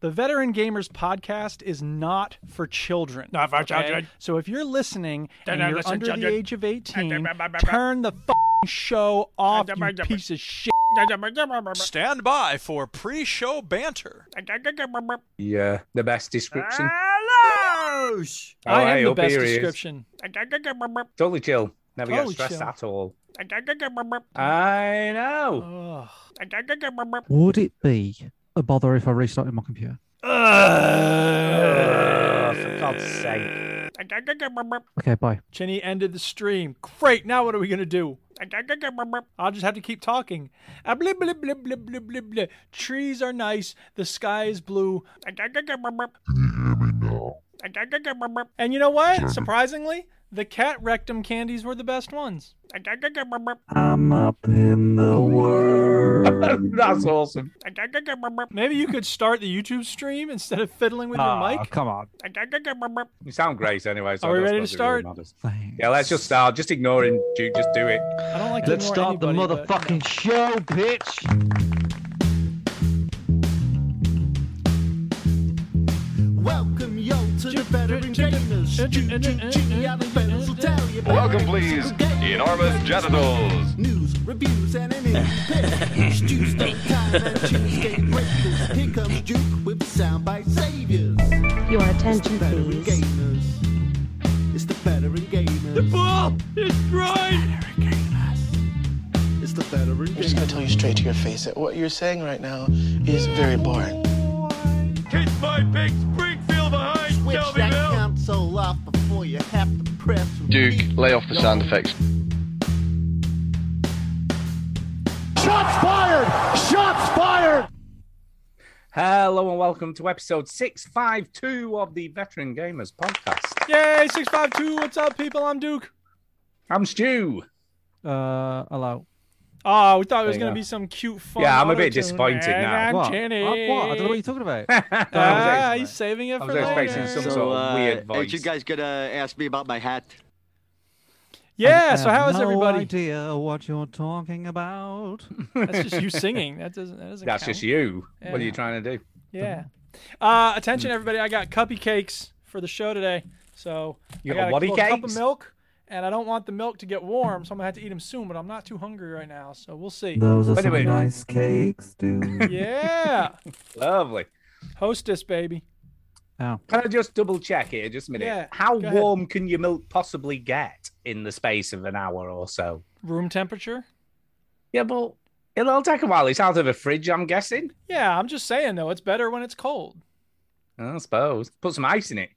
The Veteran Gamers podcast is not for children. Not for children. So if you're listening and no, you're listen, under children. the age of 18, blah, blah, blah. turn the f***ing show off, blah, you blah, blah. piece of shit. Stand by for pre-show banter. Yeah, the best description. Ah. Hello! I am Alright, the up best here he is. description. Totally chill. Never Totally get stressed chill. at all. I know. Ugh. Would it be a bother if I restarted my computer? Uh, Oh, for God's sake. Okay, bye. Chinny ended the stream. Great. Now what are we gonna do? I'll just have to keep talking. Ah, blah, blah, blah, blah, blah, blah, blah. Trees are nice. The sky is blue. And you know what? Surprisingly, the cat rectum candies were the best ones. I'm up in the world. That's awesome. Maybe you could start the YouTube stream instead of fiddling with your mic. come on. You sound great anyway. So Are we I don't ready to suppose start? it really matters. Thanks. yeah, let's just start. Just ignore him, Duke. Just do it. I don't like. to Let's ignore start the anybody, but- motherfucking show, bitch. Welcome, yo, to the veteran gamers. Veterans will tell you about Welcome, it. please, Gamers, enormous genitals. News, reviews, and an independent Stews no time and cheesecake breakers. Here comes Duke with soundbite saviors. Your attention, Veteran please. gamers. It's the veteran gamers. The ball is right. It's the veteran I'm just gamers. gonna tell you straight to your face that what you're saying right now is very boring. Kiss my big Springfield behind Switch that console off before you have to press. repeat. Yo. effects. Hello and welcome to episode 652 of the Veteran Gamers Podcast. Yay! Six five two. What's up, people? I'm Duke. I'm Stu. Uh, hello. Ah, we thought it was There you gonna go. be some cute fun. Yeah, I'm a bit auto-tune. disappointed And now. I'm what? Chinny. I, what? I don't know what you're talking about. Ah, I was he's saving it for I was expecting later. some sort of weird voice. gonna ask me about my hat? Yeah. So I have how is no everybody? idea what you're talking about. That's just you singing. That doesn't. That doesn't That's count. just you. What are Yeah. you trying to do? Yeah. Uh, Mm. attention, everybody! I got cuppy cakes for the show today. So You I got got whatty a little cup of cakes? milk, and I don't want the milk to get warm, so I'm gonna have to eat them soon. But I'm not too hungry right now, so we'll see. Those are Wait a some minute. nice cakes, dude. yeah, Lovely. hostess, baby. oh, Can I just double check here, just a minute? Yeah, How go ahead. warm can your milk possibly get in the space of an hour or so? Room temperature. Yeah, but it'll take a while. It's out of a fridge, I'm guessing. Yeah, I'm just saying though, it's better when it's cold. I suppose. Put some ice in it.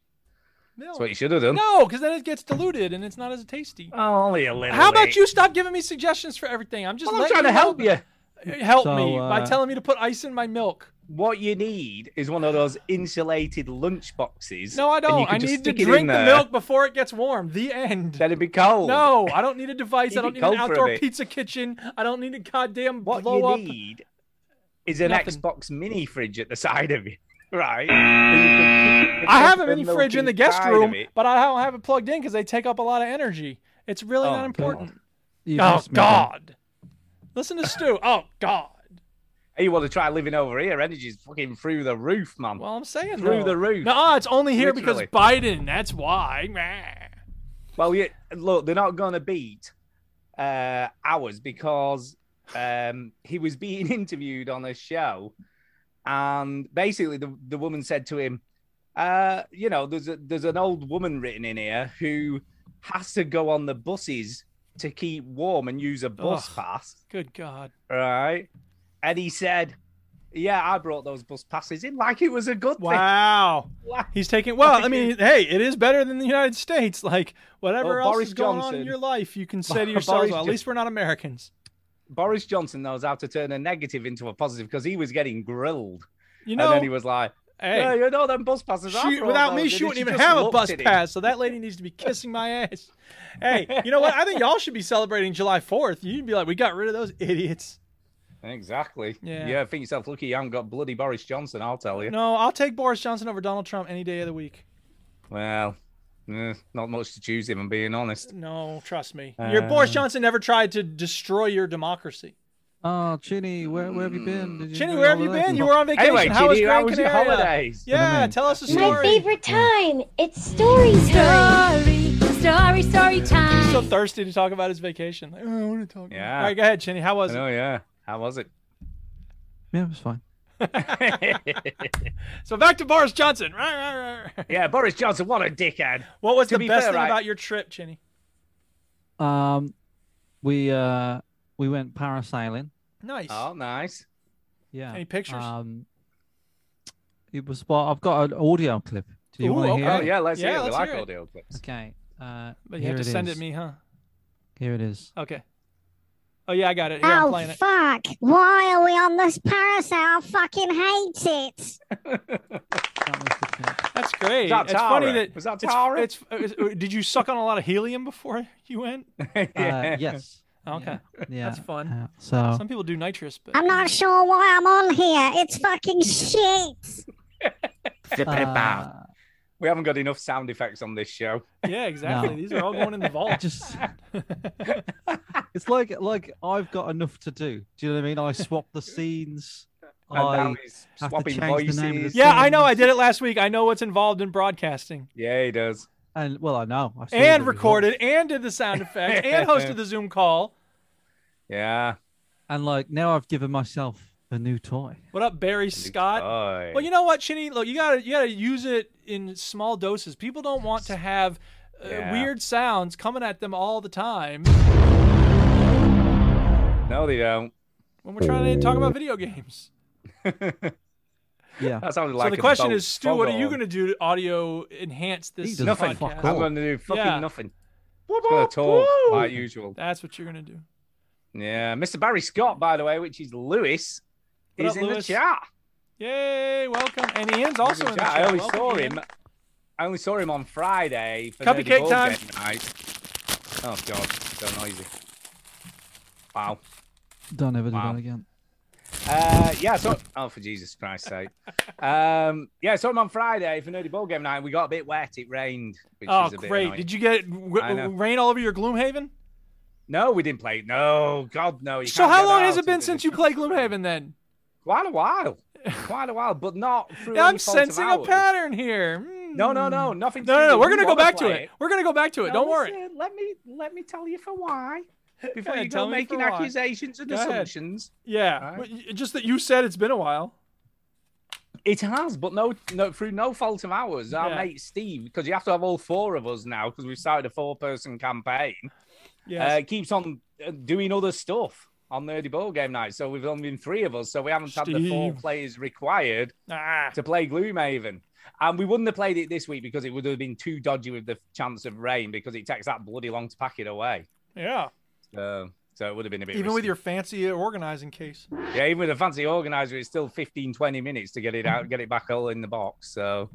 No, That's what you should have done. no, because then it gets diluted and it's not as tasty. Oh, only a little. How about bit. you stop giving me suggestions for everything? I'm just Well, I'm letting trying to help know- you. Help So, me by uh, telling me to put ice in my milk. What you need is one of those insulated lunch boxes. No, I and you don't. can I just need to stick it in drink the there, milk before it gets warm. The end. Then it'd be cold. No, I don't need a device. Keep I don't it need an cold for a outdoor bit. pizza kitchen. I don't need a goddamn What blow you up. need is an Nothing. Xbox mini fridge at the side of you, right? And you can keep the I have a milk mini milk fridge in the guest inside of room, it. but I don't have it plugged in because they take up a lot of energy. It's really Oh, not important. you Oh God! Listen to Stu. Oh God! Hey, you want to try living over here? Energy's fucking through the roof, man. Well, I'm saying Through though. the roof. Nah, it's only here because Biden. That's why. Meh. Well, yeah, look, they're not going to beat uh, ours because um, he was being interviewed on a show, and basically the, the woman said to him, uh, "You know, there's a, there's an old woman written in here who has to go on the buses to keep warm and use a bus Ugh. pass, Good God! right?" And he said, "Yeah, I brought those bus passes in like it was a good Wow. thing." Like, He's taking well. I Like, mean, hey, it is better than the United States. Like whatever Well, else Boris is going on in Johnson- your life, you can say to Boris yourself, well, "At Johnson- least we're not Americans." Boris Johnson knows how to turn a negative into a positive because he was getting grilled. You know, and then he was like, hey, Yeah, you know them bus passes. she, without me, she wouldn't even have a bus pass. So that lady needs to be kissing my ass. Hey, you know what? I think y'all should be celebrating July Fourth. You'd be like, "We got rid of those idiots." Exactly. Yeah. Yeah. think yourself lucky you haven't got bloody Boris Johnson, I'll tell you. No, I'll take Boris Johnson over Donald Trump any day of the week. Well, eh, not much to choose him, I'm being honest. Uh, No, trust me. your Boris Johnson never tried to destroy your democracy. Oh, Chinny, where, where have you been? Did Chinny, go where have you over been? there? You were on vacation. Anyway, how was Chinny, Gran how was your Canaria? holidays? Yeah, mean, tell us a you- My story. favorite time. It's story time. Story, story, story He's so time. thirsty to talk about his vacation. Like, oh, I want to talk. about-" Yeah. All right, go ahead, Chinny. How was it? Oh yeah. How was it? Yeah, it was fine. So back to Boris Johnson. Rah, rah, rah. yeah, Boris Johnson, what a dickhead. What was To the be best fair, thing I- about your trip, Chinny? Um, we uh we went parasailing. Nice. Oh, nice. Yeah. Any pictures? Um, it was. Well, I've got an audio clip. Do you Ooh, want to okay. hear? Oh it? yeah, let's Yeah, hear it. We let's like hear it. audio clips. Okay. Uh, But you here have to it send it is. me, huh? Here it is. Okay. Oh yeah, I got it. Here, I'm Oh playing it. fuck! Why are we on this parasail? I fucking hate it. That was the clip. That's great. that it's funny Tara? that Was that it's- Tara? It's, it's- did you suck on a lot of helium before you went? Uh, yes. Okay. Yeah. That's fun. Uh, so Some people do nitrous, but I'm not sure why I'm on here. It's fucking shit. Flipping it back. uh, We haven't got enough sound effects on this show. yeah, exactly. No. These are all going in the vault. just it's like like I've got enough to do. Do you know what I mean? I swap the scenes. And now I he's have to swapping change the name of the voices. yeah, I know. I did it last week. I know what's involved in broadcasting. Yeah, he does. and well, I know. I saw the And result. recorded, and did the sound effects, and hosted the Zoom call. Yeah. And like now, I've given myself a new toy. What up, Barry Scott? Oi. Well, you know what, Chinny? Look, you gotta you gotta use it in small doses. People don't want to have uh, Yeah. weird sounds coming at them all the time No, they don't. when we're trying to talk about video games. Yeah. That sounded so like the a question boat. is, Stu, what are you Bog on. gonna do to audio enhance this podcast? doesn't Nothing. fuck I'm all. going to do fucking Yeah. nothing. Just gonna talk like usual. That's what you're gonna do. Yeah, Mr. Barry Scott, by the way, which is Lewis, What is up, in Lewis? the chat. Yay! Welcome, and Ian's also He's in the in the chat. I only Welcome, saw Ian. him. I only saw him on Friday. For Cupcake Nerdy Ball time. Game night. Oh God, so noisy. Wow. Don't ever do Wow. that again. Uh, yeah, so oh for Jesus Christ's sake. Um, yeah, so I'm on Friday for Nerdy Ball Game Night. We got a bit wet. It rained. Which Oh, is a bit great! annoying. Did you get w- I know. w- rain all over your Gloomhaven? No, we didn't play. No, God, no. You So can't how get long has out it been into since the- you played Gloomhaven then? Quite a while. Quite a while, but not through. I'm any fault of sensing a ours. pattern here. Mm. No, no, no, nothing. to No, no, do no. with We're you gonna go wanna back to play it. We're gonna go back to it. No, Don't worry. listen, Let me let me tell you for why. Before ahead, you tell go me making for why. accusations and Go ahead. assumptions, Yeah. Alright. Well, y- Just that you said it's been a while. it has, but no, no, through no fault of ours. Our Yeah. mate Steve, because you have to have all four of us now, because we've started a four-person campaign. Yes. Uh, keeps on uh, doing other stuff on Nerdy Ball Game Night, so we've only been three of us, so we haven't had the four Steve. players required ah. to play Gloomhaven. And we wouldn't have played it this week because it would have been too dodgy with the chance of rain because it takes that bloody long to pack it away. Yeah. So, so it would have been a bit. Even with risky. your fancy organizing case. yeah, even with a fancy organizer, it's still 15, 20 minutes to get it out, get it back all in the box. So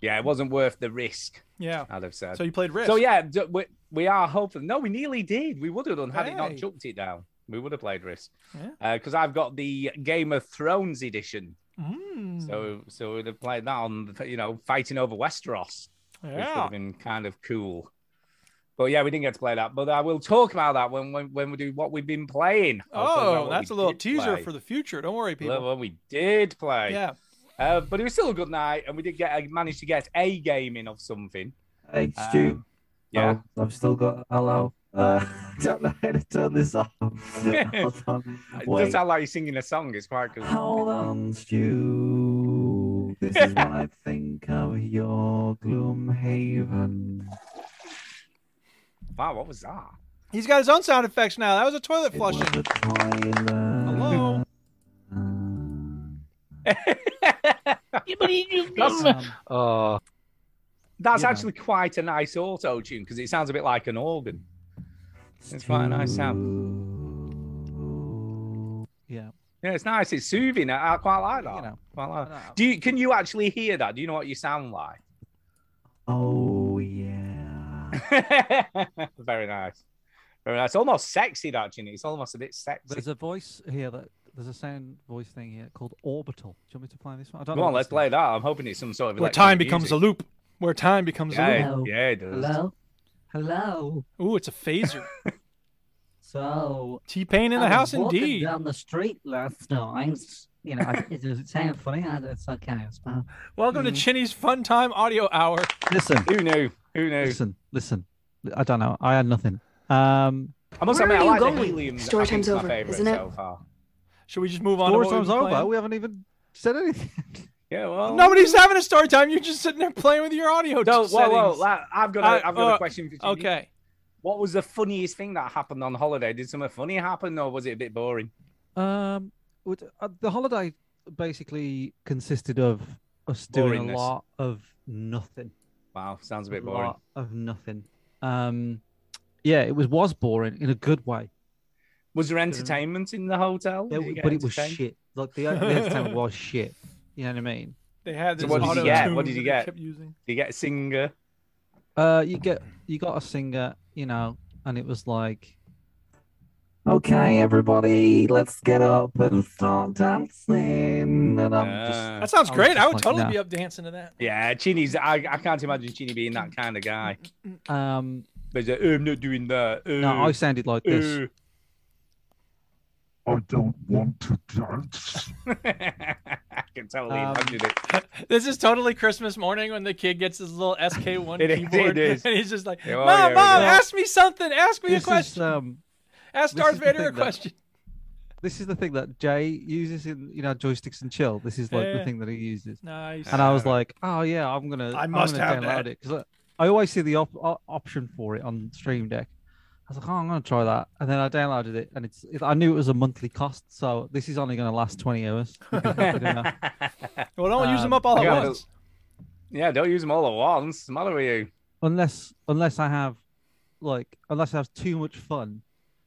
yeah, it wasn't worth the risk. Yeah. I'd have said. So Uh, So, you played Risk. yeah, d- we, we are hoping. No, we nearly did. We would have done had it Hey. not chucked it down. We would have played risk Yeah. because I've got the Game of Thrones edition. Mm. So so we'd have played that on you know fighting over Westeros which would yeah. have been kind of cool. But yeah, we didn't get to play that. But I will talk about that when when, when we do what we've been playing. I'll talk about Oh, what that's a we little did teaser play. for the future. Don't worry, Well, people. What we did play. Yeah. Uh, but it was still a good night, and we did get I managed to get a game in of something. Hey, Um, Oh, Stu. Yeah. I've still got hello. Uh, don't know how to turn this off. Hold It does sound like you're singing a song. It's quite good. Hold on, Stu. This is what I think of your Gloomhaven. Wow, what was that? He's got his own sound effects now. That was a toilet flushing. Hello. Um, That's, oh. That's Yeah. actually quite a nice auto tune because it sounds a bit like an organ. It's quite a nice sound. Yeah. Yeah, it's nice. It's soothing. I, I quite like that. You know. Quite Uh, like I know. that. Do you, can you actually hear that? Do you know what you sound like? Oh yeah. Very nice. Very nice. Almost sexy, that, Ginny. It's almost a bit sexy. There's a voice here that there's a sound voice thing here called orbital. Do you want me to play this one? I don't Come know. on, let's play that. I'm hoping it's some sort of. Where electronic time becomes a music. loop. Where time becomes a Yeah, loop. it- yeah, it does. Hello. Ooh, it's a phaser. So T Pain in the I was house, walking indeed. Down the street last night, you know, it was sound funny. I, it's okay. It's fine. Welcome to Chinny's Fun Time Audio Hour. Listen. Who knew? Who knew? Listen, listen. I don't know. I had nothing. Um, I must Where admit, I are you like the going? helium. Story I time's over, isn't it? Should we just move on? to Story what we've time's been over. playing? We haven't even said anything. Yeah, well, Nobody's having a story time. You're just sitting there playing with your audio. Oh. No, settings. whoa, whoa! la- I've got, a, Uh, I've got uh, a question for you. Okay. What was the funniest thing that happened on holiday? Did something funny happen, or was it a bit boring? Um, would- uh, the holiday basically consisted of us doing a Boringness. lot of nothing. Wow, sounds a bit A boring. lot of nothing. Um, yeah, it was was boring in a good way, Was there entertainment in the hotel? There Did you w- get but it was entertained? shit. Like the, the entertainment was shit. You know what I mean? They had So this what did you auto get? tune What did you that they get? kept using. Did you get a singer? Uh, you get you got a singer, you know, and it was like Okay, everybody, let's get up and start dancing. Um, And I'm just Uh, That sounds oh, I was great. I just would like, totally nah. be up dancing to that. Ah. Yeah, Chini's. I, I can't imagine Chini being that kind of guy. um But he's like, "Oh, I'm not doing that. No, uh, I sounded like this. uh." I don't want to dance. I can totally Um, imagine it. Oh, This is totally Christmas morning when the kid gets his little SK1 It is, it keyboard is. Oh, and he's just like, Yeah, well, "Mom, yeah, mom, yeah. ask me something. Ask me this a question. Is, um, ask this Darth is the Vader thing a that- question." this is the thing that Jay uses in you know joysticks and chill. This is like Yeah. the thing that he uses. Nice. And I was like, oh yeah, I'm gonna I I'm must gonna have download that. it because I, I always see the op- o- option for it on Stream Deck. I was like, oh, I'm gonna try that, and then I downloaded it, and it's it, I knew it was a monthly cost, so this is only gonna last 20 hours. because I uh, didn't know. "Well, don't use them um, up all at yeah, once." Yeah, don't use them all at once. What's the matter with you? unless unless I have like unless I have too much fun,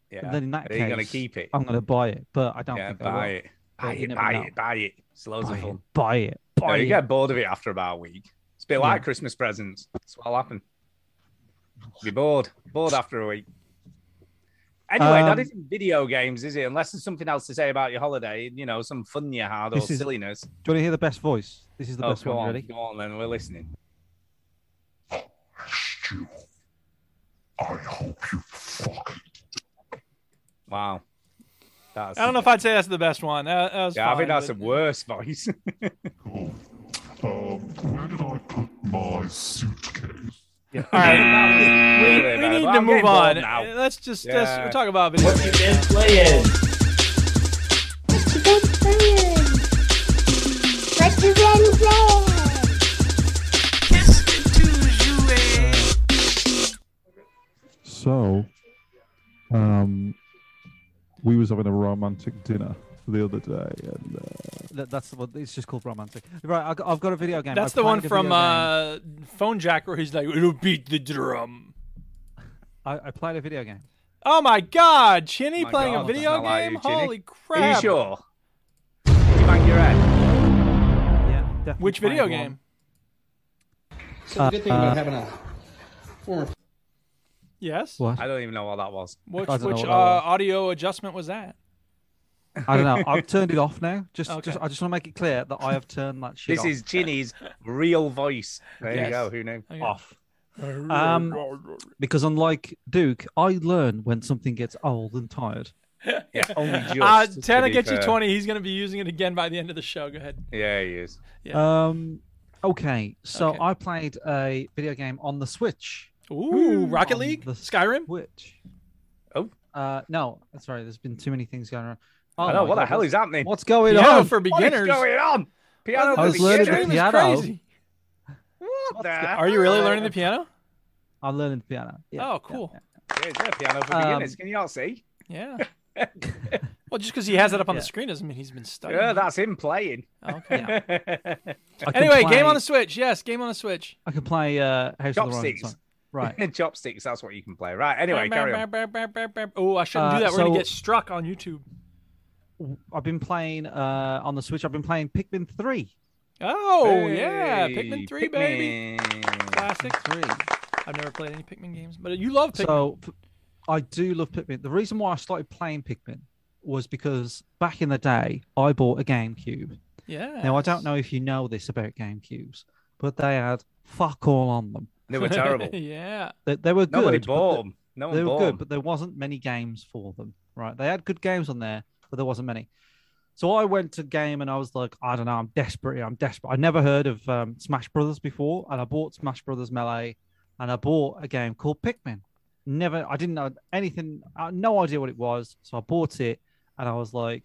Yeah, and then in then that case, you're gonna keep it. I'm gonna buy it, but I don't Yeah, think buy I will. it. Buy you it, never buy know. it, buy it. It's loads Buy of it, fun. buy it, No, buy you it. get bored of it after about a week. It's a bit like Christmas presents. That's what'll happen. You're bored. Bored after a week. Anyway, Um, that isn't video games, is it? Unless there's something else to say about your holiday, you know, some fun you had or This is- silliness. Do you want to hear the best voice? This is the oh, best go one, on, really. go on then. We're listening. Wow. That's, I don't know if I'd say that's the best one. That, that was yeah, I think fine, that's the but- worst voice. Um, where did I put my suitcase? All right, we, Really we bad. need Well, to I'm move getting on. bored now. Uh, Let's just Yeah. let's talk about video. games. playing? What you been playing? What you been playing? So, um, we was having a romantic dinner the other day, and uh, That, that's what it's just called romantic. Right, I, got- I've got a video game. That's I the one played a from video game. uh, Phone Jack where he's like, "It'll beat the drum." uh, I, I played a video game. Oh my God, Chinny My playing God, a that's video not like game! you, Chinny. Holy crap! Are you sure? Did you bang your head? Yeah, definitely Which played video one. game? So the good thing Uh, about having a former Yes. What? I don't even know what that was. Which I don't know which uh, what that was. audio adjustment was that? I don't know. I've turned it off now. Just, Okay. just I just want to make it clear that I have turned that shit This off. is Ginny's real voice. There Yes. you go. Who knew? Okay. off. Um, because unlike Duke, I learn when something gets old and tired. Yeah, only just. Uh, to ten, I be get you fair. twenty. He's gonna be using it again by the end of the show. Go ahead. Yeah, he is. Um, okay, so Okay. I played a video game on the Switch. Ooh, Rocket on League, the Skyrim. Switch. Oh. Uh, no, sorry. There's been too many things going on. Oh I know. What the hell is happening? What's going Piano on? for What is beginners. going on? Piano I for was beginners. learning the Dream is piano. crazy. What the Are you really hell? learning the piano? I'm learning the piano. Yeah, Oh, yeah, cool. yeah. Yeah, it's a piano for Um, beginners. Can you not see? Yeah. well, just because he has it up on Yeah. the screen doesn't mean he's been studying. Yeah, it. that's him playing. Okay. I can Anyway, game on play- the Switch. Yes, game on the Switch. I can play uh, House of the Rising Chopsticks. Sun. Right. Chopsticks, that's what you can play. Right. Anyway, carry on. Oh, I shouldn't Uh, do that. We're gonna so- get struck on YouTube. I've been playing uh, on the Switch. I've been playing Pikmin Three. Oh yeah, Hey, Pikmin Three, baby. Pikmin. Classic. Three. I've never played any Pikmin games, but you love Pikmin. So p- I do love Pikmin. The reason why I started playing Pikmin was because back in the day I bought a GameCube. yeah. Now I don't know if you know this about GameCubes, but they had fuck all on them. They were terrible. yeah. They, they were good. Nobody but bought the- them. No they one were born. good, but there wasn't many games for them. Right? They had good games on there, but there wasn't many. So I went to game and I was like, I don't know, I'm desperate. here, I'm desperate. I never heard of um, Smash Brothers before, and I bought Smash Brothers Melee, and I bought a game called Pikmin. Never, I didn't know anything. I had no idea what it was. So I bought it, and I was like,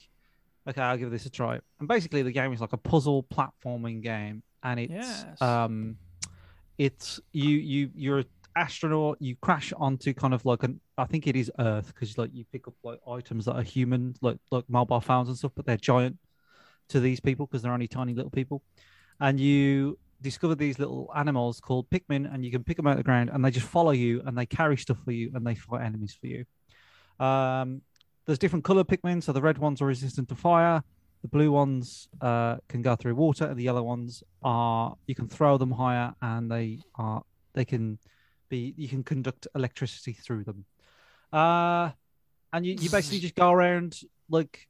okay, I'll give this a try. And basically, the game is like a puzzle platforming game, and it's Yes. um, it's you you you're an astronaut. You crash onto kind of like an I think it is Earth because like you pick up like items that are human, like like mobile phones and stuff, but they're giant to these people because they're only tiny little people, and you discover these little animals called Pikmin, and you can pick them out of the ground, and they just follow you, and they carry stuff for you, and they fight enemies for you. Um, there's different color Pikmin, so the red ones are resistant to fire, the blue ones uh, can go through water, and the yellow ones are you can throw them higher, and they are they can be you can conduct electricity through them. Uh, and you, you basically just go around like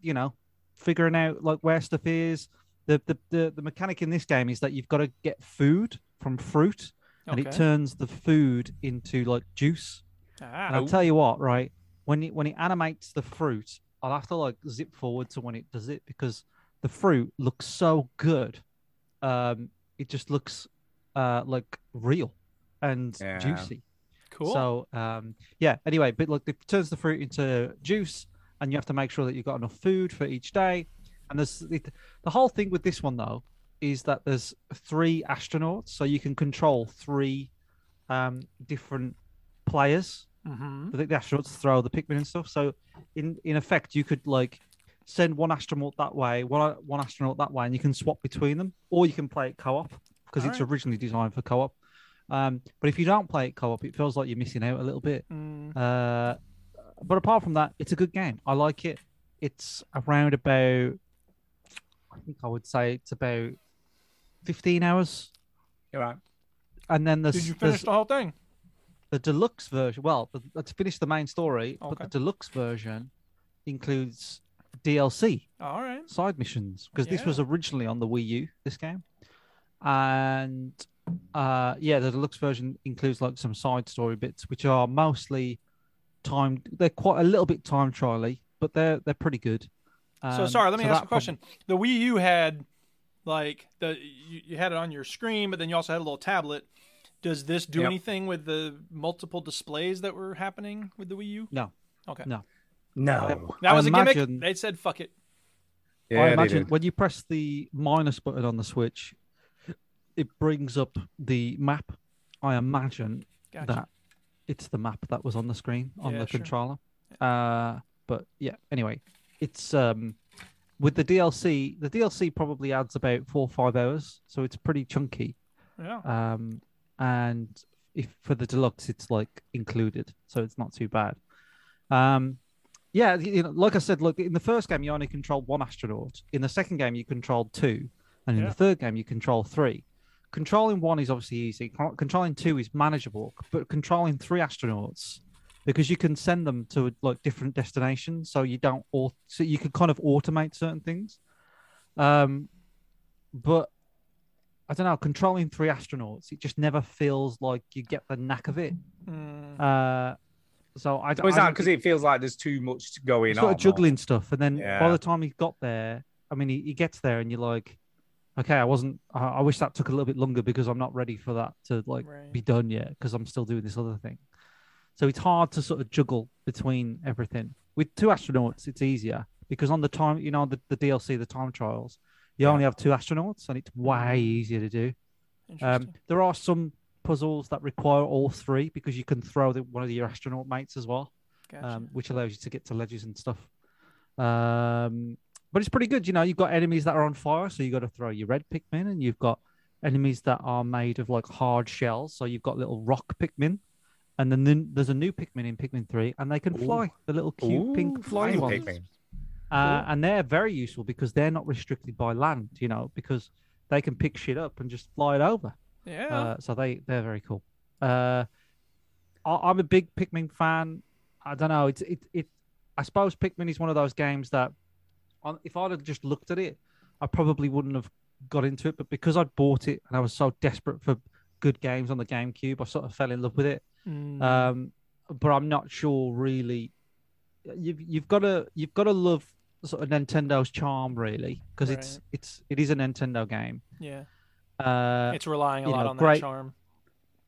you know figuring out like where stuff is. The the the, the mechanic in this game is that you've got to get food from fruit, and it Okay. turns the food into like juice. And I'll Ah. tell you what, right? When it when it animates the fruit, I'll have to like zip forward to when it does it because the fruit looks so good. Um, it just looks uh like real and Yeah. juicy. Cool. So um, yeah. Anyway, but like it turns the fruit into juice, and you have to make sure that you've got enough food for each day. And there's it, the whole thing with this one though is that there's three astronauts, so you can control three um, different players. Mhm. I think the astronauts throw the Pikmin and stuff. So in in effect, you could like send one astronaut that way, one one astronaut that way, and you can swap between them, or you can play it co-op because it's Alright. originally designed for co-op. Um, but if you don't play it co-op, it feels like you're missing out a little bit. Mm. Uh, but apart from that, it's a good game. I like it. It's around about, I think I would say it's about fifteen hours, You're right. and then there's Did you there's- finish the whole thing? the deluxe version. Well, but let's finish the main story. But the Okay. deluxe version includes DLC, All right. side missions, because this was originally on the Wii U. This game, and uh, yeah, the deluxe version includes like some side story bits, which are mostly timed. They're quite a little bit time trially, but they're they're pretty good. so Um, sorry, let me ask that a prob- question. The Wii U had like the you, you had it on your screen, but then you also had a little tablet. Does this do Yep. anything with the multiple displays that were happening with the Wii U? No. Okay. No. No. That I was a gimmick. imagine- They said fuck it. I they imagine did. when you press the minus button on the Switch, it brings up the map. I imagine Gotcha. that it's the map that was on the screen on Yeah, the sure. controller. Uh, but yeah, anyway, it's um, with the DLC. The DLC probably adds about four or five hours, so it's pretty chunky. Yeah. Um, and if for the deluxe, it's like included, so it's not too bad. Um, yeah, y- you know, like I said, look, in the first game you only controlled one astronaut. In the second game you controlled two, and in Yeah. the third game you control three. Controlling one is obviously easy. Con- Controlling two is manageable, but controlling three astronauts because you can send them to like different destinations, so you don't all so you can kind of automate certain things. Um, but I don't know, controlling three astronauts, it just never feels like you get the knack of it. Mm. Uh, so I d- Well, is I that don't- because it feels like there's too much going sort on? of juggling stuff, and then by Yeah. the time he got there, I mean, he, he gets there, and you're like, okay, I wasn't. I, I wish that took a little bit longer because I'm not ready for that to like be done yet because I'm still doing this other thing. So it's hard to sort of juggle between everything. With two astronauts, it's easier because on the time, you know, the, the DLC, the time trials, you only have two astronauts, and it's way easier to do. Um, there are some puzzles that require all three because you can throw the, one of your astronaut mates as well, um, which allows you to get to ledges and stuff. Um, but it's pretty good, you know. You've got enemies that are on fire, so you got to throw your red Pikmin, and you've got enemies that are made of like hard shells, so you've got little rock Pikmin. And then the- there's a new Pikmin in Pikmin 3, and they can fly, the little cute Ooh, pink flying flying ones. Pikmin. Uh, and they're very useful because they're not restricted by land, you know, because they can pick shit up and just fly it over. Yeah. Uh, so they they're very cool. Uh, I, I'm a big Pikmin fan. I don't know. It's it it. I suppose Pikmin is one of those games that, on, if I'd have just looked at it, I probably wouldn't have got into it. But because I bought it and I was so desperate for good games on the GameCube, I sort of fell in love with it. Mm. Um, but I'm not sure really. You've you've got to you've got to love sort of Nintendo's charm really because it's it's it is a Nintendo game. Yeah. Uh, It's relying a you lot know, on great- that charm.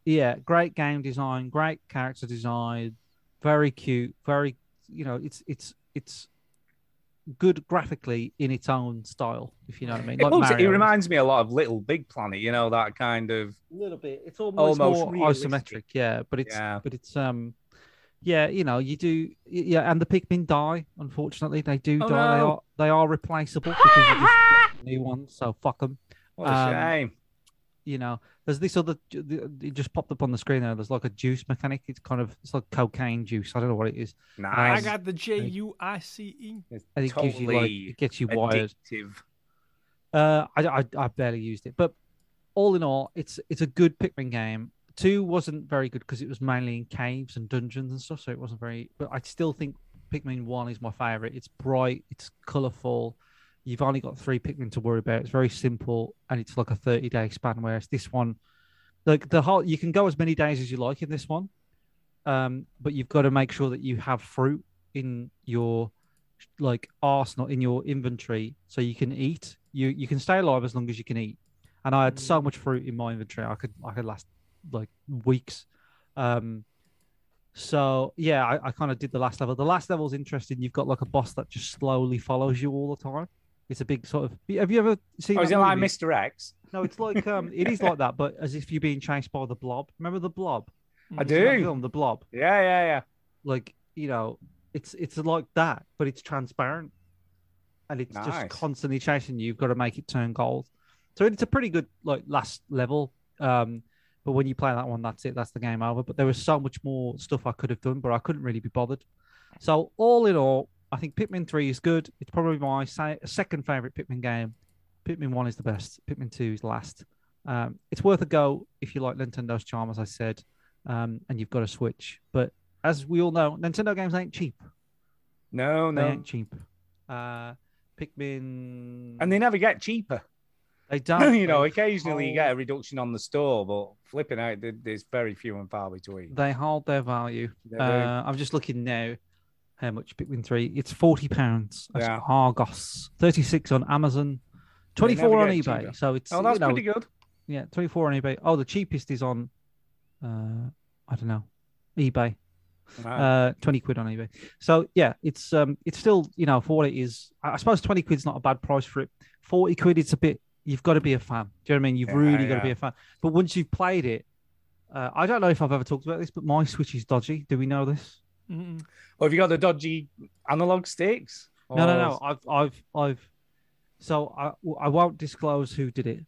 yeah, great game design, great character design, very cute, very you know, it's it's it's good graphically in its own style, if you know what I mean. It, Like looks- it Mario. reminds me a lot of Little Big Planet, you know, that kind of little bit. It's almost, almost more realistic. isometric, yeah. But it's Yeah. but it's um yeah, you know, you do yeah, and the Pikmin die, unfortunately. They do Oh, no. die. They are they are replaceable because you just get new ones, so fuck them. What a Um, shame. You know, there's this other. It just popped up on the screen there. There's like a juice mechanic. It's kind of it's like cocaine juice. I don't know what it is. I Um, got the J U I C E. and it gives you like Totally it gets you wired. addictive. Uh, I, I I barely used it, but all in all, it's it's a good Pikmin game. Two wasn't very good because it was mainly in caves and dungeons and stuff, so it wasn't very. But I still think Pikmin One is my favorite. It's bright, it's colorful. You've only got three Pikmin to worry about. It's very simple, and it's like a thirty day span. Whereas this one, like the whole, you can go as many days as you like in this one, um, but you've got to make sure that you have fruit in your like arsenal in your inventory so you can eat. You you can stay alive as long as you can eat. And I had Mm. so much fruit in my inventory, I could I could last like weeks. Um, so yeah, I, I kind of did the last level. The last level's interesting. You've got like a boss that just slowly follows you all the time. It's a big sort of. Have you ever seen? Oh, is that it like movie? Mr. X? No, it's like um, it is like that, but as if you're being chased by the blob. Remember the blob? I It's in that do. Film the blob. Yeah, yeah, yeah. Like you know, it's it's like that, but it's transparent, and it's just Nice. constantly chasing you. You've got to make it turn gold. So it's a pretty good like last level. Um, but when you play that one, that's it. That's the game over. But there was so much more stuff I could have done, but I couldn't really be bothered. So all in all, I think Pikmin Three is good. It's probably my se- second favorite Pikmin game. Pikmin One is the best. Pikmin Two is last. Um, it's worth a go if you like Nintendo's charm, as I said, um, and you've got a Switch. But as we all know, Nintendo games ain't cheap. No, They no. ain't cheap. Uh, Pikmin. And they never get cheaper. They don't. you know, They occasionally you hold- get a reduction on the store, but flipping out, there- there's very few and far between. They hold their value. They do. Uh, I'm just looking now how much Pikmin 3. It's £40. That's Yeah. Argos. 36 on Amazon. They never 24 on get eBay. cheaper. So it's Oh, that's you know, pretty good. Yeah, 24 on eBay. Oh, the cheapest is on uh I don't know, eBay. Right. Uh 20 quid on eBay. So yeah, it's um it's still, you know, for what it is. I I suppose 20 quid's not a bad price for it. 40 quid it's a bit you've got to be a fan. Do you know what I mean? You've Yeah, really got to be yeah. a fan. But once you've played it, uh, I don't know if I've ever talked about this, but my Switch is dodgy. Do we know this? Mm-mm. Or have you got the dodgy analog sticks? No, no, Or- no. I've, I've, I've. So I, w- I won't disclose who did it,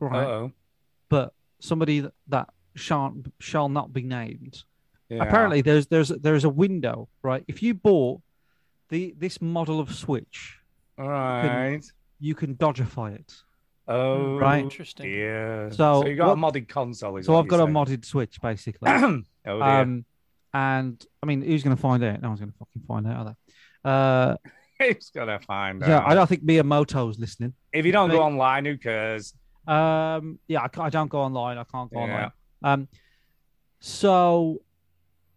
right? Uh-oh. But somebody that, that shan't shall not be named. Yeah. Apparently, there's there's there's a window, right? If you bought the this model of Switch, All you can- you can dodgeify it. Oh, Right. Interesting. Yeah. So, you got what- a modded console. Is So what I've got you're a saying. modded Switch, basically. oh dear. and I mean, who's going to find out? No one's going to fucking find out, are they? Uh, It's gonna find yeah, out. I don't think Miyamoto's listening. If you don't But- go online, who cares? Um, yeah, I, ca- I don't go online. I can't go Yeah. online. Um, so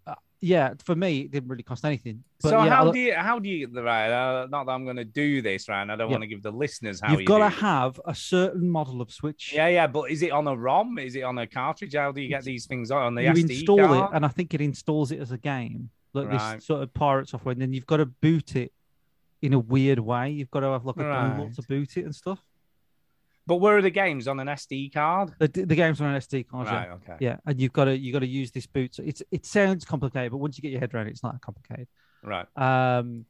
uh, yeah, for me, it didn't really cost anything. But so yeah, how I'll- do you how do you get the right? Uh, not that I'm going to do this, right? and I don't Yeah. want to give the listeners how you've you got do to it. have a certain model of Switch. Yeah, yeah, but is it on a ROM? Is it on a cartridge? How do you get these things on, on the you SD install it, card? and I think it installs it as a game, like Right. this sort of pirate software. And then you've got to boot it in a weird way. You've got to have like a Right. dongle to boot it and stuff. But where are the games on an SD card? The, the game's on an SD card. Right, yeah. okay. Yeah, and you've got to you got to use this boot. So it's it sounds complicated, but once you get your head around it, it's not that complicated. Right. Um.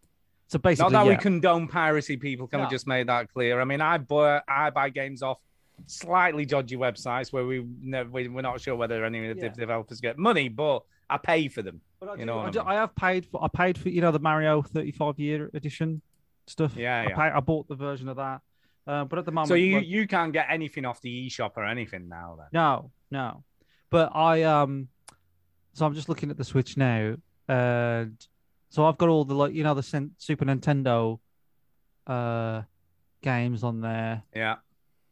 So basically, Not that we yeah. condone piracy, people. Can No. we just make that clear? I mean, I buy I buy games off slightly dodgy websites where we never, we, we're not sure whether any of the Yeah. developers get money, but I pay for them. But I you do- know, I, what do- I mean? I have paid for. I paid for you know the Mario 35 year edition stuff. Yeah, I, yeah. paid, I bought the version of that. Uh, but at the moment, so you like- you can't get anything off the eShop or anything now. Then no, no. But I um, so I'm just looking at the Switch now, and so I've got all the like you know the Sen- Super Nintendo, uh, games on there. yeah,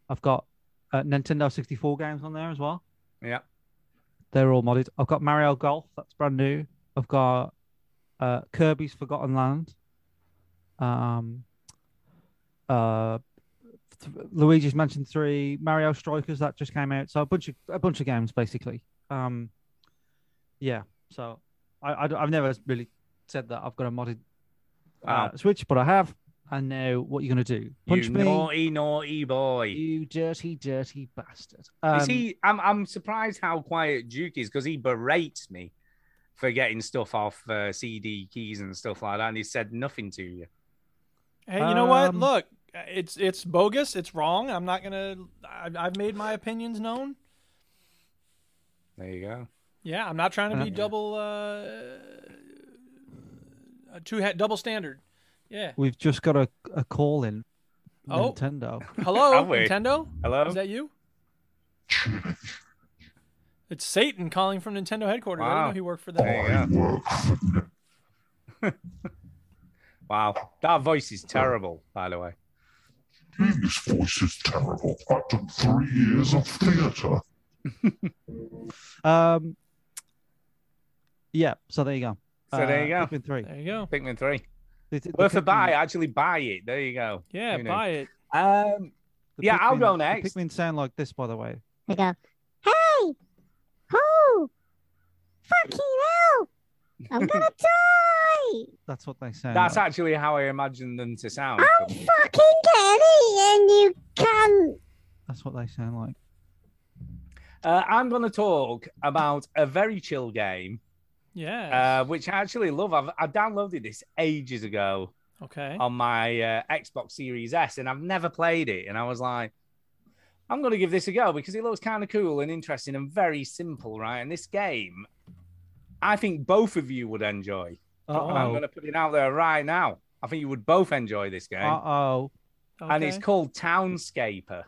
I've got uh, Nintendo 64 games on there as well. yeah. They're all modded. I've got Mario Golf. That's brand new. I've got uh, Kirby's Forgotten Land. Um, uh, th- Luigi's Mansion Three, Mario Strikers that just came out. So a bunch of a bunch of games basically. Um, yeah. So I, I have never really said that I've got a modded uh, Switch, but I have. And now what you gonna do? Punch you me? naughty, naughty boy. You dirty, dirty bastard. Is Um, he? I'm I'm surprised how quiet Duke is because he berates me for getting stuff off uh, CD keys and stuff like that, and he said nothing to you. Hey, you know what? Um, Look, it's it's bogus. It's wrong. I'm not gonna. I've, I've made my opinions known. There you go. Yeah, I'm not trying Uh-huh. to be Yeah. double, uh, uh, two hat double standard. Yeah. We've just got a, a call in. Oh. Nintendo. Hello, Nintendo. Hello? Is that you? it's Satan calling from Nintendo headquarters. I didn't Wow. know he worked for them. Wow, that voice is terrible, by the way. This voice is terrible. I've done three years of theatre. Um. Yeah. So there you go. So there you Uh, go. Pikmin three. There you go. Pikmin three. The- the Worth a Pikmin- buy. Actually, buy it. There you go. Who knew? it. Um. The yeah, I'll Pikmin- go the next. Pikmin sound like this, by the way. They go, hey, who? Fucking hell! I'm gonna die! That's what they sound. Um, That's like. actually how I imagine them to sound. Fucking get eaten, you cunt! That's what they sound like. Uh, I'm going to talk about a very chill game, Yeah. uh, which I actually love. I've, I downloaded this ages ago okay. on my uh, Xbox Series S, and I've never played it. And I was like, I'm going to give this a go because it looks kind of cool and interesting and very simple, right? And this game, I think both of you would enjoy. I'm Uh-oh. going to put it out there right now. I think you would both enjoy this game. Uh oh. And it's called Townscaper.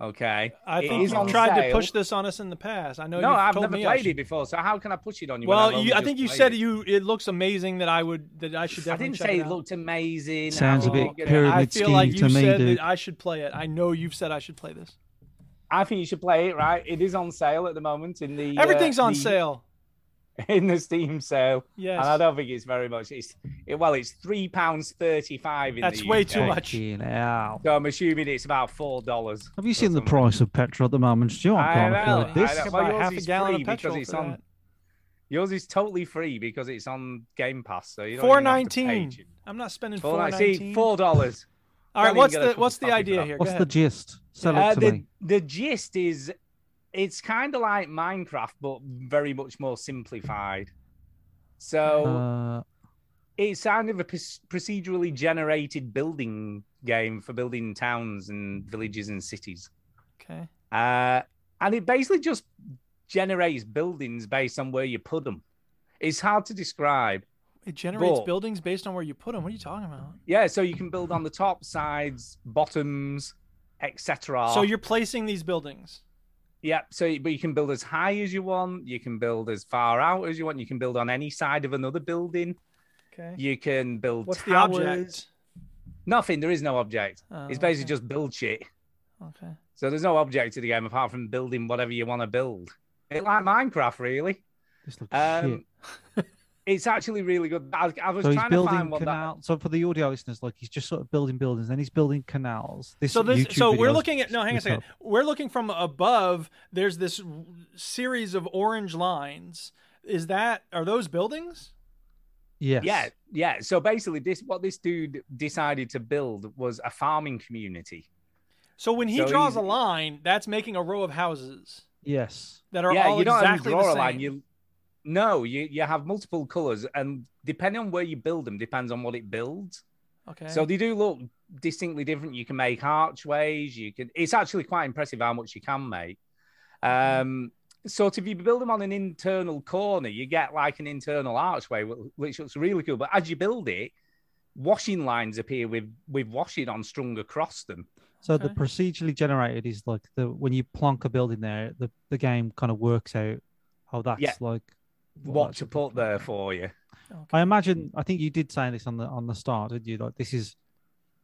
Okay. I It think is on you've tried to sale. push this on us in the past. I know. No, you've I've told never me I played should- it before. So how can I push it on you? when I've Well, only you, I just think you played said it? you. It looks amazing. That I would. That I should I definitely. didn't check say it, it out. looked amazing. Sounds a I bit will get it. pyramid I I feel like scheme you to me, said dude. that I should play it. I know you've said I should play this. I think you should play it. Right, it is on sale at the moment in the uh, Everything's on the- sale. in the Steam sale. Yes. and I don't think it's very much. It's it, well, it's three pounds thirty-five. In That's the way UK. too much. Fucking hell. So I'm assuming it's about four dollars. Have you seen the price of petrol at the moment? Stu? I I can't know, afford this. I know. Buy Well, yours half a is gallon of free because petrol it's for on. that. Yours is totally free because it's on Game Pass. So you don't Four even have to pay nineteen. to- I'm not spending Four four nine- See, nineteen. four dollars. All right, what's the what's the idea here? Go What's the ahead. gist? Sell Uh, it to the, me. the gist is it's kind of like Minecraft, but very much more simplified. So Uh, it's kind of a pres- procedurally generated building game for building towns and villages and cities. Okay. Uh, and it basically just generates buildings based on where you put them. It's hard to describe. It generates But- buildings based on where you put them. What are you talking about? Yeah, so you can build on the top, sides, bottoms, etc. So you're placing these buildings. Yeah, so but you can build as high as you want, you can build as far out as you want, you can build on any side of another building, Okay. you can build What's the towers. object? Nothing, there is no object. Oh, it's basically okay. just build shit. Okay. So there's no object to the game apart from building whatever you want to build. It like Minecraft, really. this looks shit. Um, it's actually really good. I, I was So he's trying to find building what canals. So for the audio listeners, like he's just sort of building buildings, then he's building canals. This so this YouTube so we're video's looking at no hang on a just second up. we're looking from above there's this w- series of orange lines is that are those buildings Yes. Yeah, yeah. So basically, this what this dude decided to build was a farming community. so when he So draws a he's- line that's making a row of houses Yes. that are yeah, all you don't have to exactly draw the a same line. You no, you you have multiple colors, and depending on where you build them, depends on what it builds. okay So they do look distinctly different. You can make archways. You can. It's actually quite impressive how much you can make. Um, sort of, you build them on an internal corner, you get like an internal archway, wh- which looks really cool. But as you build it, washing lines appear with with washing on strung across them. So the procedurally generated is like the when you plonk a building there, the, the game kind of works out how that's Yeah. like. What to put there for you? I imagine. I think you did say this on the on the start, didn't you? Like this is,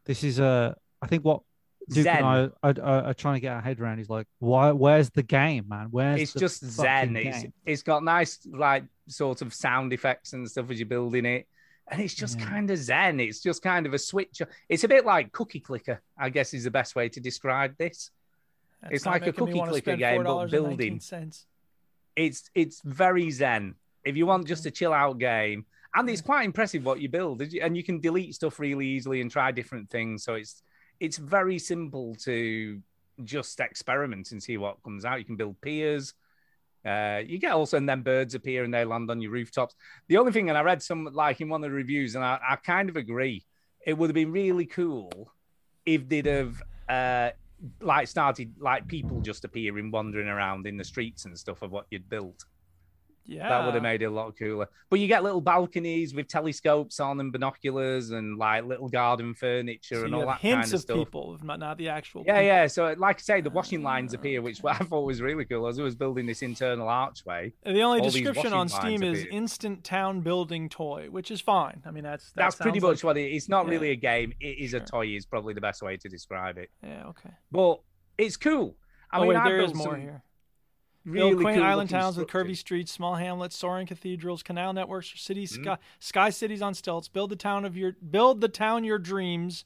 this is a. I think what Duke Zen. and I I- I- are trying to get our head around. He's like, why? Where's the game, man? Where's it's the just fucking zen. It's, game?" it's got nice like sort of sound effects and stuff as you're building it, and it's just kind of zen. It's just kind of a switch. It's a bit like Cookie Clicker, I guess, is the best way to describe this. That's it's not like a making me Cookie wanna Clicker spend game, but $4.19. building. It's it's very zen. If you want just a chill out game, and it's quite impressive what you build, as you- and you can delete stuff really easily and try different things. So it's it's very simple to just experiment and see what comes out. You can build piers. Uh, you get also, and then birds appear and they land on your rooftops. The only thing, and I read some like in one of the reviews, and I, I kind of agree, it would have been really cool if they'd have uh, like started like people just appearing, wandering around in the streets and stuff of what you'd built. That would Yeah. have made it a lot cooler. But you get little balconies with telescopes on and binoculars and like little garden furniture So and you all have that hints kind of of, stuff. people, if not, not the actual. Yeah, people. yeah. So, like I say, the washing lines Ah. appear, which I thought was really cool. As I was building this internal archway, The only all these description washing on lines Steam is appear. instant town building toy, which is fine. I mean, that's that that's pretty sounds much what it is. It's not Yeah. really a game. It is a toy. Is probably the best way to describe it. like- Yeah, okay. But it's cool. I oh mean, wait, I there is built more some here. Really Build quaint cool island looking towns with stru- curvy streets, small hamlets, soaring cathedrals, canal networks, or cities, Hmm? sky, sky cities on stilts. Build the town of your build the town your dreams.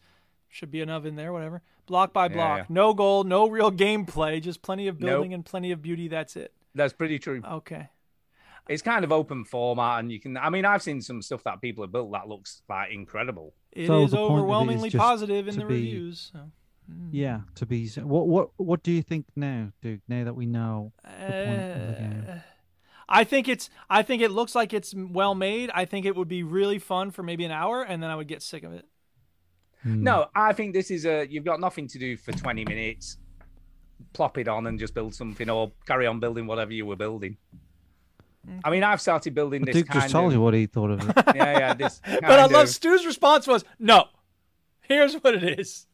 Should be an oven there, whatever. Block by Yeah, block, yeah. no goal, no real gameplay, just plenty of Nope. building and plenty of beauty. That's it. That's pretty true. Okay. It's kind of open format, and you can. I mean, I've seen some stuff that people have built that looks like incredible. It is So the point of it is overwhelmingly just positive in to the be- reviews. So. Yeah, to be zen. What what what do you think now, Duke? Now that we know the point of the game, Uh, I think it's. I think it looks like it's well made. I think it would be really fun for maybe an hour, and then I would get sick of it. Hmm. Hmm. No, I think this is a. You've got nothing to do for twenty minutes. Plop it on and just build something, or carry on building whatever you were building. I mean, I've started building But this. Duke kind just told of, you what he thought of it. Yeah, yeah. This. But I kind love of- Stu's response was no. Here's what it is.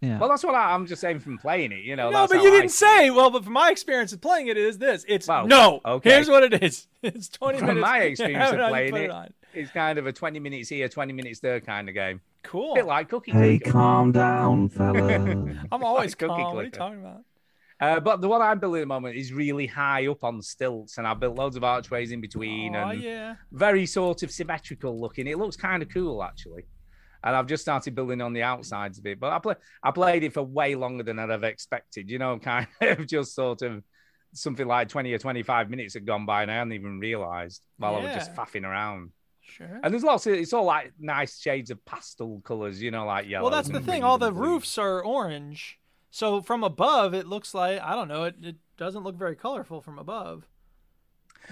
Yeah. Well, that's what I, I'm just saying from playing it. You know. no, that's but how you I didn't see say. Well, but from my experience of playing it, it is this. It's Well, no. okay. Here's what it is. It's twenty From minutes. my Yeah, experience and of I playing put it, it on. it's kind of a twenty minutes here, twenty minutes there kind of game. Cool. bit like Cookie Hey, Clicker. calm down, fella. I'm always Cookie calm. What are you clicker. talking about? Uh, but the one I'm building at the moment is really high up on stilts, and I built loads of archways in between, Oh and yeah. very sort of symmetrical looking. It looks kind of cool actually. And I've just started building on the outsides a bit, but I play I played it for way longer than I'd have expected. You know, kind of just sort of something like twenty or twenty five minutes had gone by, and I hadn't even realised while I was just Yeah. faffing around. Sure. And there's lots of it's all like nice shades of pastel colours, you know, like yellow. Mm. Well, that's the thing. All the roofs are orange, so from above it looks like I don't know. It, it doesn't look very colorful from above.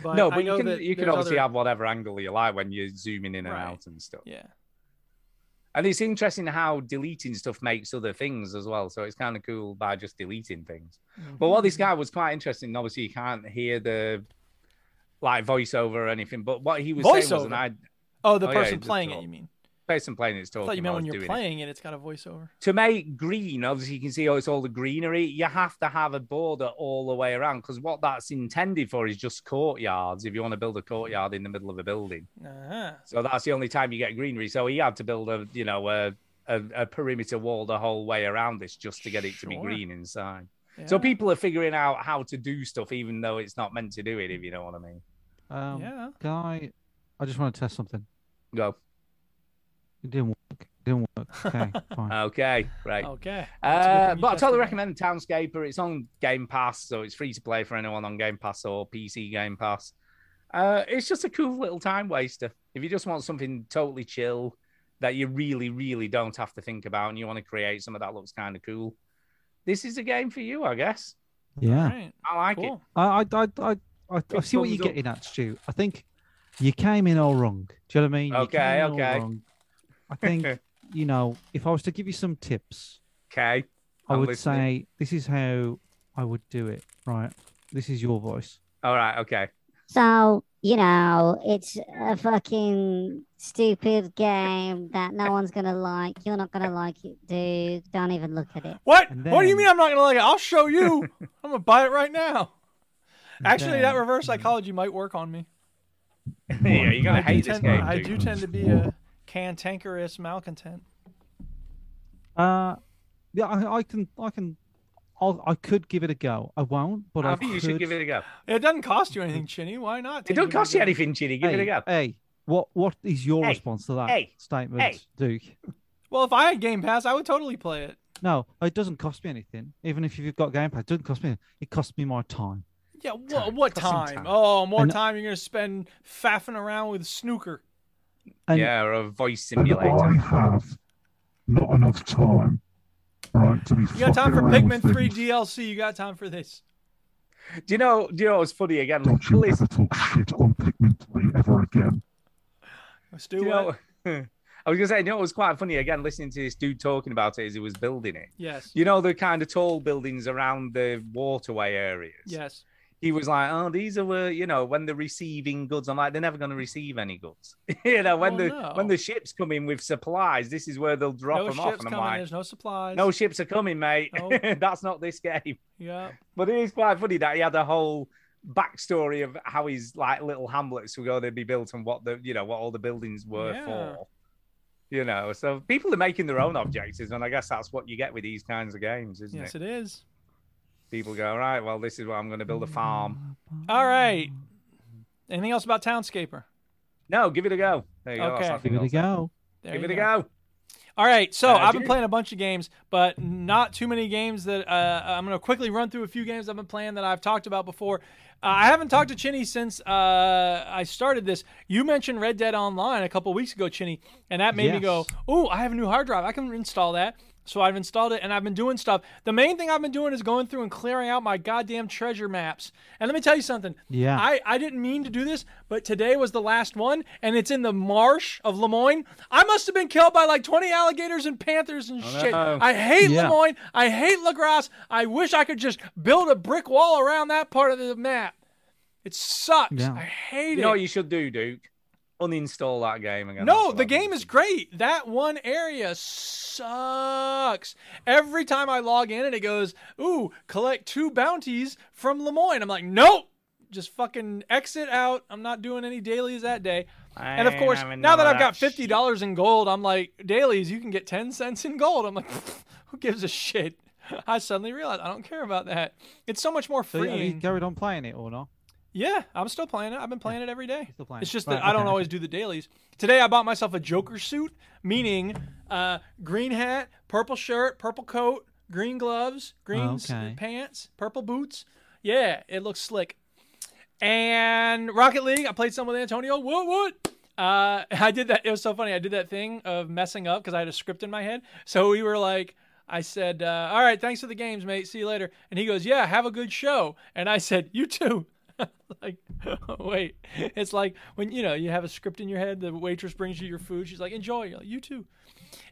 But no, I but you know can that you can there's obviously other- have whatever angle you like when you're zooming in and Right. out and stuff. Yeah. And it's interesting how deleting stuff makes other things as well. So it's kind of cool by just deleting things. Mm-hmm. But what Mm. this guy was quite interesting, obviously you can't hear the like voiceover or anything, but what he was saying was an Voiceover? idea. Oh, the person playing it. You mean? Person playing it's talking. I thought you meant while when it's you're doing it playing it. it's got a voiceover. to make green, obviously you can see oh, it's all the greenery. You have to have a border all the way around because what that's intended for is just courtyards. If you want to build a courtyard in the middle of a building, Uh-huh. so that's the only time you get greenery. So he had to build a you know a a, a perimeter wall the whole way around this just to get it to be Sure. green inside. So Yeah. people are figuring out how to do stuff even though it's not meant to do it. If you know what I mean. Um, Yeah. Guy, I just want to test something. Go. It didn't work. It didn't work. Okay, fine. Uh, Okay, right. Okay. That's Uh, what you but I totally tested. recommend Townscaper. It's on Game Pass, so it's free to play for anyone on Game Pass or PC Game Pass. Uh, it's just a cool little time waster. If you just want something totally chill that you really, really don't have to think about and you want to create something that looks kind of cool, this is a game for you, I guess. Yeah. I like it. I, I, I, I, I, I Big see what you're thumbs up. getting at, Stu. I think you came in all wrong. Do you know what I mean? You Okay, came in all okay. wrong. I think you know if I was to give you some tips, Okay. I I'm would listening. say this is how I would do it. Right. This is your voice. All right. Okay. So, you know, it's a fucking stupid game that no one's going to like. You're not going to like it, dude. Don't even look at it. What? And What do you then- mean I'm not gonna like it? I'll show you. I'm gonna buy it right now. Actually, that then- reverse psychology might work on me. yeah, you're gonna I do hate this tend- game. I dude. do tend to be a cantankerous malcontent. Uh, Yeah, I, I can, I can, I'll, I could give it a go. I won't, but I, I think you should could- give it a go. It doesn't cost you anything, Chinny. Why not? It Take don't give cost a you go. anything, Chinny. Give it a Hey, go. Hey, what, what is your Hey, response to that hey, statement, hey. Duke? Well, if I had Game Pass, I would totally play it. No, it doesn't cost me anything. Even if you've got Game Pass, it doesn't cost me. anything. It costs me my time. Yeah, wha- what Cost some time? time. Oh, more And- time you're going to spend faffing around with snooker. And- yeah, or a voice And simulator. I have not enough time, right, to be You got time for fucking around Pikmin with 3 things. DLC. You got time for this. Do you know? Do you know? It's funny again. Don't you ever talk shit on Pikmin 3 ever again. Let's do you know- I was gonna say, you know, it was quite funny again listening to this dude talking about it as he was building it. Yes. You know the kind of tall buildings around the waterway areas. Yes. He was like, "Oh, these are where you know when they're receiving goods." I'm like, "They're never going to receive any goods." you know, when Well, the no. when the ships come in with supplies, this is where they'll drop no them ships off. And I'm coming. like, There's no supplies. "No ships are coming, mate. No. That's not this game." Yeah. But it is quite funny that he had a whole backstory of how his like little hamlets were going to be built and what the you know what all the buildings were Yeah. for. You know, so people are making their own objectives, and I guess that's what you get with these kinds of games, isn't Yes, it? it is. People go, right, well, this is what I'm going to build Mm. a farm. All right. Anything else about Townscaper? No, give it a go. There you go. Okay. That's Give it a nothing else. go. There Give you it a go. All right, so Uh, I've been Jared? playing a bunch of games, but not too many games that uh, I'm going to quickly run through a few games I've been playing that I've talked about before. Uh, I haven't talked to Chinny since uh, I started this. You mentioned Red Dead Online a couple weeks ago, Chinny, and that made me go, "Ooh, I have a new hard drive. I can install that." So I've installed it, and I've been doing stuff. The main thing I've been doing is going through and clearing out my goddamn treasure maps. And let me tell you something. Yeah. I, I didn't mean to do this, but today was the last one, and it's in the marsh of Lemoyne. I must have been killed by like 20 alligators and panthers and shit. Oh, no. I hate Yeah. Lemoyne. I hate LaGrasse. I wish I could just build a brick wall around that part of the map. It sucks. Yeah. I hate You know it. what you should do, Duke? Uninstall that game again. No, the game is great. That one area sucks. Every time I log in and it goes, ooh, collect two bounties from Lemoyne. I'm like, nope. Just fucking exit out. I'm not doing any dailies that day. I and of ain't course, having now none that of I've got fifty dollars in gold, I'm like, dailies, you can get ten cents in gold. I'm like, who gives a shit? I suddenly realized I don't care about that. It's so much more So yeah, have you freeing. carried on playing it or not? Yeah, I'm still playing it. I've been playing it every day. playing It's it. just Right, that I don't okay. always do the dailies. Today I bought myself a Joker suit, meaning uh, green hat, purple shirt, purple coat, green gloves, green s- Okay. pants, purple boots. Yeah, it looks slick. And Rocket League, I played some with Antonio. What what? Uh, I did that. It was so funny. I did that thing of messing up because I had a script in my head. So we were like, I said, uh, "All right, thanks for the games, mate. See you later." And he goes, "Yeah, have a good show." And I said, "You too." like, wait, it's like when you know you have a script in your head. The waitress brings you your food. She's like, "Enjoy." You're like, you too.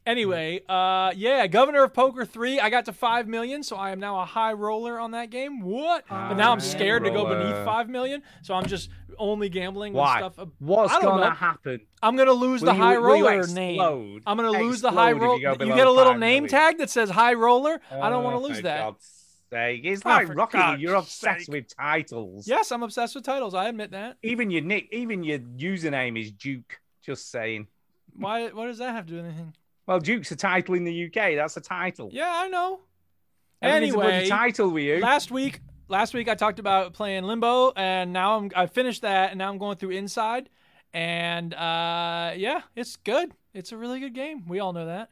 Anyway, uh, yeah, Governor of Poker Three. I got to five million, so I am now a high roller on that game. What? but now I'm High scared to go beneath roller. five million, so I'm just only gambling Why? with stuff. ab- What's I don't gonna know. happen? I'm gonna lose Will the you- high will you roller name. explode? I'm gonna lose the high Explode if roller. you go You, below get a little five name million. tag that says high roller. I don't want Oh, to lose for that. God's sake. It's Oh, like for Rocket God's League. You're obsessed with titles. Yes, I'm obsessed with titles. I admit that. Even your nick, even your username is Duke. Just saying. Why? What does that have to do with anything? Well, Duke's a title in the UK. That's a title. Yeah, I know. Everything's a bloody Anyway, title with you. Last week, last week I talked about playing Limbo, and now I'm I finished that, and now I'm going through Inside, and uh, yeah, it's good. It's a really good game. We all know that.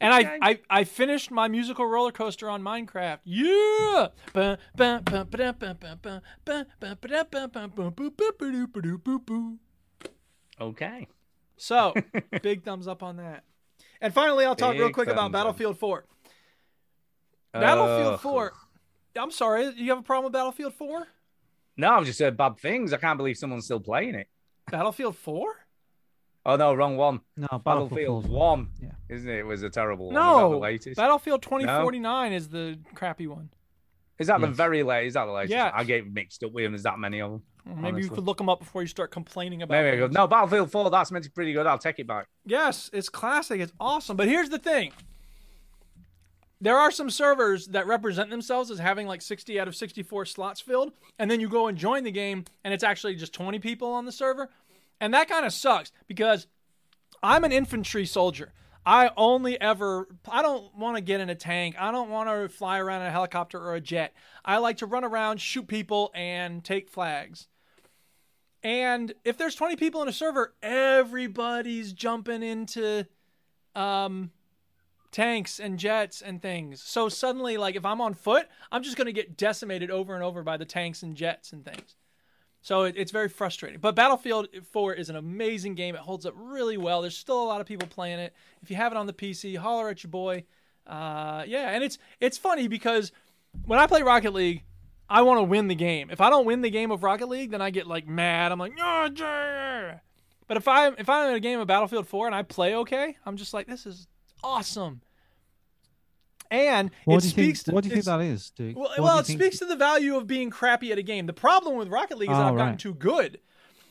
And I, I I finished my musical roller coaster on Minecraft. Yeah. Bum, bum, bum, ba-dum, bum, bum, bum, bum, bum, ba-dum, bum, bum, bum, boo, boo, ba-doo, ba-doo, boo, boo. Okay. So, big thumbs up on that. And finally, I'll talk real Big quick about thumbs up. Battlefield 4. Battlefield Ugh. 4. I'm sorry, you have a problem with Battlefield 4? No, I've just heard bad things. I can't believe someone's still playing it. Battlefield 4? Oh no, wrong one. No, Battlefield Battlefield One. Isn't it? It was a terrible one. Is that the No. latest? Battlefield 2049 is the crappy one. Is that the Yes. very late? Is that the latest? Yeah. I get mixed up with them. There's that many of them. Maybe you honestly. could look them up before you start complaining about Maybe I go, things. no, Battlefield 4, that's meant to be pretty good. I'll take it back. Yes, it's classic. It's awesome. But here's the thing. There are some servers that represent themselves as having like 60 out of 64 slots filled, and then you go and join the game, and it's actually just 20 people on the server. And that kind of sucks because I'm an infantry soldier. I only ever I don't want to get in a tank. I don't want to fly around in a helicopter or a jet. I like to run around, shoot people, and take flags. And if there's 20 people in a server, everybody's jumping into um, tanks and jets and things. So suddenly, like if I'm on foot, I'm just going to get decimated over and over by the tanks and jets and things. So it, it's very frustrating. But Battlefield 4 is an amazing game. It holds up really well. There's still a lot of people playing it. If you have it on the PC, holler at your boy. Uh, yeah, and it's it's funny because when I play Rocket League, I want to win the game. If I don't win the game of Rocket League, then I get like mad. I'm like, "Ah, yeah." but if I'm if I'm in a game of Battlefield 4 and I play okay, I'm just like, this is awesome. And What it do you speaks think, to what do you think it's- that is, Duke? well, What do well you it think- speaks to the value of being crappy at a game. The problem with Rocket League is that Oh, I've gotten right. too good.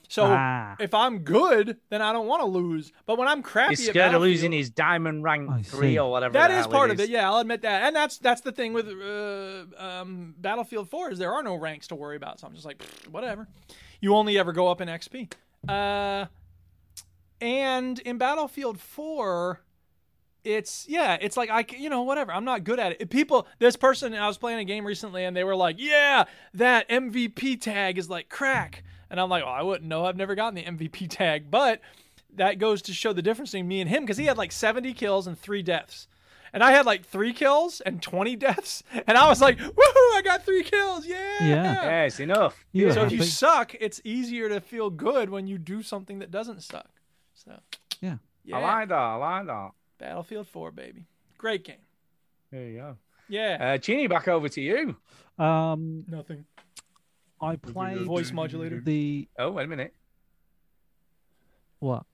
So Ah. if I'm good, then I don't want to lose. But when I'm crappy, He's at scared of Battlefield- losing his diamond rank three or whatever. that the is hell part of it. Yeah, I'll admit that. And that's that's the thing with uh, um, Battlefield 4 is there are no ranks to worry about. So I'm just like "Pfft, whatever. You only ever go up in XP. Uh, and in Battlefield 4, it's yeah, it's like I c- you know whatever. I'm not good at it. People, this person I was playing a game recently, and they were like, "Yeah, that MVP tag is like crack," and I'm like, "Oh, I wouldn't know. I've never gotten the MVP tag." But that goes to show the difference between me and him because he had like 70 kills and three deaths. And I had like three kills and 20 deaths. And I was like, woohoo, I got three kills. Yeah. Yeah. Yes, enough. You so are if you happy. suck, it's easier to feel good when you do something that doesn't suck. So, Yeah. yeah. I like that. I like that. Battlefield 4, baby. Great game. There you go. Yeah. Uh, Chini, back over to you. Um, Nothing. I played Voice modulator. The Oh, wait a minute. what?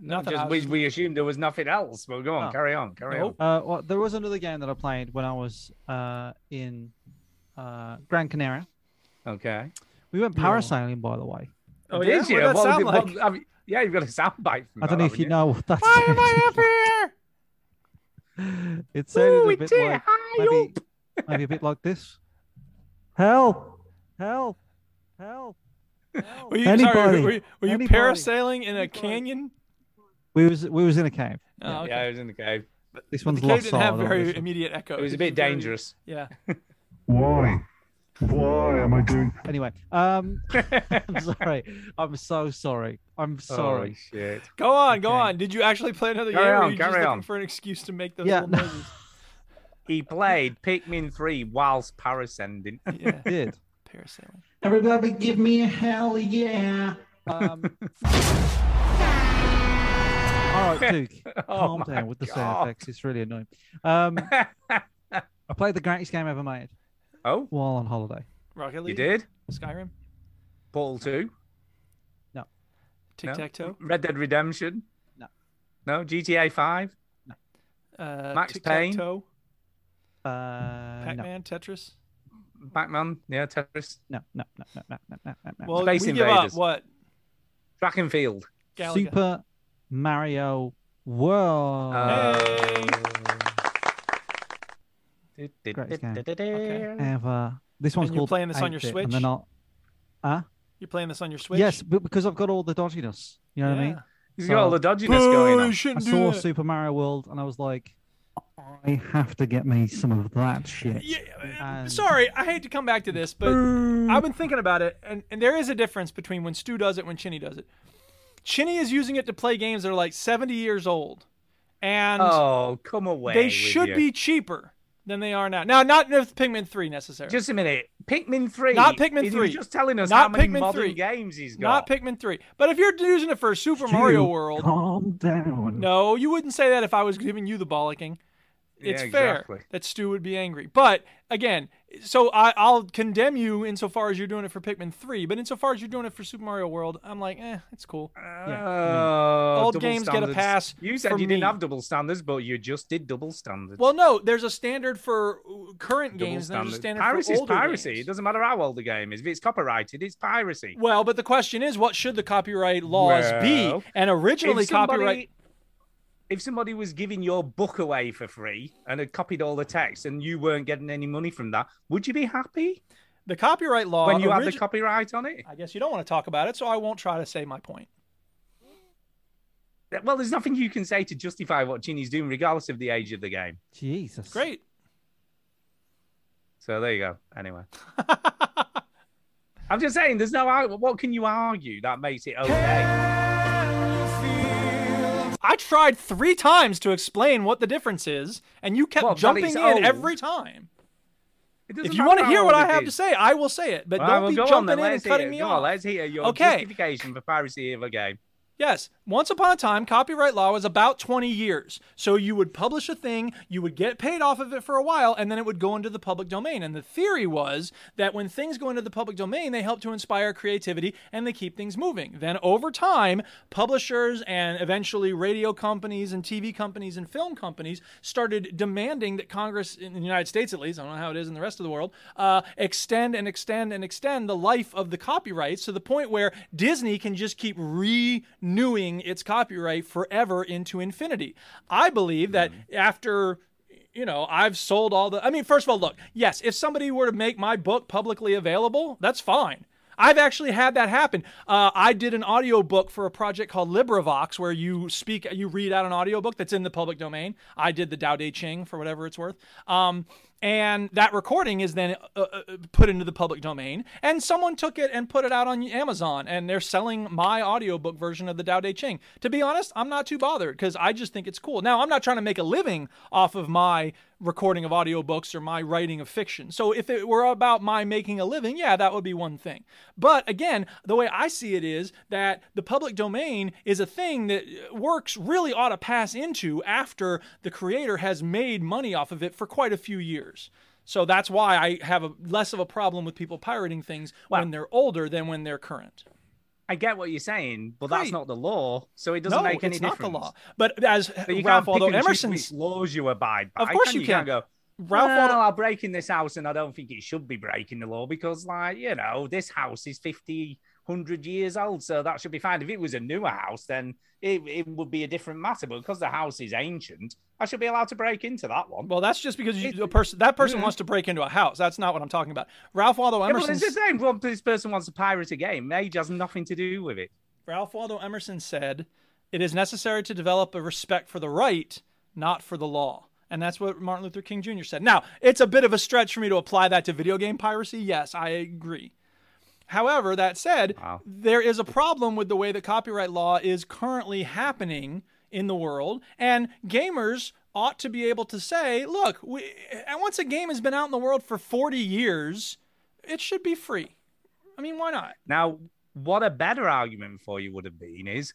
Nothing. Just, I was we, just- we assumed there was nothing else. Well, go on, Oh. carry on, carry on. Uh, well, there was another game that I played when I was uh, in uh, Gran Canaria. Okay. We went parasailing, by the way. Oh, yeah? What'd that Well, sound well, like? I mean, yeah, you've got a soundbite. From I don't know that, if you haven't know what that Why am I up here? It sounded Ooh, a bit it's a like maybe, maybe a bit like this. Help! Help! Help! Were you, sorry, Anybody. were, you- were you Anybody. parasailing in a canyon? We was we was in a cave. Oh, okay. Yeah, it was in the cave. This one's the cave lost didn't have soul, very obviously. immediate echo. It was a bit very- dangerous. Yeah. Why? Why am I doing? Anyway, um, I'm sorry. I'm so sorry. I'm Oh, sorry. shit. Go on, go on. Did you actually play another Carry game? or on, were you just carry looking on. for an excuse to make those Yeah, little no. noises? He played Pikmin 3 whilst parasending. Yeah, Did parasailing. Everybody give me a hell yeah. um, all right, Duke. Oh calm my down with the sound God. effects. It's really annoying. Um, I played the greatest game ever made Oh, while on holiday. Rocket you League. did? Skyrim. Portal 2? No. Tic Tac Toe. Red Dead Redemption? No. No, GTA 5? Uh, Max Tic Payne. Tac Toe. Uh, Pac no, Man. Tetris. Pac-Man? Yeah, Tetris? no, no, no, no, no, no, no, no, no. Well, Space we give Invaders. up what? Track and Field? Galaga. Super Mario World. Uh, Hey. Greatest game. Du-du-du-du-du. ever. This one's And you're called playing this on your 8-bit, And Switch? then I'll... Huh? You're playing this on your Switch? Yes, but because I've got all the dodginess. You know what I mean? He's got all So- the dodginess going on. I Oh, shouldn't saw Super Mario World and I was like, I have to get me some of that shit. Yeah, uh, And- sorry, I hate to come back to this, but I've been thinking about it, and, and there is a difference between when Stu does it when Chinny does it. Chinny is using it to play games that are like 70 years old, and Oh, come away. they with should you. be cheaper than they are now. Now, not with Pikmin 3 necessarily. Just a minute. Pikmin 3. Not Pikmin He was 3. just telling us Not how many Pikmin modern 3. games he's not got. Pikmin 3. But if you're using it for Super Mario Dude, World, Calm down. No, you wouldn't say that if I was giving you the bollocking. Yeah, It's fair exactly. that Stu would be angry. But again, so I, I'll condemn you insofar as you're doing it for Pikmin 3, but insofar as you're doing it for Super Mario World, I'm like, eh, it's cool. Oh, Old double games get a standards. pass You said for you didn't me. have double standards, but you just did double standards. Well, no, there's a standard for uh, current double games, and there's a standard piracy for is older piracy. games. It doesn't matter how old the game is. If it's copyrighted, it's piracy. Well, but the question is, what should the copyright laws Well, be? And originally, if somebody, copyright. If somebody was giving your book away for free and had copied all the text and you weren't getting any money from that, would you be happy The copyright law. when you had the origi- copyright on it? I guess you don't want to talk about it, so I won't try to say my point. well, there's nothing you can say to justify what Ginny's doing, regardless of the age of the game. Jesus. Great. So there you go. Anyway. I'm just saying, there's no. ar- What can you argue that makes it okay? I tried three times to explain what the difference is, and you kept Well, that oh. jumping it's in old. every time. doesn't If you matter want to how hear what old I it have to is. say, I will say it, but Well, don't well, be go on jumping then, in and let's cutting hear it. me Go on, off. let's hear your okay, justification for piracy of a game. Yes. Once upon a time, copyright law was about 20 years. So you would publish a thing, you would get paid off of it for a while, and then it would go into the public domain. And the theory was that when things go into the public domain, they help to inspire creativity and they keep things moving. Then over time, publishers and eventually radio companies and TV companies and film companies started demanding that Congress, in the United States at least, I don't know how it is in the rest of the world, uh, extend and extend and extend the life of the copyrights to the point where Disney can just keep renewing its copyright forever into infinity. I believe that after. You know, I've sold all the. I mean, first of all, look, yes, if somebody were to make my book publicly available, that's fine. I've actually had that happen. Uh, I did an audiobook for a project called LibriVox where you speak, you read out an audiobook that's in the public domain. I did the Tao Te Ching for whatever it's worth. Um, and that recording is then uh, uh, put into the public domain. And someone took it and put it out on Amazon and they're selling my audiobook version of the Tao Te Ching. To be honest, I'm not too bothered because I just think it's cool. Now, I'm not trying to make a living off of my recording of audiobooks or my writing of fiction. So if it were about my making a living, yeah, that would be one thing. But again, the way I see it is that the public domain is a thing that uh, works really ought to pass into after the creator has made money off of it for quite a few years. So that's why I have a less of a problem with people pirating things when they're older than when they're current. I get what you're saying, but that's Great. not the law, so it doesn't No, make any it's not difference. the law. But as But you Ralph can't pick Waldo and choose Emerson which laws you abide by. Of course can you you can't can. go. Ralph Ralph Waldo- well, I'll break in this house, and I don't think it should be breaking the law because, like, you know, this house is 50, 100 years old, so that should be fine. If it was a newer house, then it, it would be a different matter. But because the house is ancient, I should be allowed to break into that one. Well, that's just because you, a person that person wants to break into a house. That's not what I'm talking about. Ralph Waldo Mm-hmm. Yeah, but Emerson. it's the same. Well, this person wants to pirate a game. Age has nothing to do with it. Ralph Waldo Emerson said, "It is necessary to develop a respect for the right, not for the law." And that's what Martin Luther King Jr. said. Now, it's a bit of a stretch for me to apply that to video game piracy. Yes, I agree. However, that said, there is a problem with the way that copyright law is currently happening in the world, and gamers ought to be able to say, look, we, and once a game has been out in the world for 40 years, it should be free. I mean, why not? Now, what a better argument for you would have been is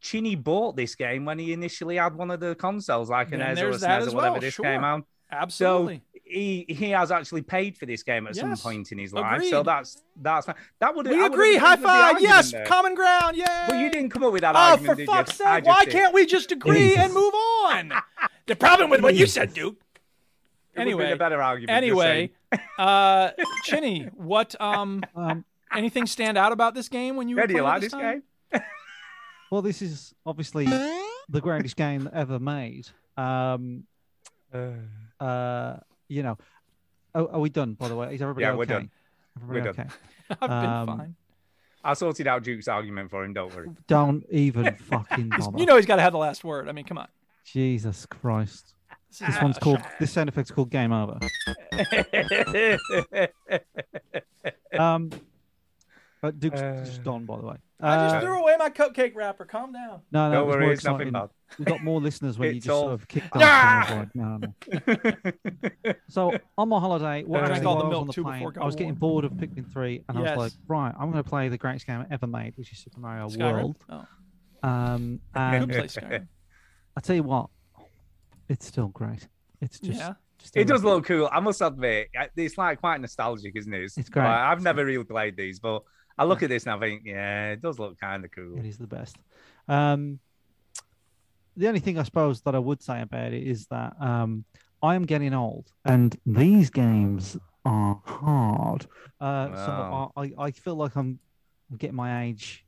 Chinny bought this game when he initially had one of the consoles, like an Then ESO or there's that SNES as or whatever well, this sure. came out. Absolutely. So he he has actually paid for this game at some Yes, point in his life. So agreed. that's that's not- that would We agree. High five. Yes. Common ground. Yeah. But you didn't come up with that Oh, argument. for did fuck's you? I sake! just Why did. can't we just agree and move on? The problem with what you said, Duke. It would've been Anyway, a better argument, just Anyway, uh, Chinny, what um, anything stand out about this game when you were Yeah, do you playing it like this this time? Well, this is obviously the greatest game ever made. Um, uh, you know, oh, are we done? By the way, is everybody Yeah, okay? we're done. Everybody We're done. okay? I've Um, been fine. I sorted out Duke's argument for him. Don't worry. Don't even fucking bother. You know he's got to have the last word. I mean, come on. Ah, Jesus Christ! This This is one's a called. This sound effect's called Game Over. um, but Duke's Uh, just done, by the way. I Uh, just threw away my cupcake wrapper. Calm down. No, no, Don't it was worry, more it's nothing exciting. bad. We got more listeners when you It's just all- sort of kicked off. Yeah! and I was like, no, no. so on my holiday, what I I drank did all while the I was milk on the too before plane, it I was got getting bored of Pikmin three, and I Yes. was like, right, I'm going to play the greatest game ever made, which is Super Mario Skyrim? World. Oh. Um, You could and play Skyrim. I tell you what, it's still great. It's just, just it does look cool. I must admit, I- it's like quite nostalgic, isn't it? It's, great. like, I've never really played these, but I look at this and I think, yeah, it does look kind of cool. It is the best. Um, the only thing I suppose that I would say about it is that um, I am getting old, and these games are hard. Uh, Wow. So I, I, I feel like I'm getting my age,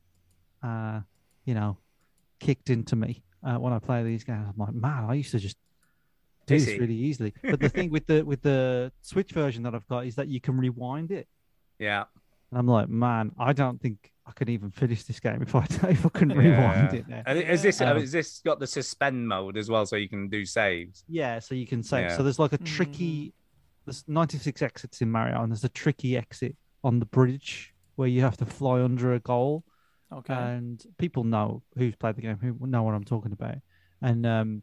uh, you know, kicked into me uh, when I play these games. I'm like, man, I used to just do this Dizzy. really easily. But the thing with the with the Switch version that I've got is that you can rewind it. Yeah. And I'm like, man, I don't think I could even finish this game if I if I couldn't rewind it. There. And Is this uh, Um, is this got the suspend mode as well, so you can do saves? Yeah, so you can save. Yeah. So there's like a tricky. There's 96 exits in Mario, and there's a tricky exit on the bridge where you have to fly under a goal. Okay. And people know who's played the game, who will know what I'm talking about. And um,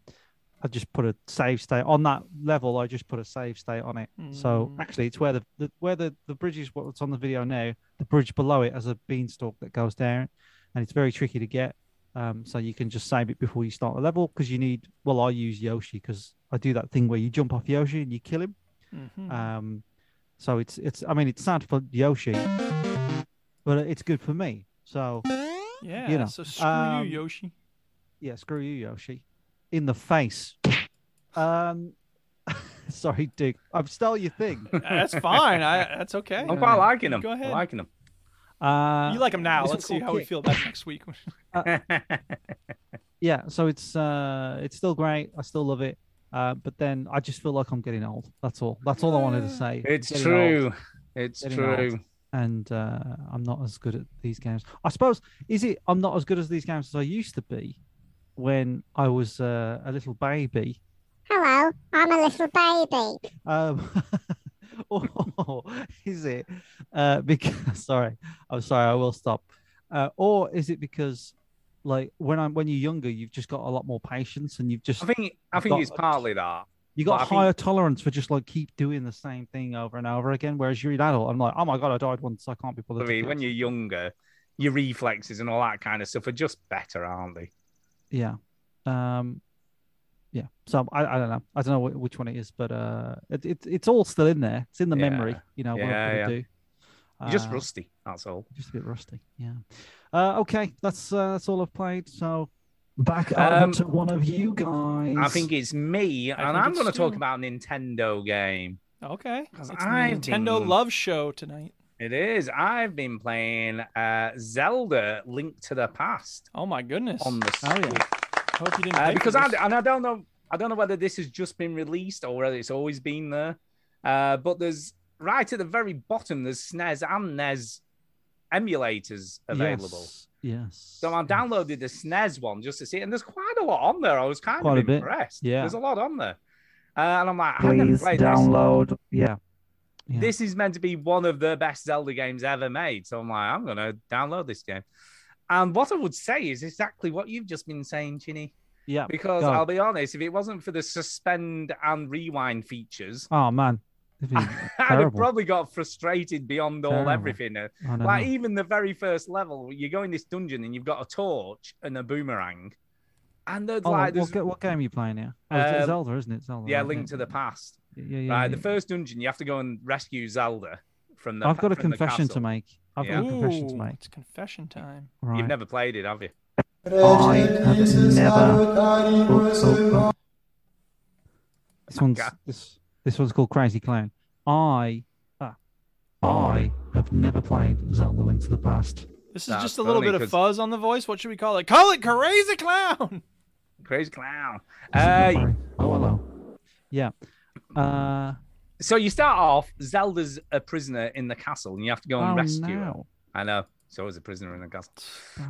I just put a save state on that level. I just put a save state on it. Mm-hmm. So Mm. actually, it's where the, the where the the bridge is. What's on the video now? The bridge below it has a beanstalk that goes down, and it's very tricky to get. Um, so you can just save it before you start the level because you need. Well, I use Yoshi because I do that thing where you jump off Yoshi and you kill him. Mhm. Um, so it's it's. I mean, it's sad for Yoshi, but it's good for me. So Yeah. you know, so screw um, you, Yoshi. yeah, screw you, Yoshi. In the face. Um, sorry, Dick. I've stole your thing. That's fine. I, that's okay. I'm quite liking 'em. Go ahead. I like them. Uh, you like him now. it's a Let's see cool how we kick. feel about next week. Uh, yeah, so it's uh, it's still great. I still love it. Uh, but then I just feel like I'm getting old. That's all. That's all I wanted to say. It's Getting true. old. It's Getting true. old. And uh, I'm not as good at these games. I suppose is it I'm not as good as these games as I used to be when I was uh, a little baby. Hello, I'm a little baby. Um, or is it uh, because sorry, I'm sorry, I will stop. Uh, or is it because like when I'm when you're younger, you've just got a lot more patience and you've just I think I you've think got- it's partly that. you got But I think- higher tolerance for just like keep doing the same thing over and over again. Whereas you're an adult, I'm like, oh my god, I died once, I can't be bothered. I to mean, do when it." you're younger, your reflexes and all that kind of stuff are just better, aren't they? yeah, um, yeah. So I, I don't know, I don't know wh- which one it is, but uh, it, it, it's all still in there. It's in the memory, Yeah. you know. what Yeah, I'm gonna yeah. do. You're just Uh, rusty. That's all. Just a bit rusty. Yeah. Uh, okay, that's uh, that's all I've played. So back Um, over to one of you guys. I think it's me, and think I'm it's going to talk Stu. about a Nintendo game. Okay. It's the I Nintendo didn't- Love Show tonight. It is. I've been playing uh, Zelda: Link to the Past. Oh my goodness! On the oh, yeah. Hope you didn't. Uh, pay for because I this. and I don't know I don't know whether this has just been released or whether it's always been there. Uh, but there's right at the very bottom there's SNES and NES emulators available. Yes. yes. So I downloaded the SNES one just to see, it, and there's quite a lot on there. I was kind Quite a of bit, impressed. yeah. there's a lot on there, uh, and I'm like, I've never Please played download. Yeah. This. this is meant to be one of the best Zelda games ever made. So I'm like, I'm gonna download this game. And what I would say is exactly what you've just been saying, Chinny. Yeah. Because go. I'll be honest, if it wasn't for the suspend and rewind features, Oh man. It'd be I'd have terrible. probably got frustrated beyond all Terrible. everything. Uh, I know. Like even the very first level, you go in this dungeon and you've got a torch and a boomerang, and there's Oh, like there's what, ga- what game are you playing now? Oh, it's- it's Uh, Zelda, isn't it? Zelda. yeah, right? Link to the Past. Yeah, yeah, right, yeah. the first dungeon, you have to go and rescue Zelda from the. I've got a from the confession to castle. make. I've Yeah. got a confession to Ooh, make. It's confession time. Right. You've never played it, have you? I have never. Oops, oh, Oh oh. This one's this this one's called Crazy Clown. I ah, I have never played Zelda: Link to the Past. This is That's just a little funny bit of 'cause- fuzz on the voice. What should we call it? Call it crazy clown. Crazy clown. Uh, Oh hello. yeah. Uh, so you start off, Zelda's a prisoner in the castle, and you have to go and Oh, rescue no. her. I know. It's always a prisoner in the castle.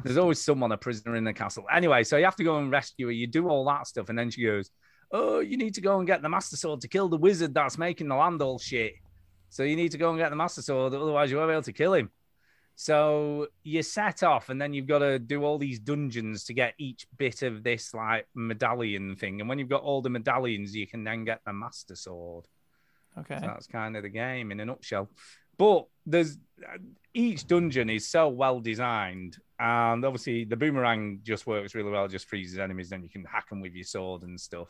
There's always someone a prisoner in the castle. Anyway, so you have to go and rescue her. You do all that stuff, and then she goes, "Oh, you need to go and get the Master Sword to kill the wizard that's making the land all shit." So you need to go and get the Master Sword, otherwise you won't be able to kill him. So you set off, and then you've got to do all these dungeons to get each bit of this like medallion thing. And when you've got all the medallions, you can then get the Master Sword. Okay. So that's kind of the game in a nutshell. But there's uh, each dungeon is so well designed, and obviously the boomerang just works really well. Just freezes enemies, then you can hack them with your sword and stuff.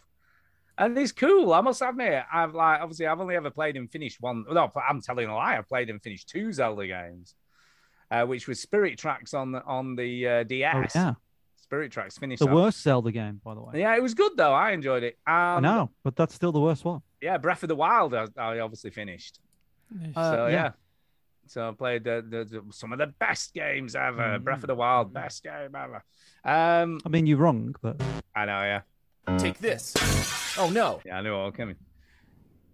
And it's cool. I must admit, I've like obviously I've only ever played and finished one. No, I'm telling a lie. I've played and finished two Zelda games, uh, which was Spirit Tracks on the on the uh, DS. Oh, yeah. Spirit Tracks finished the that. worst Zelda game, by the way. Yeah, it was good though. I enjoyed it. Um, I know, but that's still the worst one. Yeah, Breath of the Wild. I, I obviously finished. Uh, so yeah. yeah. So I played the, the, the- some of the best games ever. Breath of the Wild, best game ever. Um, I mean, you're wrong, but I know, yeah. Take this. Oh no. Yeah, I knew it all coming.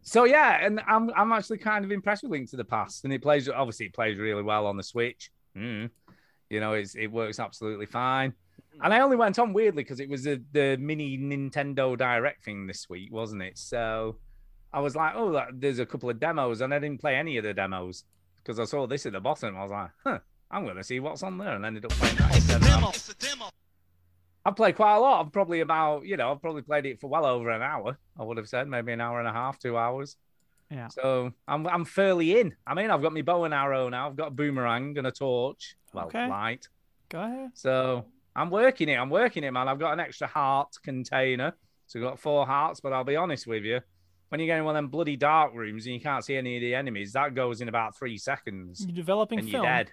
So yeah, and I'm I'm actually kind of impressed with Link to the Past, and it plays obviously it plays really well on the Switch. Mm. You know, it's it works absolutely fine. And I only went on weirdly because it was the the mini Nintendo Direct thing this week, wasn't it? So I was like, oh, that, there's a couple of demos, and I didn't play any of the demos because I saw this at the bottom. I was like, huh, I'm going to see what's on there, and ended up playing that. instead. I've played quite a lot. I've probably about, you know, I've probably played it for well over an hour. I would have said maybe an hour and a half, two hours. Yeah. So I'm I'm fairly in. I mean, I've got my bow and arrow now. I've got a boomerang and a torch. Well, Okay. light. Go ahead. So I'm working it. I'm working it, man. I've got an extra heart container. So I've got four hearts, but I'll be honest with you. When you get in one of them bloody dark rooms and you can't see any of the enemies, that goes in about three seconds. You're developing and film. you're dead.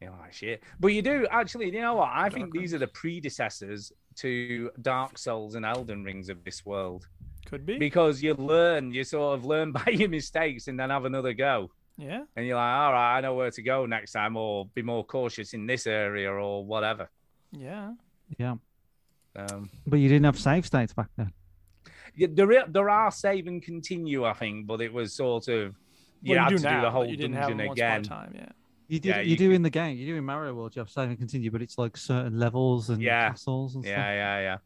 You're like shit. But you do actually, you know what? I think these are the predecessors to Dark Souls and Elden Rings of this world. Could be. Because you learn, you sort of learn by your mistakes and then have another go. Yeah. And you're like, all right, I know where to go next time, or be more cautious in this area or whatever. Yeah. Yeah. Um, But you didn't have save states back then. yeah, there, i- there are save and continue, I think, but it was sort of you Well, had you do to now, do the but whole you didn't have dungeon them once upon a again. time, yeah. You do Yeah, you, you do in the game. You do in Mario World. You have save and continue, but it's like certain levels and castles and yeah, stuff. yeah, yeah.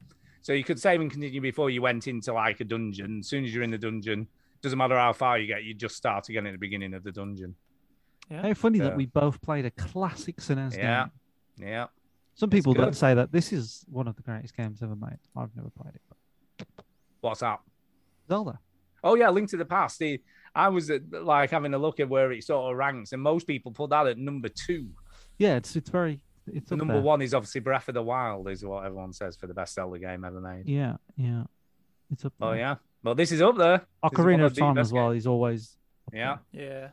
So you could save and continue before you went into like a dungeon. As soon as you're in the dungeon, doesn't matter how far you get, you just start again at the beginning of the dungeon. How funny that Yeah. we both played a classic SNES Yeah, game. yeah. Some It's people good. that say that this is one of the greatest games ever made. I've never played it. What's up? Zelda. Oh yeah, Link to the Past. The, I was uh, like having a look at where it sort of ranks, and most people put that at number two. Yeah, it's it's very it's So up number there. one is obviously Breath of the Wild, is what everyone says for the best Zelda game ever made. Yeah, yeah, it's up. Oh there. yeah. Well, this is up there. This is one Ocarina of the Time best as well is always Yeah. Yeah.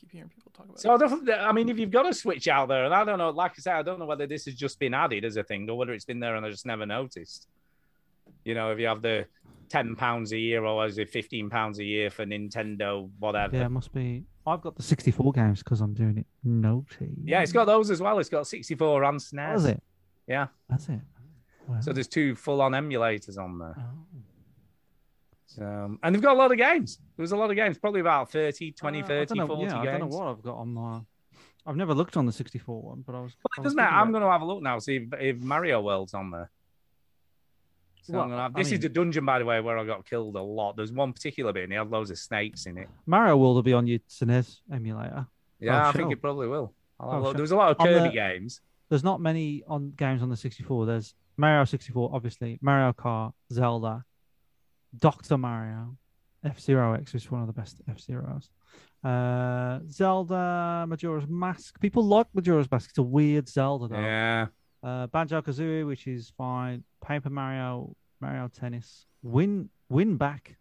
Keep hearing people. So I, don't, I mean, if you've got a switch out there, and I don't know, like I say, I don't know whether this has just been added as a thing or whether it's been there and I just never noticed. You know, if you have the ten pounds a year or is it fifteen pounds a year for Nintendo, whatever. yeah. It must be. I've got the 64 games because I'm doing it naughty. Yeah, it's got those as well. It's got sixty four on SNES. Has it? Yeah. That's it. So there's two full on emulators on there. oh. Um, and they've got a lot of games. There was a lot of games, probably about 30, 20, Uh, 30, I don't know, 40 yeah, games. I don't know what I've got on my. I've never looked on the 64 one, but I was. It I was doesn't matter. thinking I'm going to have a look now, see if, if Mario World's on there. So I'm Well, gonna have- I this mean- is the dungeon, by the way, where I got killed a lot. There's one particular bit, and he had loads of snakes in it. about- Mario World will be on your SNES emulator. Yeah, Oh, I think sure. it probably will. I'll have a Oh, look. sure. There was a lot of On Kirby the- games. There's not many on games on the 64. There's Mario 64, obviously, Mario Kart, Zelda, Doctor Mario, F Zero X, which is one of the best F Zeros. Uh, Zelda, Majora's Mask. People like Majora's Mask. It's a weird Zelda though. Yeah. Uh, Banjo Kazooie, which is fine. Paper Mario, Mario Tennis, Win Win Back.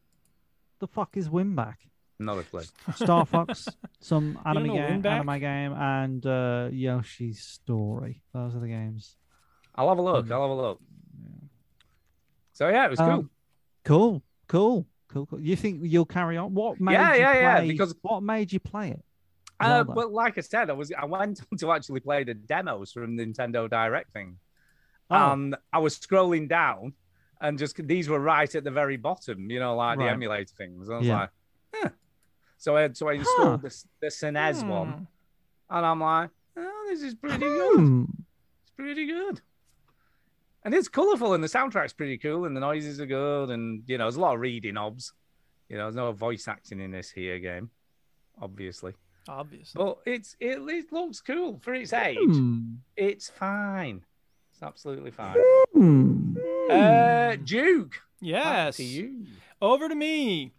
The fuck is Win Back? Not a clue. Star Fox, some don't anime know Win game, Back? anime game, and uh, Yoshi's Story. Those are the games. I'll have a look. I'll have a look. So yeah, it was cool. Mm. Um, Cool, cool, cool, cool. You think you'll carry on? What made Yeah, you yeah, yeah, play- because- what made you play it? Uh, Zelda. but like I said, I was I went on to actually play the demos from Nintendo Direct thing, Oh. and I was scrolling down, and just these were right at the very bottom, you know, like the Right. emulator things. And I was Yeah. like, huh. so I so I installed the, the SNES Hmm. one, and I'm like, oh, this is pretty good. Hmm. Hmm. It's pretty good. And it's colourful, and the soundtrack's pretty cool, and the noises are good, and you know, there's a lot of reading obs. You know, there's no voice acting in this here game, obviously. Obviously. But it's it, it looks cool for its age. Hmm. It's fine. It's absolutely fine. Hmm. Uh, Duke. Hmm. Yes. to you. Over to me.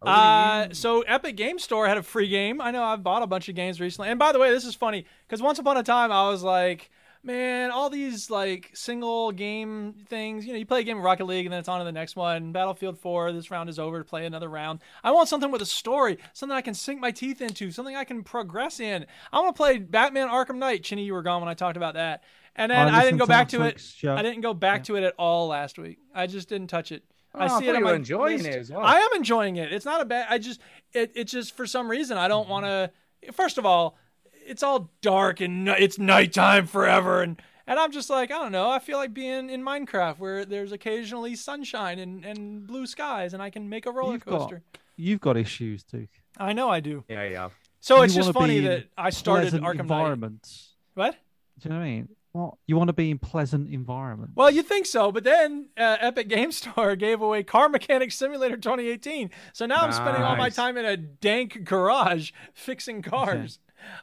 Over to uh, so Epic Game Store had a free game. I know I've bought a bunch of games recently. And by the way, this is funny because once upon a time I was like, man, all these like single game things. You know, you play a game of Rocket League and then it's on to the next one. Battlefield 4. This round is over. Play another round. I want something with a story, something I can sink my teeth into, something I can progress in. I want to play Batman Arkham Knight. Chinny, you were gone when I talked about that. And then I I, didn't listened go to back last to it. week's show. I didn't go back to it at all last week. I just didn't touch it. Oh, I I see it. on thought you were my enjoying it list. as well. I am enjoying it. It's not a bad. I just it. It's just for some reason I Mm-hmm. don't want to. First of all, it's all dark and ni- it's nighttime forever, and And I'm just like, I don't know. I feel like being in Minecraft where there's occasionally sunshine and, and blue skies, and I can make a roller You've got, coaster. you've got issues, Duke. I know I do. Yeah, yeah. So You it's just wanna be funny in that I started pleasant Arkham Knight. environments. What? Do you know what I mean? What you want to be in pleasant environments? Well, you'd think so, but then uh, Epic Game Store gave away Car Mechanic Simulator 2018. So now I'm spending all my Nice. time in a dank garage fixing cars.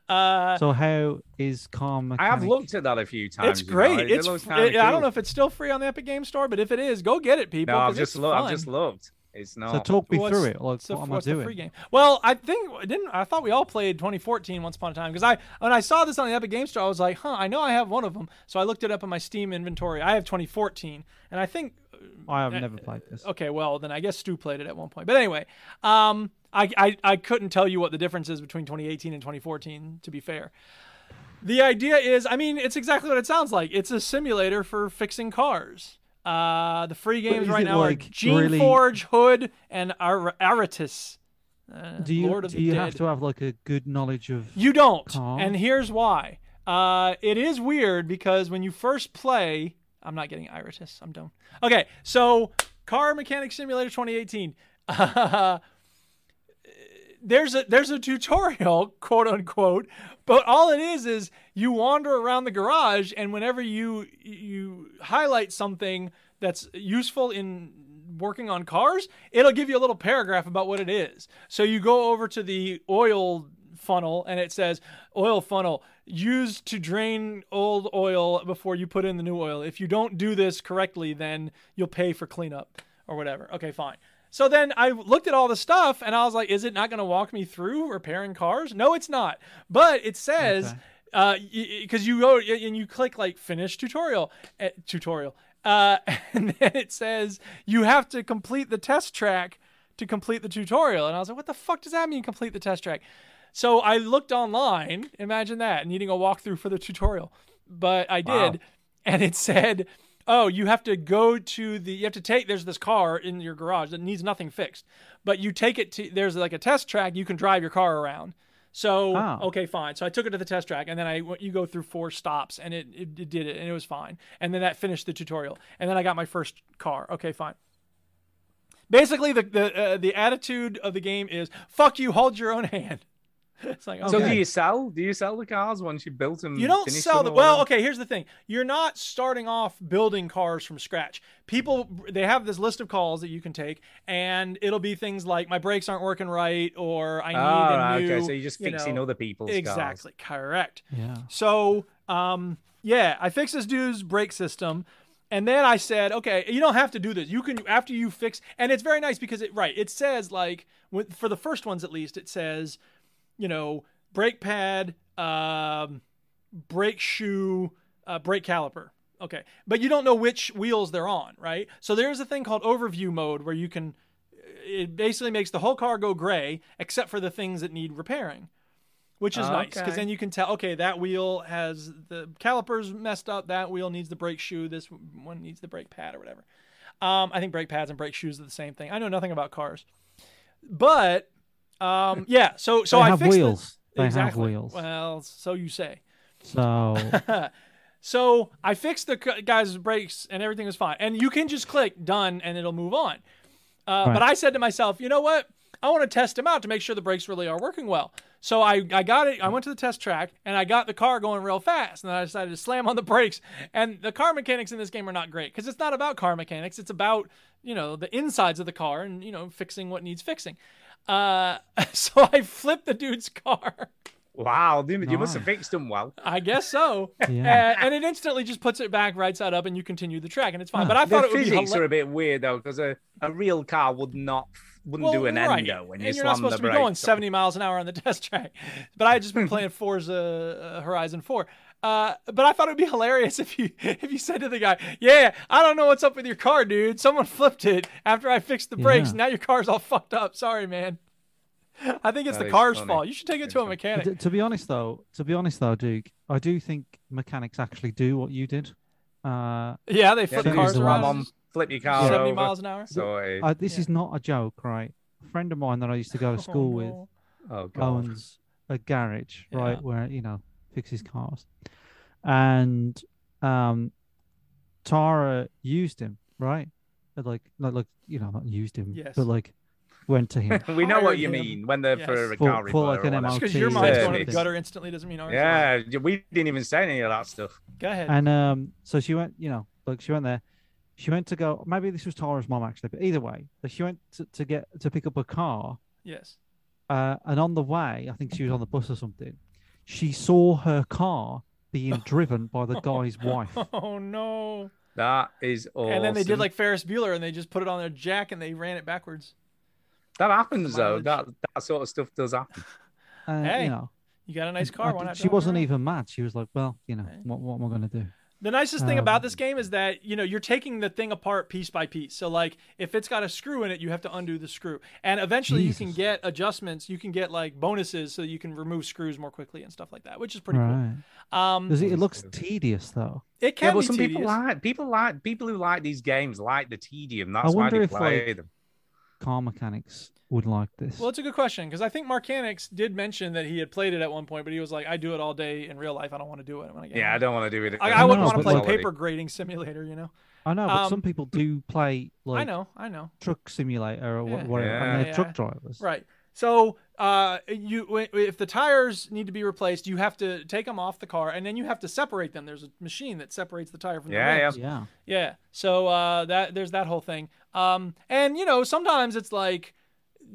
Uh, so how is calm? I have mechanic- looked at that a few times. it's you know, great. it It's looks fr- kinda it- I cool. don't know if it's still free on the Epic Game Store, but if it is, go get it, people. No, 'cause I've just it's looked. I've fun. just looked. It's not. talk me What's- through it, like, what's the- what am I what's the doing? free game? Well, I think didn't I thought we all played 2014 once upon a time because I when I saw this on the Epic Game Store, I was like, huh, I know I have one of them. So I looked it up in my Steam inventory. I have 2014, and I think I have uh, never played this. Okay, well then I guess Stu played it at one point. But anyway, um, I, I I couldn't tell you what the difference is between 2018 and 2014. To be fair, the idea is, I mean, it's exactly what it sounds like. It's a simulator for fixing cars. Uh, the free But games is right it, now like, are Gene really- Forge, Hood, and Ar- Aratus. Uh, Do you Lord of do the you Dead. have to have like a good knowledge of? You don't. Calm. And here's why. Uh, it is weird because when you first play, I'm not getting iritis. I'm done. Okay, so Car Mechanic Simulator 2018. there's a there's a tutorial, quote unquote, but all it is is you wander around the garage, and whenever you you highlight something that's useful in working on cars, it'll give you a little paragraph about what it is. So you go over to the oil funnel, and it says oil funnel used to drain old oil before you put in the new oil. If you don't do this correctly, then you'll pay for cleanup or whatever. Okay, fine. So then I looked at all the stuff and I was like, is it not going to walk me through repairing cars? No, it's not. But it says, because you go and you click like finish tutorial, eh, tutorial. Uh, and then it says you have to complete the test track to complete the tutorial. And I was like, what the fuck does that mean, complete the test track? So I looked online, imagine that, needing a walkthrough for the tutorial. But I did. Wow. And it said, oh, you have to go to the, you have to take, there's this car in your garage that needs nothing fixed. But you take it to, there's like a test track, you can drive your car around. So, Oh. okay, fine. So I took it to the test track, and then I went, you go through four stops, and it, it, it did it, and it was fine. And then that finished the tutorial. And then I got my first car. Okay, fine basically the the uh, the attitude of the game is fuck you hold your own hand it's like okay. So do you sell? Do you sell the cars once Mm, you built them? You don't sell the well. Okay, here's the thing: you're not starting off building cars from scratch. People they have this list of calls that you can take, and it'll be things like my brakes aren't working right, or I need Ah, a right, okay, new, so you're just you fixing know- other people's cars. exactly correct. Yeah. So, um, yeah, I fixed this dude's brake system. And then I said, okay, you don't have to do this. You can after you fix, and it's very nice because it right. It says like with, for the first ones at least, it says, you know, brake pad, um, brake shoe, uh, brake caliper. Okay, but you don't know which wheels they're on, right? So there's a thing called overview mode where you can. It basically makes the whole car go gray except for the things that need repairing which is nice because Okay. then you can tell okay that wheel has the calipers messed up that wheel needs the brake shoe this one needs the brake pad or whatever um, i think brake pads and brake shoes are the same thing i know nothing about cars but um, yeah so so They i have fixed the- wheels. They have exactly. wheels. well so you say So so I fixed the c- guy's brakes and everything was fine. And you can just click done and it'll move on. Uh, Right. But I said to myself, you know what? I want to test him out to make sure the brakes really are working well. So I, I got it. I went to the test track and I got the car going real fast. And then I decided to slam on the brakes. And the car mechanics in this game are not great because it's not about car mechanics. It's about, you know, the insides of the car and, you know, fixing what needs fixing. Uh, so I flipped the dude's car. Wow, you, you must have fixed them well. I guess so. Yeah. Uh, and it instantly just puts it back right side up, and you continue the track, and it's fine. But I thought the it would be physics are a hila- bit weird though, because a, a real car would not wouldn't Well, do an right. endo when you and you're not slam supposed the to be brake. going 70 miles an hour on the test track. But I had just been playing Forza uh, Horizon 4. Uh, but I thought it would be hilarious if you if you said to the guy, "Yeah, I don't know what's up with your car, dude. Someone flipped it after I fixed the brakes. Yeah. Now your car's all fucked up. Sorry, man. I think it's That the is car's funny. fault. You should take it to a mechanic." to, to be honest though, to be honest though, Duke, I do think mechanics actually do what you did. Uh, Yeah, they flip that is cars the way- around. Mom, flip your car 70 over. miles an hour? So uh, Uh, this is not a joke, right? A friend of mine that I used to go to school with Oh, God. owns a garage, right, where you know fixes cars, and um, Tara used him, right? But like, not like you know, not used him, Yes. but like went to him. we know what Hired you him. mean when they're for a For- car for repair like or an whatever. MLT Just 'cause your mind's going to the Service. gutter instantly doesn't mean ours. Yeah, we didn't even say any of that stuff. Go ahead. And um, so she went, you know, like she went there. She went to go. Maybe this was Tara's mom actually, but either way, like she went to, to get to pick up a car. Yes. Uh, and on the way, I think she was on the bus or something. She saw her car being driven by the guy's wife. Oh no. That is awesome. And then they did like Ferris Bueller, and they just put it on their jack, and they ran it backwards. that happens though. That that sort of stuff does happen. Uh, hey, you know, you got a nice I car. d- Why not? she drive it wasn't around? even mad. She was like, "Well, you know, what, what am I going to do?" The nicest thing Um, about this game is that you know you're taking the thing apart piece by piece. So like if it's got a screw in it, you have to undo the screw, and eventually you can get adjustments. You can get like bonuses so you can remove screws more quickly and stuff like that, which is pretty right. cool. Um, Does it, it looks tedious though. It can yeah, but be some people tedious. like people like people who like these games like the tedium. I That's why wonder they if play like them. car mechanics would like this. Well, it's a good question because I think Marcanix did mention that he had played it at one point, but he was like, "I do it all day in real life. I don't want to do it when I get Yeah, home." I don't want to do it. I, I wouldn't No, want to but play like- paper grading simulator, you know. I know, but Um, some people do play like I know, I know. truck simulator or wha- Yeah. whatever, and they're Yeah. truck drivers. Right. So uh, you, w- if the tires need to be replaced, you have to take them off the car, and then you have to separate them. There's a machine that separates the tire from the Yeah, rims. yeah, Yeah. So uh, that there's that whole thing. Um, and you know, sometimes it's like,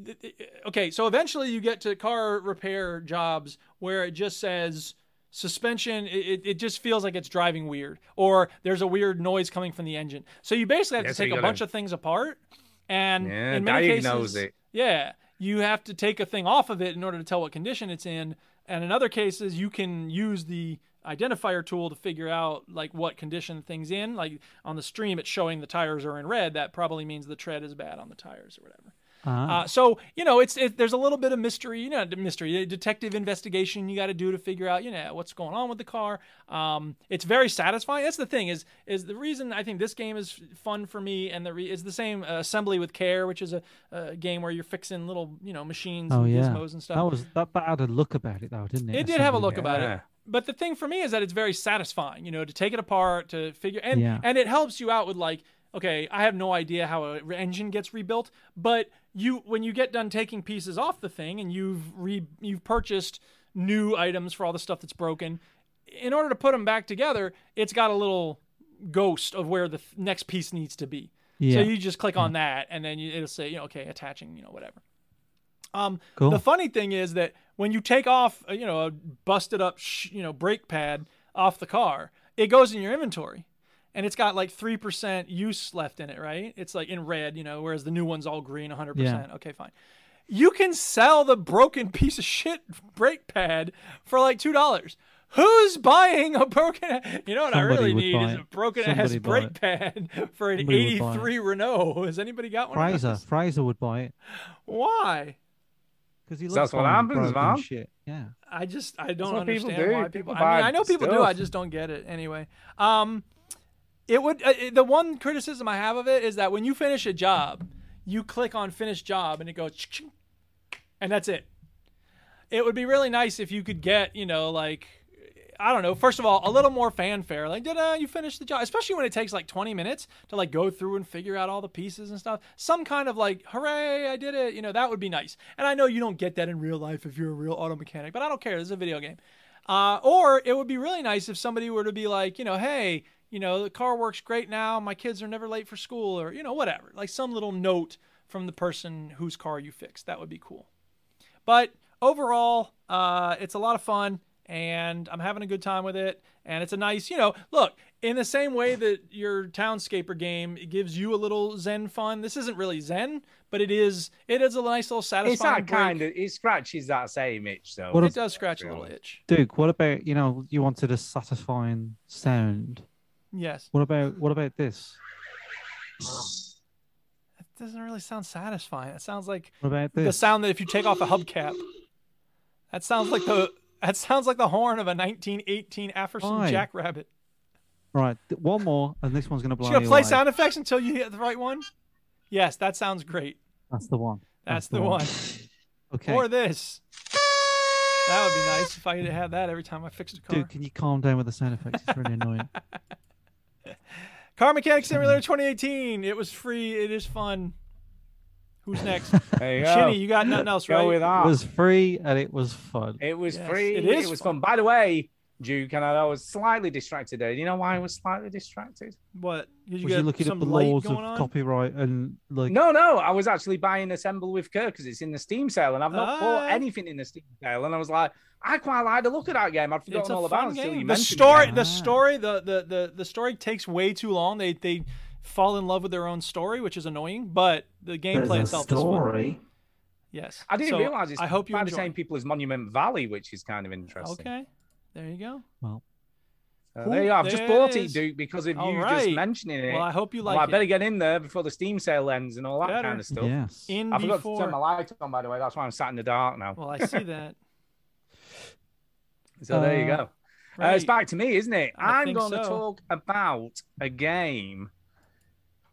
th- th- okay, so eventually you get to car repair jobs where it just says suspension. It, it- it just feels like it's driving weird, or there's a weird noise coming from the engine. So you basically have Yeah, to so take you a gotta- bunch of things apart, and Yeah, in many diagnose cases, it. yeah, you have to take a thing off of it in order to tell what condition it's in. And in other cases, you can use the identifier tool to figure out like what condition things in. Like on the stream, it's showing the tires are in red. That probably means the tread is bad on the tires or whatever. Ah. Uh, so you know, it's it, there's a little bit of mystery, you know, mystery, a detective investigation you got to do to figure out, you know, what's going on with the car. Um, it's very satisfying. That's the thing is is the reason I think this game is f- fun for me, and the re- is the same uh, assembly with care, which is a, a game where you're fixing little you know machines Oh and yeah, gizmos and stuff. that was that, that had a look about it though, didn't it? It did have a Assembly look about Yeah. it. But the thing for me is that it's very satisfying, you know, to take it apart, to figure and Yeah. and it helps you out with like, okay, I have no idea how an engine gets rebuilt, but you when you get done taking pieces off the thing and you've re you've purchased new items for all the stuff that's broken, in order to put them back together, it's got a little ghost of where the th- next piece needs to be. Yeah. So you just click on that and then you, it'll say, you know, okay, attaching, you know, whatever. Um, Cool. The funny thing is that when you take off, uh, you know, a busted up, sh- you know, brake pad off the car, it goes in your inventory, and it's got like three percent use left in it, right? It's like in red, you know, whereas the new one's all green, one hundred percent. Okay, fine. You can sell the broken piece of shit brake pad for like two dollars. Who's buying a broken? You know what Somebody I really would need buy is it. a broken ass Somebody buy brake it. pad for an Somebody would buy it. '83 Renault. Has anybody got one? of Fraser, those? Fraser would buy it Why? because he loves That's what buying happens, broken man. Shit. Yeah. I just I don't what people understand do. why people. People I mean, buy I know people do. I stuff. just don't get it anyway. Um, it would uh, it- the one criticism I have of it is that when you finish a job, you click on finish job and it goes, ching, and that's it. It would be really nice if you could get you know like. I don't know. First of all, a little more fanfare. Like, da-da, you finished the job, especially when it takes like 20 minutes to like go through and figure out all the pieces and stuff. Some kind of like, hooray, I did it. You know, that would be nice. And I know you don't get that in real life if you're a real auto mechanic, but I don't care. This is a video game. Uh, or it would be really nice if somebody were to be like, you know, hey, you know, the car works great now. My kids are never late for school, or you know, whatever. Like some little note from the person whose car you fixed. That would be cool. But overall, uh, it's a lot of fun, and I'm having a good time with it. And it's a nice, you know, look, in the same way that your Townscaper game it gives you a little Zen fun. This isn't really Zen, but it is. It is a nice little satisfying. It's that break. kind of it scratches that same itch though. What it if- does scratch a little itch. Duke, what about you know you wanted a satisfying sound? Yes. What about what about this? It doesn't really sound satisfying. It sounds like What about the this? sound that if you take off a hubcap. That sounds like the that sounds like the horn of a 1918 Afferson Why? Jackrabbit. Right, th- one more, and this one's gonna blow She's gonna you play away. sound effects until you hit the right one. Yes, that sounds great. That's the one. That's the one. Okay. Or this. That would be nice if I could have had that every time I fixed a car. Dude, can you calm down with the sound effects? It's really annoying. Car Mechanic Simulator 2018. It was free. It is fun. Who's next? There you go. Shinny, you got nothing else, Go right? with that. It was free and it was fun. It was Yes, free. it It, is was fun. By the way, Duke, and I was slightly distracted there. You know why I was slightly distracted? What? Did you was you get looking some up the light laws of going on? copyright and like? No, no, I was actually buying Assemble with Kerr because it's in the Steam sale, and I've not bought Ah. anything in the Steam sale. And I was like, I quite like the look of that game. I'd forgotten It's a all fun about it until you game. The mentioned story, it. the story, the, the the the story takes way too long. They they fall in love with their own story, which is annoying. But the gameplay itself is fun. Yes, I didn't So, realize it's I hope you by enjoy. the same people as Monument Valley, which is kind of interesting. Okay, there you go. Uh, Cool. there you are. I've just There bought it it, is. Duke, because of All you just right. mentioning it. Well, I hope you Well, like I better it. get in there before the Steam sale ends and all that Better. kind of stuff. Yes. In I forgot before. to turn my light Uh, on, by the way. That's why I'm sat in the dark now. Well, I see that. So there you Uh, go. Uh, it's right. back to me, isn't it? I I'm think going to so. talk about a game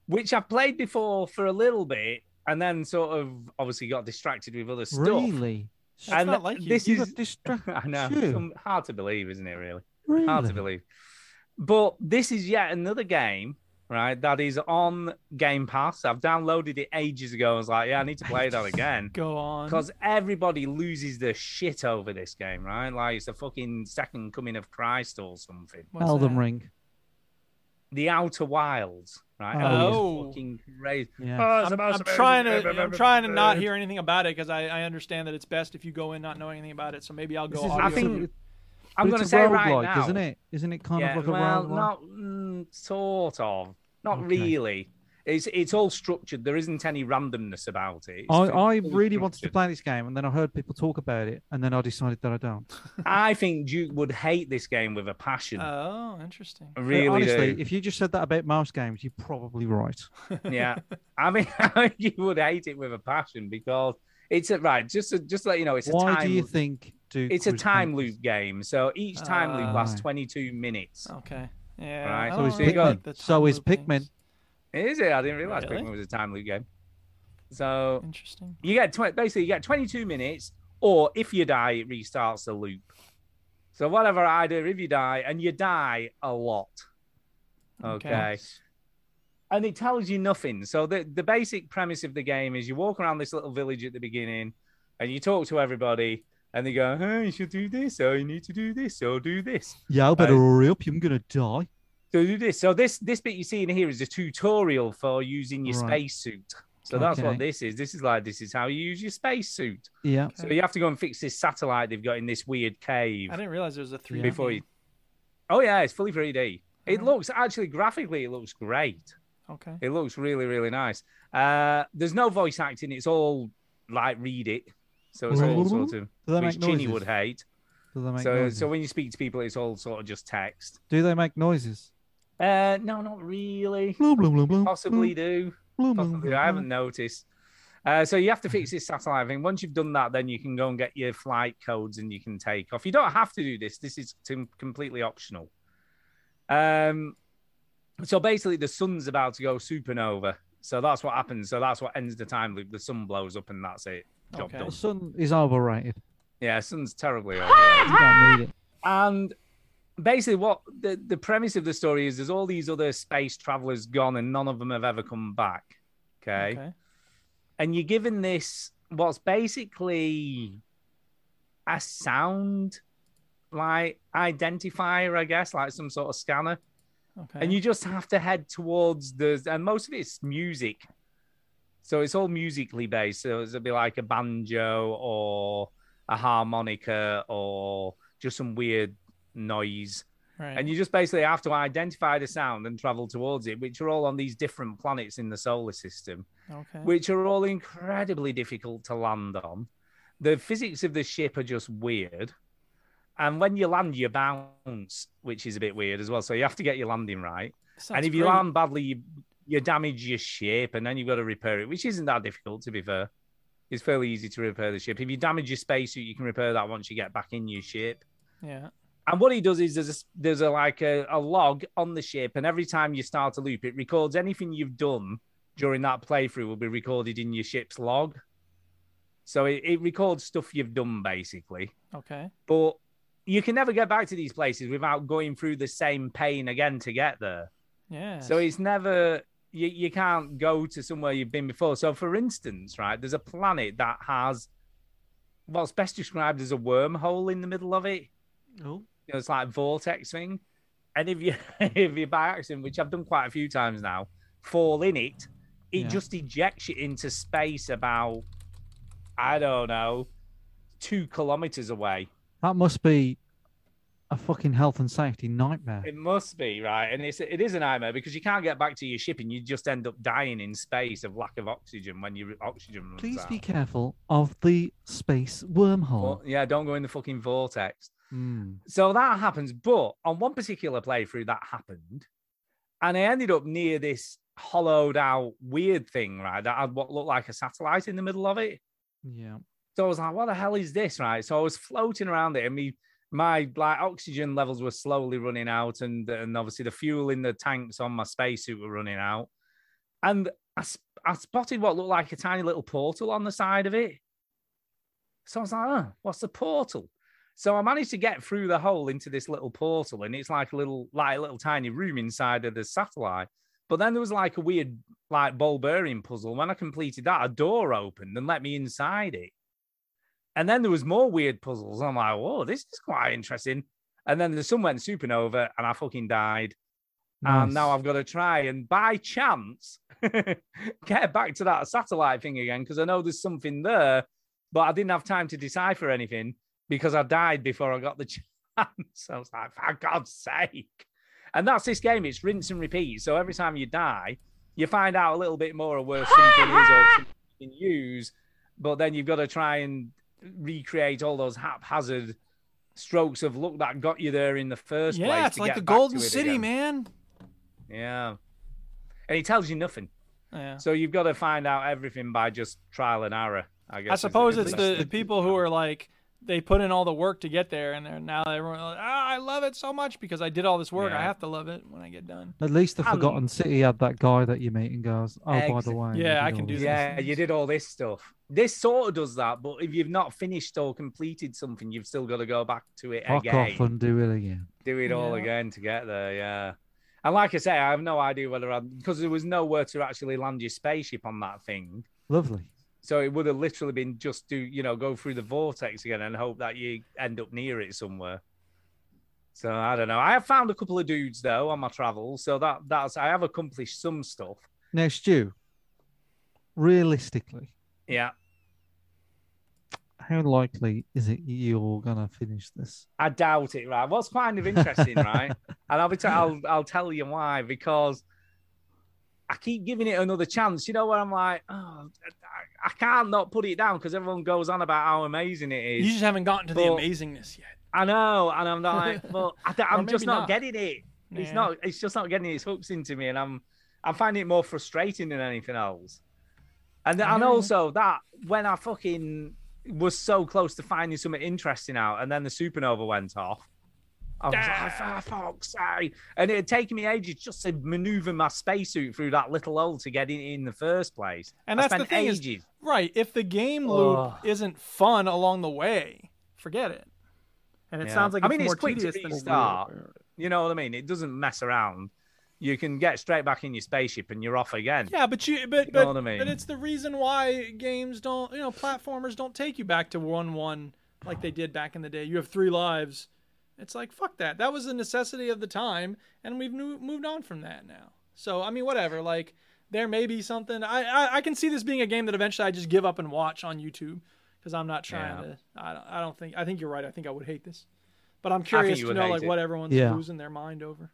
which I've played before for a little bit and then sort of obviously got distracted with other stuff. Really? It's and not like you. this You is got distracted I know. too. Um, hard to believe, isn't it, really? Hard Really? to believe. But this is yet another game, right, that is on Game Pass. I've downloaded it ages ago. I was like, yeah, I need to play that again. Go on. Because everybody loses their shit over this game, right? Like it's the fucking second coming of Christ or something. What's Elden that? Ring. The Outer Wilds, right? Oh, Everybody's yeah. fucking crazy. Yeah. Oh, it's I'm, about I'm some- trying to I'm trying to not hear anything about it because I, I understand that it's best if you go in not knowing anything about it. So maybe I'll go. This is- audio. I think But I'm it's going a to say right roguelike, now, isn't it? Isn't it kind yeah, of like a well, roguelike? not mm, sort of, not Okay. really. It's it's all structured. There isn't any randomness about it. It's I, fu- I fully really wanted to structured. play this game, and then I heard people talk about it, and then I decided that I don't. I think Duke would hate this game with a passion. Oh, interesting. I really Uh, honestly, do. if you just said that about mouse games, you're probably right. yeah, I mean, you would hate it with a passion because it's a right. Just to, just to let you know, it's a Why time. do you think Duke it's a would time hate loop game, so each time loop Ah. lasts 22 minutes. Okay. Yeah. Right, I so don't it's this? There you really go. like the Pikmin. So time is loop things. Pikmin. Is it? I didn't realize Really? Pikmin was a time loop game. So Interesting. you get tw- basically you get 22 minutes, or if you die, it restarts the loop. So whatever I do, if you die, and you die a lot, okay. And it tells you nothing. So the the basic premise of the game is you walk around this little village at the beginning, and you talk to everybody, and they go, "Hey, you should do this, or you need to do this, or do this." Yeah, I better Right. hurry up. I'm gonna die. So do this. So this this bit you see in here is a tutorial for using your Right. spacesuit. So that's Okay. what this is. This is like this is how you use your spacesuit. Yeah. So you have to go and fix this satellite they've got in this weird cave I didn't realize there was a three. E. before you. Oh yeah, it's fully 3D. It Oh. looks actually graphically, it looks great. Okay. It looks really really nice. Uh, there's no voice acting. It's all like read it. So it's all Right. sort of Do they which make Chinny noises? would hate. Do they make So noises? so when you speak to people, it's all sort of just text. Do they make noises? Uh, no, not really. Blum, blum, blum, blum, Possibly blum. do. Blum, blum, Possibly. blum, I haven't noticed. Uh, so you have to fix this satellite thing. Once you've done that, then you can go and get your flight codes and you can take off. You don't have to do this. This is t- completely optional. Um, so basically, the sun's about to go supernova. So that's what happens. So that's what ends the time loop. The sun blows up and that's it. Job Okay. The done. sun is overrated. Yeah, sun's terribly overrated. You don't need it. And basically, what the, the premise of the story is there's all these other space travelers gone, and none of them have ever come back. Okay. Okay. And you're given this what's basically a sound like identifier, I guess, like some sort of scanner. Okay. And you just have to head towards the, and most of it's music. So it's all musically based. So it'll be like a banjo or a harmonica or just some weird noise. Right. And you just basically have to identify the sound and travel towards it, which are all on these different planets in the solar system, Okay. which are all incredibly difficult to land on. The physics of the ship are just weird. And when you land, you bounce, which is a bit weird as well. So you have to get your landing right. Sounds and if you great. land badly, you, you damage your ship and then you've got to repair it, which isn't that difficult, to be fair. It's fairly easy to repair the ship. If you damage your spacesuit, you can repair that once you get back in your ship. Yeah. And what he does is there's a, there's a like a, a log on the ship, and every time you start a loop, it records anything you've done during that playthrough will be recorded in your ship's log. So it, it records stuff you've done basically. Okay. But you can never get back to these places without going through the same pain again to get there. Yeah. So it's never you, you can't go to somewhere you've been before. So for instance, right, there's a planet that has well, it's best described as a wormhole in the middle of it. Oh. You know, it's like vortex thing. And if you if you by accident, which I've done quite a few times now, fall in it, it Yeah. just ejects you into space about I don't know, two kilometers away. That must be a fucking health and safety nightmare. It must be right, and it's it is a nightmare because you can't get back to your ship, and you just end up dying in space of lack of oxygen when your oxygen runs Please out. be careful of the space wormhole. Well, yeah, don't go in the fucking vortex. Mm. So that happens, but on one particular playthrough, that happened, and I ended up near this hollowed out weird thing, right? That had what looked like a satellite in the middle of it. Yeah. So I was like, what the hell is this? Right. So I was floating around it and me my like oxygen levels were slowly running out and and obviously the fuel in the tanks on my spacesuit were running out. And I, sp- I spotted what looked like a tiny little portal on the side of it. So I was like, oh, what's the portal? So I managed to get through the hole into this little portal, and it's like a little, like a little tiny room inside of the satellite. But then there was like a weird, like ball bearing puzzle. When I completed that, a door opened and let me inside it. And then there was more weird puzzles. I'm like, whoa, this is quite interesting. And then the sun went supernova, and I fucking died. And now I've got to try and by chance get back to that satellite thing again because I know there's something there, but I didn't have time to decipher anything because I died before I got the chance. I was like, for God's sake. And that's this game. It's rinse and repeat. So every time you die, you find out a little bit more of where something is or something you can use, but then you've got to try and recreate all those haphazard strokes of luck that got you there in the first place. Yeah, it's to like get the back to Golden it City, again. man. Yeah. And he tells you nothing. Yeah. So you've got to find out everything by just trial and error, I guess. I is the suppose good it's lesson. the, the people who are like they put in all the work to get there, and they're now everyone like, ah, I love it so much because I did all this work. I Yeah. have to love it when I get done. At least the Um, Forgotten City had that guy that you meet and goes, oh, by Exa- the way. you did all this." Yeah, you did all this stuff. This sort of does that, but if you've not finished or completed something, you've still got to go back to it Fuck again. off and do it again. do it all Yeah. again to get there. Yeah. And like I say, I have no idea whether I because there was nowhere to actually land your spaceship on that thing. Lovely. So it would have literally been just do you know go through the vortex again and hope that you end up near it somewhere. So I don't know. I have found a couple of dudes though on my travels, so that that's I have accomplished some stuff. Now, Stu, realistically, Yeah, how likely is it you're going to finish this? I doubt it. Right, what's kind of interesting, right? And I'll be t- I'll I'll tell you why because I keep giving it another chance. You know where I'm like, oh, I, I can't not put it down because everyone goes on about how amazing it is. You just haven't gotten to But- the amazingness yet. I know, and I'm like, well, I th- Or I'm just maybe not, not. getting it. It's Yeah. not. It's just not getting its hooks into me, and I'm, I'm finding it more frustrating than anything else. And I and hear you. also that when I fucking was so close to finding something interesting out, and then the supernova went off. I was like, for fuck's sake. And it had taken me ages just to maneuver my spacesuit through that little hole to get in in the first place. And I that's the spent thing ages. is, right? If the game loop Ugh. isn't fun along the way, forget it. And it Yeah. sounds like I it's mean more it's quick tedious to than restart. You know what I mean? It doesn't mess around. You can get straight back in your spaceship and you're off again. Yeah, but you, but You know but, what I mean? but it's the reason why games don't, you know, platformers don't take you back to one one like they did back in the day. You have three lives. It's like fuck that. That was a necessity of the time, and we've nu- moved on from that now. So I mean, whatever. Like there may be something. I I, I can see this being a game that eventually I just give up and watch on YouTube because I'm not trying Yeah. to. I don't, I don't think. I think you're right. I think I would hate this. But I'm think curious you to would know hate like it. what everyone's Yeah. losing their mind over.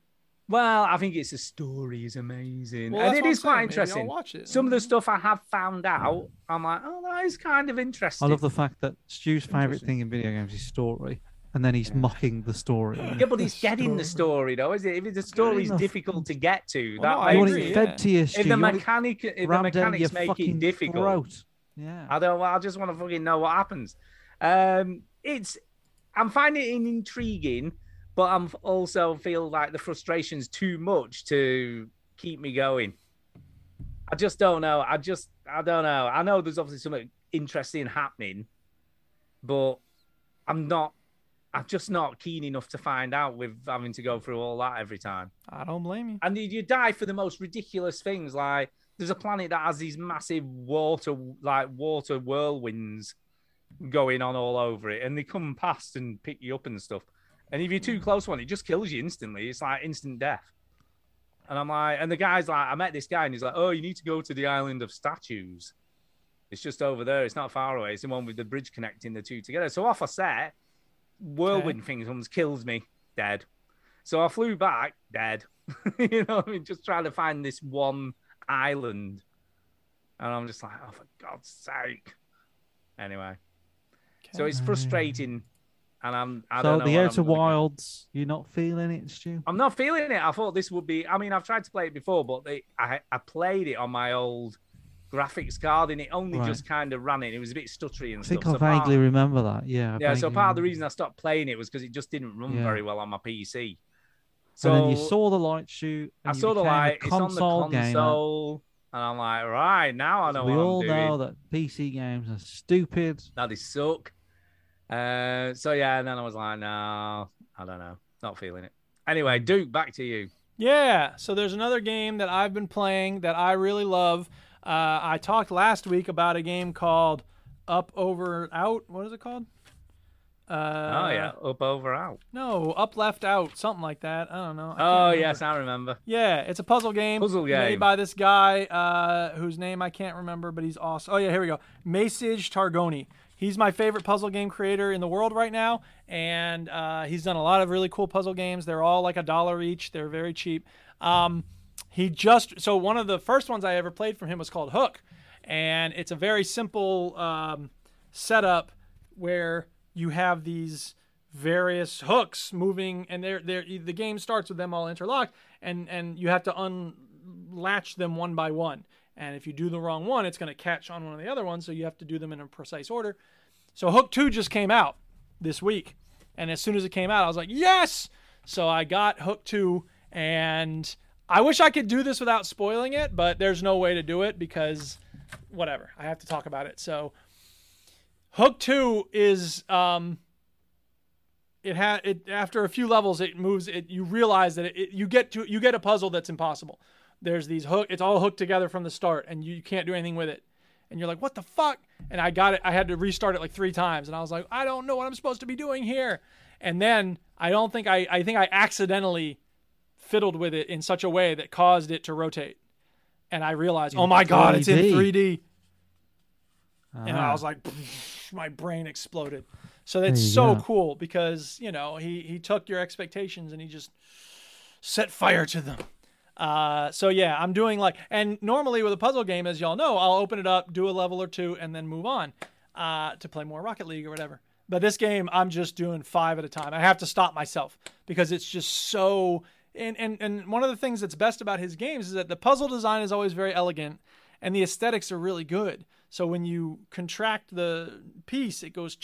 Well, I think it's the story is amazing, Well, and that's it what is I'm quite saying. Maybe I'll interesting. watch it. Some of the stuff I have found out, I'm like, oh, that is kind of interesting. I love the fact that Stu's favourite thing in video games is story, and then he's mocking the story. Yeah, but he's getting the story though, is it? If the story's difficult to get to, Oh, Well, that no, I makes agree, it- fed to you, Stu. If You the want it mechanic, if the rammed down mechanics your make fucking it difficult, throat. Yeah. I don't. I just want to fucking know what happens. Um, it's. I'm finding it intriguing, but I'm also feel like the frustration's too much to keep me going. I just don't know. I just. I don't know. I know there's obviously something interesting happening, but I'm not. I'm just not keen enough to find out with having to go through all that every time. I don't blame you. And you- you die for the most ridiculous things. Like there's a planet that has these massive water, like water whirlwinds, going on all over it, and they come past and pick you up and stuff. And if you're too close to one, it just kills you instantly. It's like instant death. And I'm like, and the guy's like, I met this guy, and he's like, oh, you need to go to the island of statues. It's just over there. It's not far away. It's the one with the bridge connecting the two together. So off I set. Whirlwind thing comes, kills me, dead. So I flew back, dead. you know, what I mean, just trying to find this one island, and I'm just like, oh, for God's sake. Anyway, so it's frustrating, and I'm. I so don't know the what Outer I'm gonna- Wilds, you're not feeling it, Stu? I'm not feeling it. I thought this would be. I mean, I've tried to play it before, but they, I I played it on my old graphics card, and it only Right. just kind of ran it. It was a bit stuttery and I think stuff. I So part- vaguely remember that. Yeah. I yeah, so part of vaguely remember. the reason I stopped playing it was because it just didn't run Yeah. very well on my PC. So So and then you saw the light shoot. I and you saw the became a light. It's on the console gamer. console, and I'm like, right now I know we what all I'm doing. know that PC games are stupid. that they suck. Uh, so yeah, and then I was like, no, I don't know, not feeling it. Anyway, Duke, back to you. Yeah. So there's another game that I've been playing that I really love. Uh, I talked last week about a game called Up Over Out. What is it called? Uh, oh yeah, up over out. No, Up Left Out, something like that. I don't know. I can't Oh remember. yes, I remember. Yeah, it's a puzzle game. Puzzle made game. by this guy uh, whose name I can't remember, but he's awesome. Oh yeah, here we go. Masage Targoni. He's my favorite puzzle game creator in the world right now, and uh, he's done a lot of really cool puzzle games. They're all like a dollar each. They're very cheap. Um, he just so one of the first ones I ever played from him was called Hook, and it's a very simple um, setup where you have these various hooks moving and they're, they're the game starts with them all interlocked and and you have to unlatch them one by one and if you do the wrong one it's going to catch on one of the other ones so you have to do them in a precise order so hook 2 just came out this week and as soon as it came out i was like yes so i got hook 2 and i wish i could do this without spoiling it but there's no way to do it because whatever i have to talk about it so Hook two is um, it had it after a few levels it moves it you realize that it, it- you get to you get a puzzle that's impossible. There's these hook it's all hooked together from the start and you, you can't do anything with it. And you're like, what the fuck? And I got it. I had to restart it like three times, and I was like, I don't know what I'm supposed to be doing here. And then I don't think I I think I accidentally fiddled with it in such a way that caused it to rotate. And I realized, In oh my god, it's in 3D. 3D. And I Ah. was like, my brain exploded. So There that's you so go. cool because you know he he took your expectations and he just set fire to them. Uh, so yeah, I'm doing like, and normally with a puzzle game, as y'all know, I'll open it up, do a level or two, and then move on uh, to play more Rocket League or whatever. But this game, I'm just doing five at a time. I have to stop myself because it's just so. And and and one of the things that's best about his games is that the puzzle design is always very elegant, and the aesthetics are really good. So when you contract the piece, it goes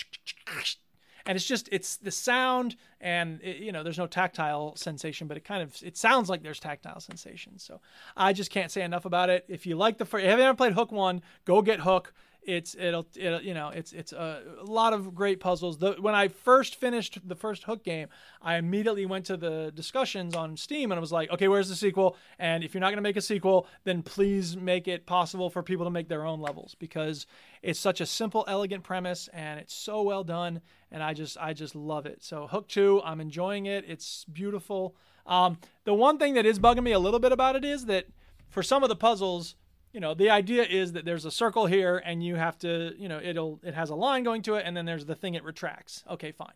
and it's just it's the sound and it, you know there's no tactile sensation but it kind of it sounds like there's tactile sensation so i just can't say enough about it if you like the first if you haven't ever played hook one go get hook it's it'll, it'll you know it's it's a, a lot of great puzzles the, when i first finished the first hook game i immediately went to the discussions on steam and i was like okay where's the sequel and if you're not going to make a sequel then please make it possible for people to make their own levels because it's such a simple elegant premise and it's so well done and i just i just love it so hook 2 i'm enjoying it it's beautiful um, the one thing that is bugging me a little bit about it is that for some of the puzzles you know the idea is that there's a circle here and you have to you know it'll it has a line going to it and then there's the thing it retracts okay fine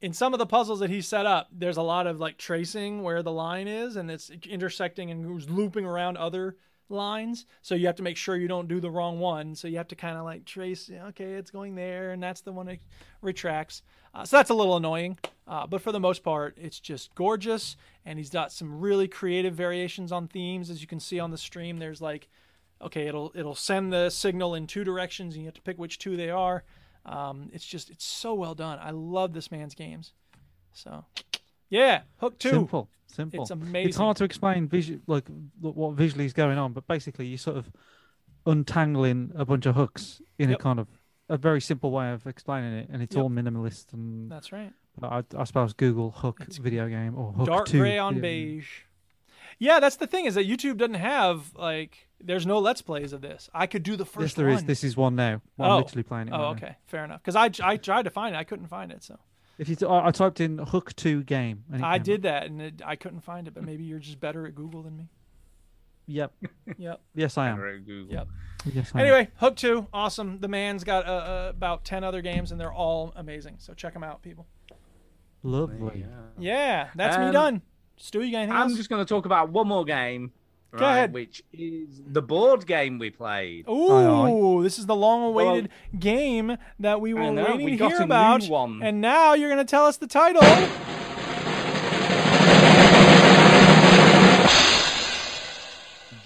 in some of the puzzles that he set up, there's a lot of like tracing where the line is and it's intersecting and goes looping around other lines. So you have to make sure you don't do the wrong one. So you have to kind of like trace, okay, it's going there and that's the one it retracts. Uh, so that's a little annoying. Uh, but for the most part, it's just gorgeous. And he's got some really creative variations on themes. As you can see on the stream, there's like, okay, it'll, it'll send the signal in two directions and you have to pick which two they are. Um, it's just it's so well done. I love this man's games. So, yeah, Hook Two. Simple, simple. It's amazing. It's hard to explain visu- like look what visually is going on, but basically you sort of untangling a bunch of hooks in Yep. a kind of a very simple way of explaining it, and it's Yep. all minimalist and. That's right. but I, I suppose Google Hook video game or Hook dark 2 gray on video game. beige. Yeah, that's the thing is that YouTube doesn't have like there's no let's plays of this. I could do the first Yes, there one. is. This is one now. I'm oh. literally playing it. Oh, right now. okay, fair enough. Because I, I tried to find it, I couldn't find it. So If you, t- I, I typed in Hook Two game, and it I came up. did that, and it, I couldn't find it. But maybe you're just better at Google than me. Yep. Yep. Yes, I am. Yep. Yes, I am. Anyway, Hook Two, awesome. The man's got uh, uh, about ten other games, and they're all amazing. So check them out, people. lovely. Yeah, that's me Um, done. Stu, you got anything I'm else? just going to talk about one more game. Go ahead. Which is the board game we played. Ooh, this is the long-awaited game that we were know, waiting we to got hear a new about, one. and now you're going to tell us the title.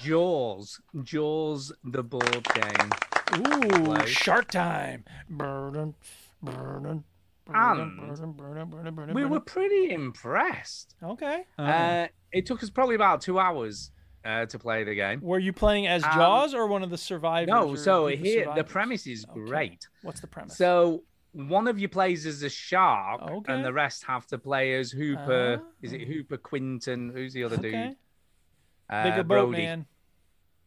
Jaws. Jaws, the board game. Ooh, Like- Shark Time. Burden, burden, burden, And burden, burden, burden, burden, Um, We were burden. pretty impressed. Okay. Um, Uh, it took us probably about two hours uh, to play the game. Were you playing as Um, Jaws or one of the survivors? No, or so group of here the survivors? premise is great. What's the premise? So one of you plays as a shark, Okay. Ah. and the rest have to play as Hooper. Is it Hooper Quinton? Who's the other Okay. dude? Uh, Bigger boat Brody. man.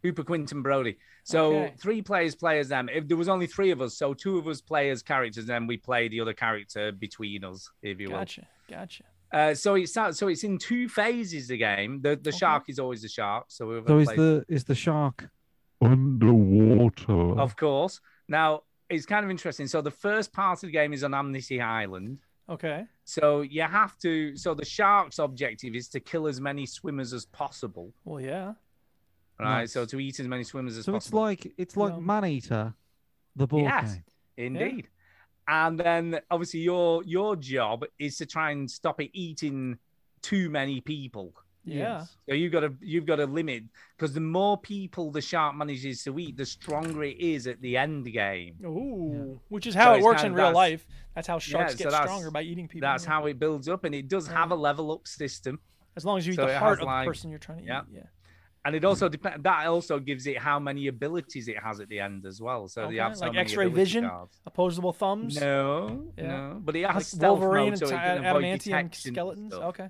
Hooper Quinton Brody. So Okay. three players play as them. If there was only three of us, so two of us play as characters, then we play the other character between us, if you will. Gotcha. Gotcha. Uh, so it's not- so it's in two phases. The game. The the shark is always the shark. So whoever So is plays- the is the shark? Underwater. of course. Now it's kind of interesting. So the first part of the game is on Amnesty Island. Okay. So you have to. So the shark's objective is to kill as many swimmers as possible. Well, yeah. Right. Nice. So to eat as many swimmers as So it's possible. like it's like Man Eater, the board yes, game. indeed. And then obviously your your job is to try and stop it eating too many people. Yeah. So you've got to you've got to limit because the more people the shark manages to eat, the stronger it is at the end game. Ooh. Which is So how it it's works kind in of- real that's- life. That's how Yeah, sharks so get that's- stronger by eating people. That's yeah. how it builds up, and it does have a level up system. As long as you eat So the it heart has of like- the person you're trying to yeah. eat. Yeah. And it Mm. also depends. That also gives it how many abilities it has at the end as well. So Okay, they have so like many X-ray ability vision, cards. opposable thumbs. No, Yeah. no. But it has Like stealth Wolverine mode, so it and can ti- avoid adamantium detection and skeletons. stuff. Okay.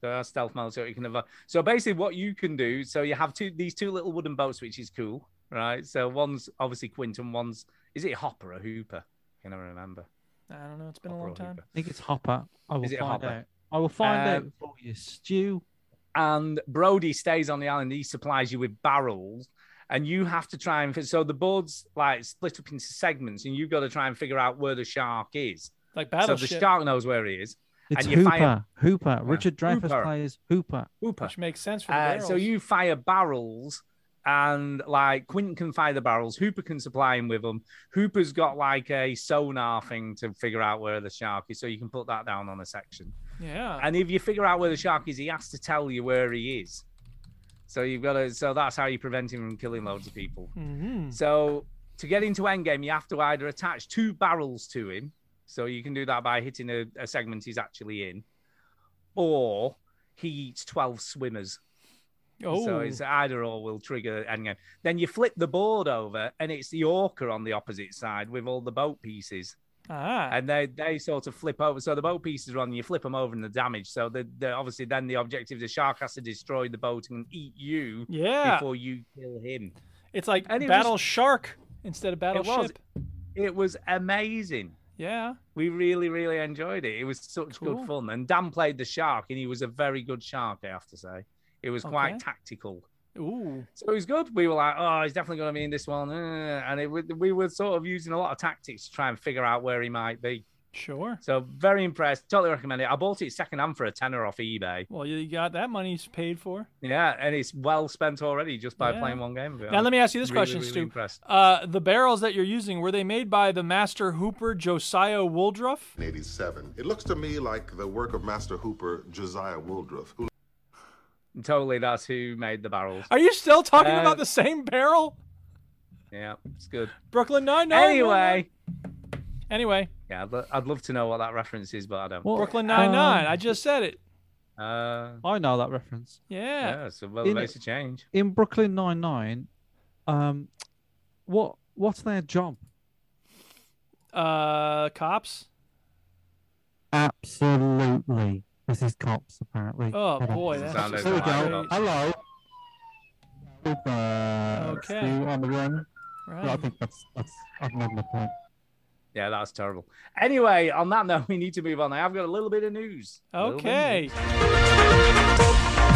So it has stealth mode, so it can avoid. So basically, what you can do, so you have two these two little wooden boats, which is cool, right? So one's obviously Quinton, one's is it Hopper or Hooper? I can never remember. I don't know. It's been a long time. I think it's Hopper. I will Is it find Hopper? out. I will find Um, out for you, Stew. and Brody stays on the island. He supplies you with barrels, and you have to try and fi- so the board's like split up into segments, and you've got to try and figure out where the shark is. Like So the Battleship. shark knows where he is, It's and you Hooper. fire Hooper. Richard Dreyfuss Hooper. plays Hooper. Hooper. Which makes sense for the Uh, so barrels. you fire barrels, and like Quint can fire the barrels. Hooper can supply him with them. Hooper's got like a sonar thing to figure out where the shark is, so you can put that down on a section. Yeah. And if you figure out where the shark is, he has to tell you where he is. So you've got to. So that's how you prevent him from killing loads of people. Mhm. So to get into endgame, you have to either attach two barrels to him, so you can do that by hitting a, a segment he's actually in, or he eats twelve swimmers. So Oh. it's either or will trigger endgame. Then you flip the board over, and it's the orca on the opposite side with all the boat pieces. Ah. And they, they sort of flip over. So the boat pieces are on, you flip them over and the damage. So the, the obviously then the objective the shark has to destroy the boat and eat you Yeah. before you kill him. It's like And it was- Battle Shark instead of It was Battleship. it was amazing. Yeah. We really, really enjoyed it. It was such Cool. good fun. And Dan played the shark and he was a very good shark, I have to say. It was quite Okay. tactical. Ooh. So it was good. We were like, oh, he's definitely going to be in this one. uh, And it, wa- we were sort of using a lot of tactics to try and figure out where he might be. Sure. So very impressed. Totally recommend it. I bought it secondhand for a tenner off eBay. Well, you got that money's paid for. Yeah, and it's well spent already just by Yeah. playing one game. of it. Now I'm let me ask you this really, question, really Stu. impressed. Uh, the barrels that you're using were they made by the master hooper Josiah Woldruff? 1987. It looks to me like the work of Master Hooper Josiah Woodruff, who Totally, that's who made the barrels. Are you still talking Uh, about the same barrel? Yeah, it's good. Brooklyn Nine Nine. Anyway, Anyway, yeah, I'd, lo- I'd love to know what that reference is, but I don't. Brooklyn Nine Nine. I just said it. Uh, I know that reference. Yeah. yeah, so well, In- there's a change. In Brooklyn Nine Nine, Um, what what's their job? Uh, cops. Absolutely. This is cops, apparently. Oh, Hold on. boy, that's Sounded Here we great. go. Hello. Uh, Okay. Stu on the run. Right. Yeah, I think that's, that's I've made my point. Yeah, that's terrible. Anyway, on that note, we need to move on. I have got a little bit of news. Little Okay. bit of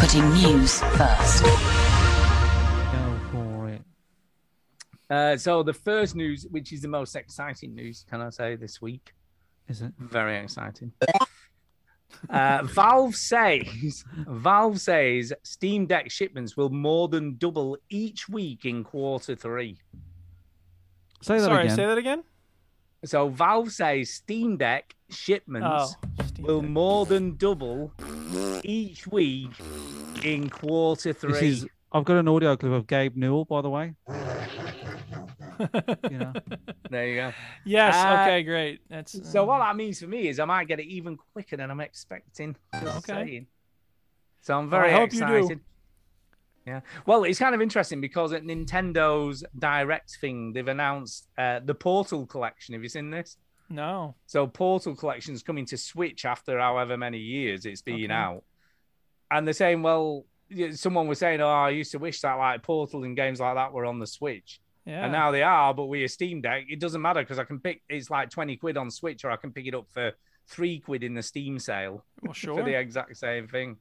Putting news first. Go for it. Uh, so the first news, which is the most exciting news, can I say this week? Is it? Very exciting. Uh, Valve says Valve says Steam Deck shipments will more than double each week in quarter three. Say that Sorry, again. say that again. So Valve says Steam Deck shipments Oh, will more than double each week in quarter three. This is. I've got an audio clip of Gabe Newell, by the way. There you go. Yes, okay, great. That's- Uh, so. What that means for me is I might get it even quicker than I'm expecting. Just Okay. saying. So I'm Well, I very hope you do. excited. Yeah. Well, it's kind of interesting because at Nintendo's Direct thing, they've announced uh, the Portal collection. Have you seen this? No. So Portal collection's coming to Switch after however many years it's been Okay. out, and they're saying, well, y- someone was saying, oh, I used to wish that like Portal and games like that were on the Switch. Yeah. And now they are, but with a Steam Deck, it doesn't matter because I can pick it's like 20 quid on Switch, or I can pick it up for three quid in the Steam sale Well, for sure. the exact same thing.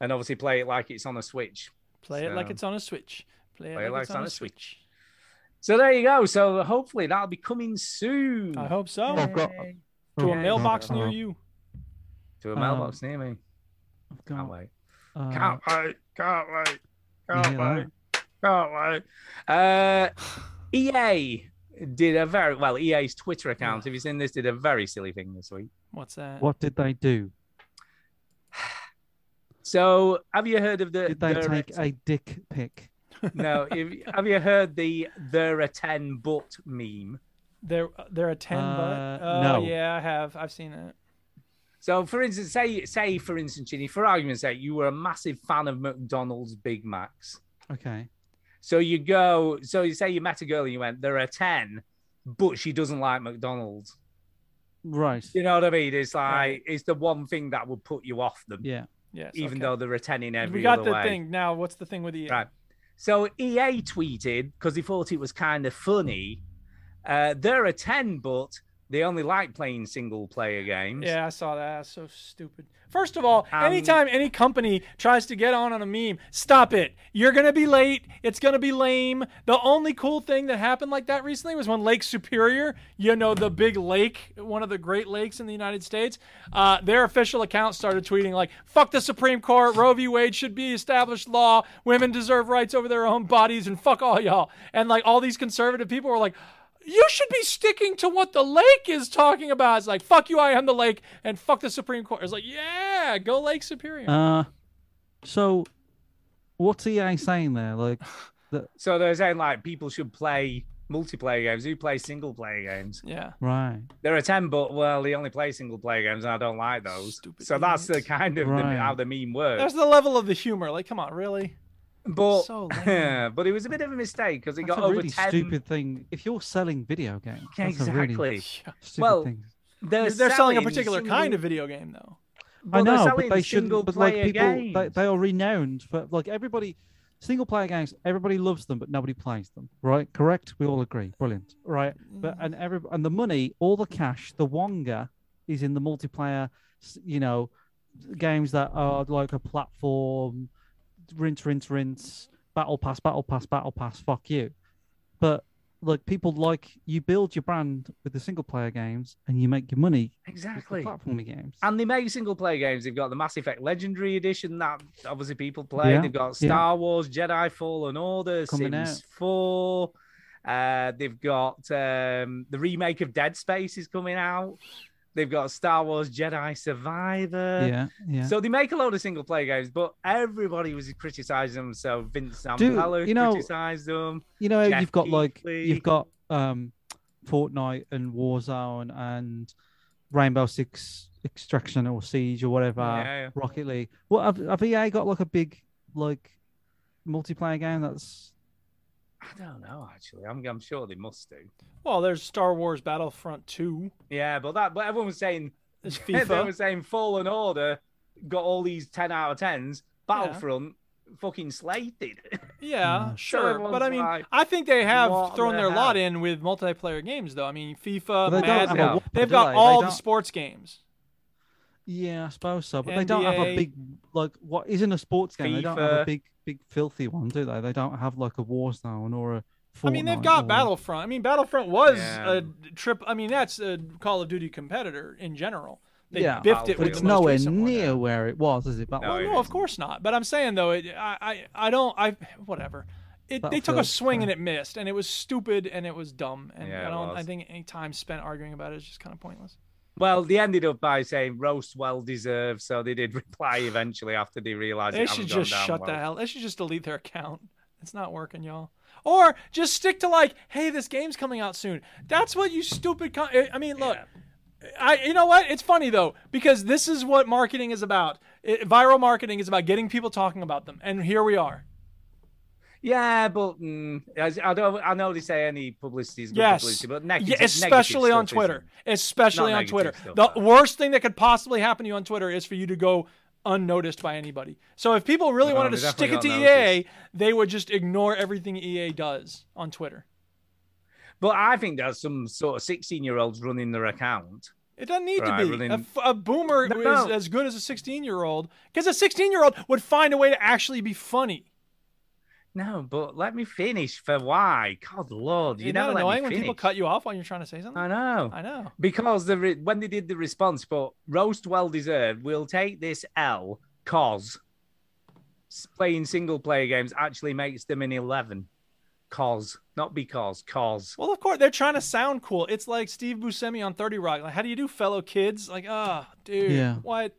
And obviously, play it like it's on a Switch. Play it like So- it's on a Switch. Play it Play it like it's on a Switch. So there you go. So hopefully that'll be coming soon. I hope so. I've got- to a Yay. mailbox near Uh, you. To a Um, mailbox near me. Can't wait. Uh, Can't wait. Can't wait. Can't hear that? wait. Can't wait. Uh, EA did a very well. EA's Twitter account, if you've seen this, did a very silly thing this week. What's that? What did they do? So, have you heard of the? Did they the take a dick pic? no, if, have you heard the "there are ten but" meme? There, there are ten. Uh, but oh no. yeah, I have. I've seen it. So, for instance, say say for instance, Ginny, for argument's sake, you were a massive fan of McDonald's Big Macs. Okay. So you go, so you say you met a girl and you went, there are 10, but she doesn't like McDonald's. Right. You know what I mean? It's like, it's the one thing that would put you off them. Yeah. Yes, Even okay. though there are 10 in every we got other the way. thing now. What's the thing with the Right. So EA tweeted, because he thought it was kind of funny, uh, there are 10, but they only like playing single player games. Yeah, I saw that. That's so stupid. First of all, anytime any company tries to get on on a meme, stop it. You're gonna be late. It's gonna be lame. The only cool thing that happened like that recently was when Lake Superior, you know, the big lake, one of the great lakes in the United States, uh, their official account started tweeting like, "Fuck the Supreme Court. Roe v. Wade should be established law. Women deserve rights over their own bodies, and fuck all y'all." And like all these conservative people were like you should be sticking to what the lake is talking about. It's like, fuck you, I am the lake, and fuck the Supreme Court. It's like, yeah, go Lake Superior. Uh, so, what's EA saying there? Like, that, So they're saying, like, people should play multiplayer games. Who plays single player games? Yeah. right. There are ten, but well, they only play single player games, and I don't like those. so that's the kind of Right. the, how the meme works. There's the level of the humor. Like, come on, really? but So lame. but it was a bit of a mistake because it That's got a over really ten. stupid thing. If you're selling video games, Yeah, that's a really exactly. stupid Well, thing. they're, They're selling a selling particular single- kind of video game, though. I well, they're know, selling but they shouldn't. But like single-player people, they, games. they are renowned for like everybody. Single player games, everybody loves them, but nobody plays them. Right? Correct? We all agree. Brilliant. Right? But and every and the money, all the cash, the wonga is in the multiplayer. s- You know, games that are like a platform, rinse, rinse, rinse, battle pass, battle pass, battle pass. Fuck you. But like people like you build your brand with the single player games and you make your money Exactly. platforming games. And they make single player games. They've got the Mass Effect Legendary Edition that obviously people play. Yeah, They've got yeah. Star Wars Jedi Fallen Order, Coming Sims out. 4. Uh, they've got um, the remake of Dead Space is coming out. They've got Star Wars Jedi Survivor. Yeah, yeah. So they make a lot of single player games, but everybody was criticizing them. So Vince Dude, Zampello you know- criticized them. you know Jeff you've got like Keighley. you've got um Fortnite and Warzone and Rainbow Six Extraction or Siege or whatever Yeah, yeah. Rocket League. E What have, have EA got like a big like multiplayer game that's I don't know actually. I'm, I'm sure they must do. Well, there's Star Wars Battlefront 2. Yeah, but that but everyone was saying There's everyone FIFA. was saying Fallen Order got all these ten out of tens. Battlefront fucking slated. Yeah, Mm, So sure. everyone's But I mean, like, I think they have what thrown the their lot hell? in with multiplayer games, though. I mean, But FIFA, they Oh, don't have a Madden, whopper, they've do got they? They all the don't- sports games. Yeah, I suppose so. But they don't have a NBA. big like what isn't a sports game. They don't have a FIFA. big, big filthy one, do they? They don't have like a Warzone or a. Fortnite I mean, they've got or- Battlefront. I mean, Battlefront was Yeah. a trip. I mean, that's a Call of Duty competitor in general. They yeah, biffed it but with it's the most nowhere recent one. near where it was, is it? But Well, no, of course not. But I'm saying though, it, I, I, I don't, I, whatever. It, they took a Battlefield's swing and it missed, and it was stupid and it was dumb, and Yeah, I it don't. I was. think any time spent arguing about it is just kind of pointless. Well, they ended up by saying roast well deserved, so they did reply eventually after they realised They it should hadn't gone just down shut well. the hell. They should just delete their account. It's not working, y'all. Or just stick to like, hey, this game's coming out soon. That's what you stupid. Con- I- I mean, look. I, you know what? It's funny though because this is what marketing is about. It, viral marketing is about getting people talking about them, and here we are. Yeah, but mm, as- I don't. I know they say any publicity is good Yes. publicity, but Yeah, negative, especially negative on stuff Twitter. isn't. Especially Not on negative Twitter. stuff. The worst thing that could possibly happen to you on Twitter is for you to go unnoticed by anybody. So if people really No, wanted they to stick it to definitely got EA, they would just ignore everything EA does on Twitter. But I think there's some sort of sixteen-year-olds running their account. It doesn't need Right, to be. running- A, f- a boomer No, is no. as good as a 16 year old because a 16 year old would find a way to actually be funny. No, but let me finish for why. God, Lord, you Isn't that never let me annoying finish. when people cut you off while you're trying to say something? I know. I know. Because the re- when they did the response for roast well deserved, we'll take this L cause S- playing single player games actually makes them an eleven. Cause, not because, cause. Well, of course, they're trying to sound cool. It's like Steve Buscemi on 30 Rock. Like, how do you do, fellow kids? Like, ah, dude, Yeah. what?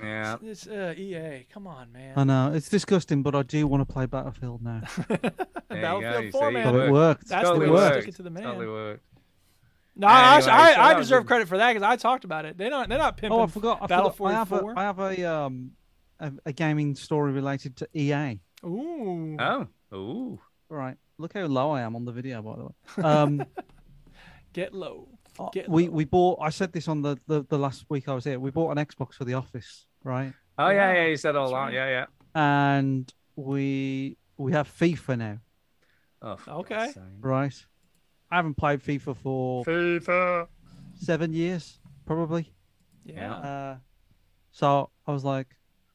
Yeah. It's uh, EA. Come on, man. I know it's disgusting, but I do want to play Battlefield now. Battlefield you 4, see, man. But it worked. That's Totally the way to worked. stick it to the man. Totally worked. No, I- Anyway, I, so I, that was deserve a- credit for that because I talked about it. They don't. They're not pimping. Oh, I forgot. I, Battle forgot. I have 44. a, I have a um a, a gaming story related to EA. Ooh. Oh, ooh. Right. Look how low I am on the video, by the way. Um, Get low. Get Oh, we low. we bought. I said this on the, the the last week I was here. We bought an Xbox for the office, right? Oh yeah, yeah. You said all that. Yeah, yeah. And we we have FIFA now, Oh, for Okay. God's sake. right? I haven't played FIFA for FIFA. seven years, probably. Yeah. Uh, so I was like,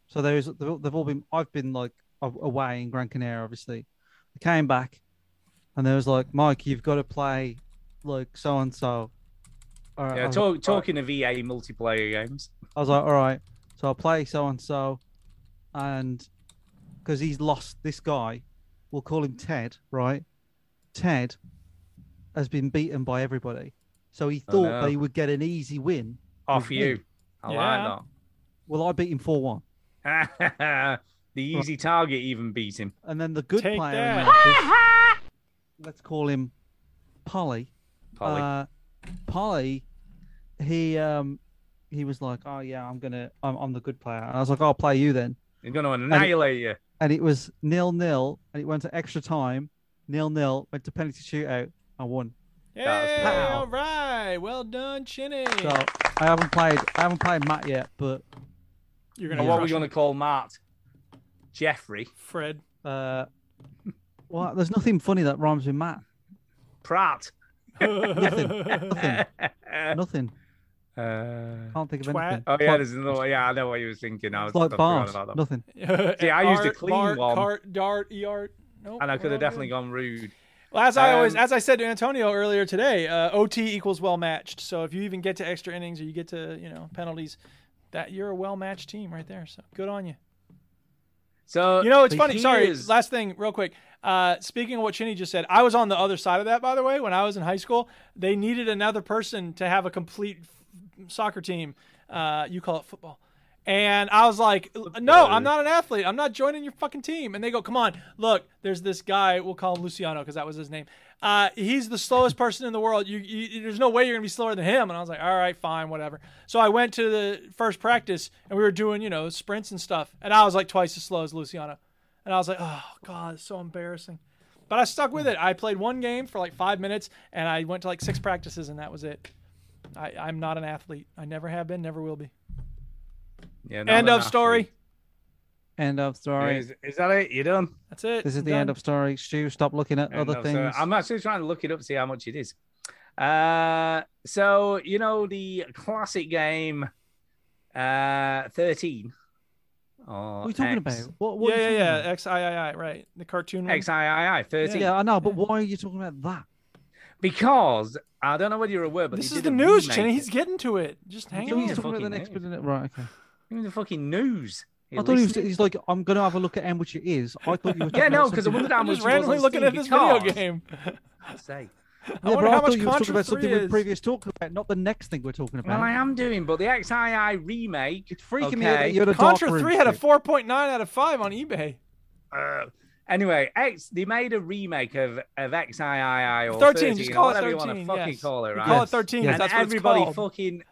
so there's they've all- they've all been. I've been like a- away in Gran Canaria, obviously. I came back, and there was like, Mike, you've got to play like so and so. Oh, Yeah, talk, talking of EA multiplayer games. I was like, all right, so I'll play so and so, and because he's lost this guy, we'll call him Ted, right? Ted has been beaten by everybody, so he Oh, thought no. that he would get an easy win Off with you. me. I Yeah. like Well, I beat him four one, that. the easy target even beat him. and then the good Take player, in that. that case, let's call him Polly. Polly. Uh, Polly, he um, he was like, oh yeah, I'm gonna, I'm, I'm the good player, and I was like, I'll play you then. They're going to annihilate you. and it was nil nil, and it went to extra time, nil nil, went to penalty shootout, I won. Hey, Pow. all right. Well done, Chinny. So I haven't played, I haven't played Matt yet, but You're And gonna. what crush we're going it. to call Matt? Jeffrey. Fred. uh, well, there's nothing funny that rhymes with Matt. Pratt. Nothing, nothing, nothing. Uh, Can't think of Twat. anything. oh, yeah, Like- there's another one. Yeah, I know what you were thinking. I was It's like I forgot bars, about that. nothing. See, I used a Art, clean Bart, one, Cart, dart, er. Nope, and I we're could all good. have definitely gone rude. Well, as I always, Um, as I said to Antonio earlier today, uh, OT equals well matched. So if you even get to extra innings or you get to you know penalties, that you're a well matched team right there. So good on you. So You know, it's but funny. he Sorry, is- last thing, real quick. Uh, speaking of what Chinny just said, I was on the other side of that, by the way. When I was in high school, they needed another person to have a complete f- soccer team. Uh, you call it football. And I was like, no, I'm not an athlete. I'm not joining your fucking team. And they go, come on, look, there's this guy. We'll call him Luciano because that was his name. Uh, he's the slowest person in the world. You, you, there's no way you're going to be slower than him. And I was like, all right, fine, whatever. So I went to the first practice and we were doing, you know, sprints and stuff. And I was like twice as slow as Luciano. And I was like, oh, God, it's so embarrassing. But I stuck with it. I played one game for like five minutes, and I went to like six practices, and that was it. I, I'm not an athlete. I never have been. Never will be. Yeah, not End of enough. story. End of story. Is, is that it? You're done. That's it. This is the end of story. Stu, stop looking at Yeah, other no, so things. I'm actually trying to look it up, see how much it is. Uh, so you know the classic game, uh, thirteen. What What are you talking about? What, what are yeah, you yeah, talking yeah. about? X I I I. Right. The cartoon. one. XIII thirteen. Yeah, I know, but why are you talking about that? Because I don't know whether you're aware, but This they is did the a news, remake. Jenny. He's getting to it. Just hang Give on. me the fucking news. Isn't it? Right, okay. Give me the fucking news. I thought he was, he's like, I'm gonna have a look at M, which it is. I thought you were. Yeah, talking no, about because I something- wondered how I'm much just randomly looking at this video game. Say. Yeah, wonder but how I much thought you were talking about Contra something 3 we is. previous talked about, not the next thing we're talking about. Well, I am doing, but the XII remake. It's freaking me out that okay. you're in a dark Contra room, 3 had a Stu. 4.9 out of 5 on eBay. Uh, anyway, X. They made a remake of of XIII or 13, 13. just or call it whatever you want to 13, fucking yes. call it, We right? call it 13, 'cause And that's what it's everybody called. fucking,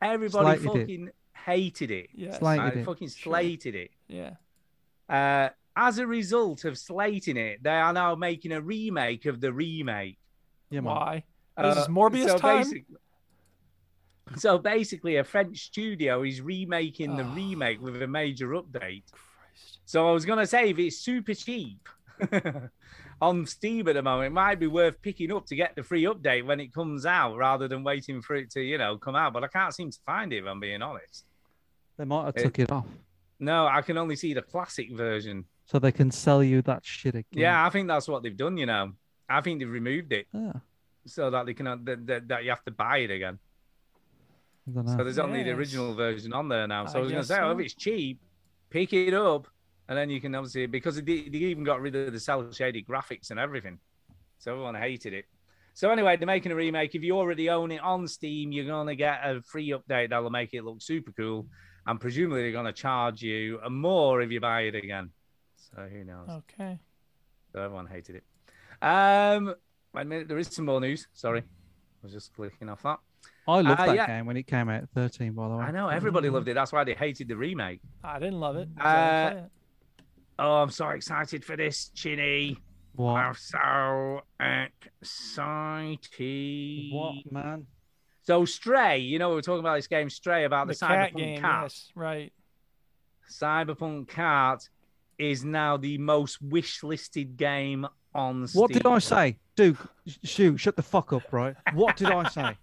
everybody Slated it. fucking hated it. Yes. Slated Right? it. Fucking slated it. Yeah. Uh, as a result of slating it, they are now making a remake of the remake. Yeah, man. Why? This is Uh, Morbius so time. basic- so basically, a French studio is remaking Ah. the remake with a major update. So I was going to say, if it's super cheap on Steam at the moment, it might be worth picking up to get the free update when it comes out rather than waiting for it to, you know, come out. But I can't seem to find it, if I'm being honest. They might have It- took it off No, I can only see the classic version. so they can sell you that shit Hmm. again. Yeah, I think that's what they've done, you know. I think they've removed it Yeah. so that they can that, that, that you have to buy it again. I don't know. So there's only the Ah, Yes. original version on there now. I So I, was going guess to say, oh, if so. it's cheap, pick it up, and then you can obviously because they, they even got rid of the cell shaded graphics and everything, so everyone hated it. So anyway, they're making a remake. If you already own it on Steam, you're going to get a free update that'll make it look super cool, and presumably they're going to charge you more if you buy it again. So who knows? Okay. So everyone hated it. Um, wait a minute, there is some more news. Sorry, I was just clicking off that. I loved Uh, that yeah. game when it came out. Thirteen, by the way. I know everybody loved it. That's why they hated the remake. I didn't love it. so Uh, play it. Oh, I'm so excited for this, Chinny. What? I'm so excited. What man? So Stray, you know, we were talking about this game Stray about the, the cat Cyberpunk game. cat. Yes, right. Cyberpunk cat is now the most wish listed game on Steam. What did I say, Duke? sh- Shoot, shut the fuck up, right? What did I say?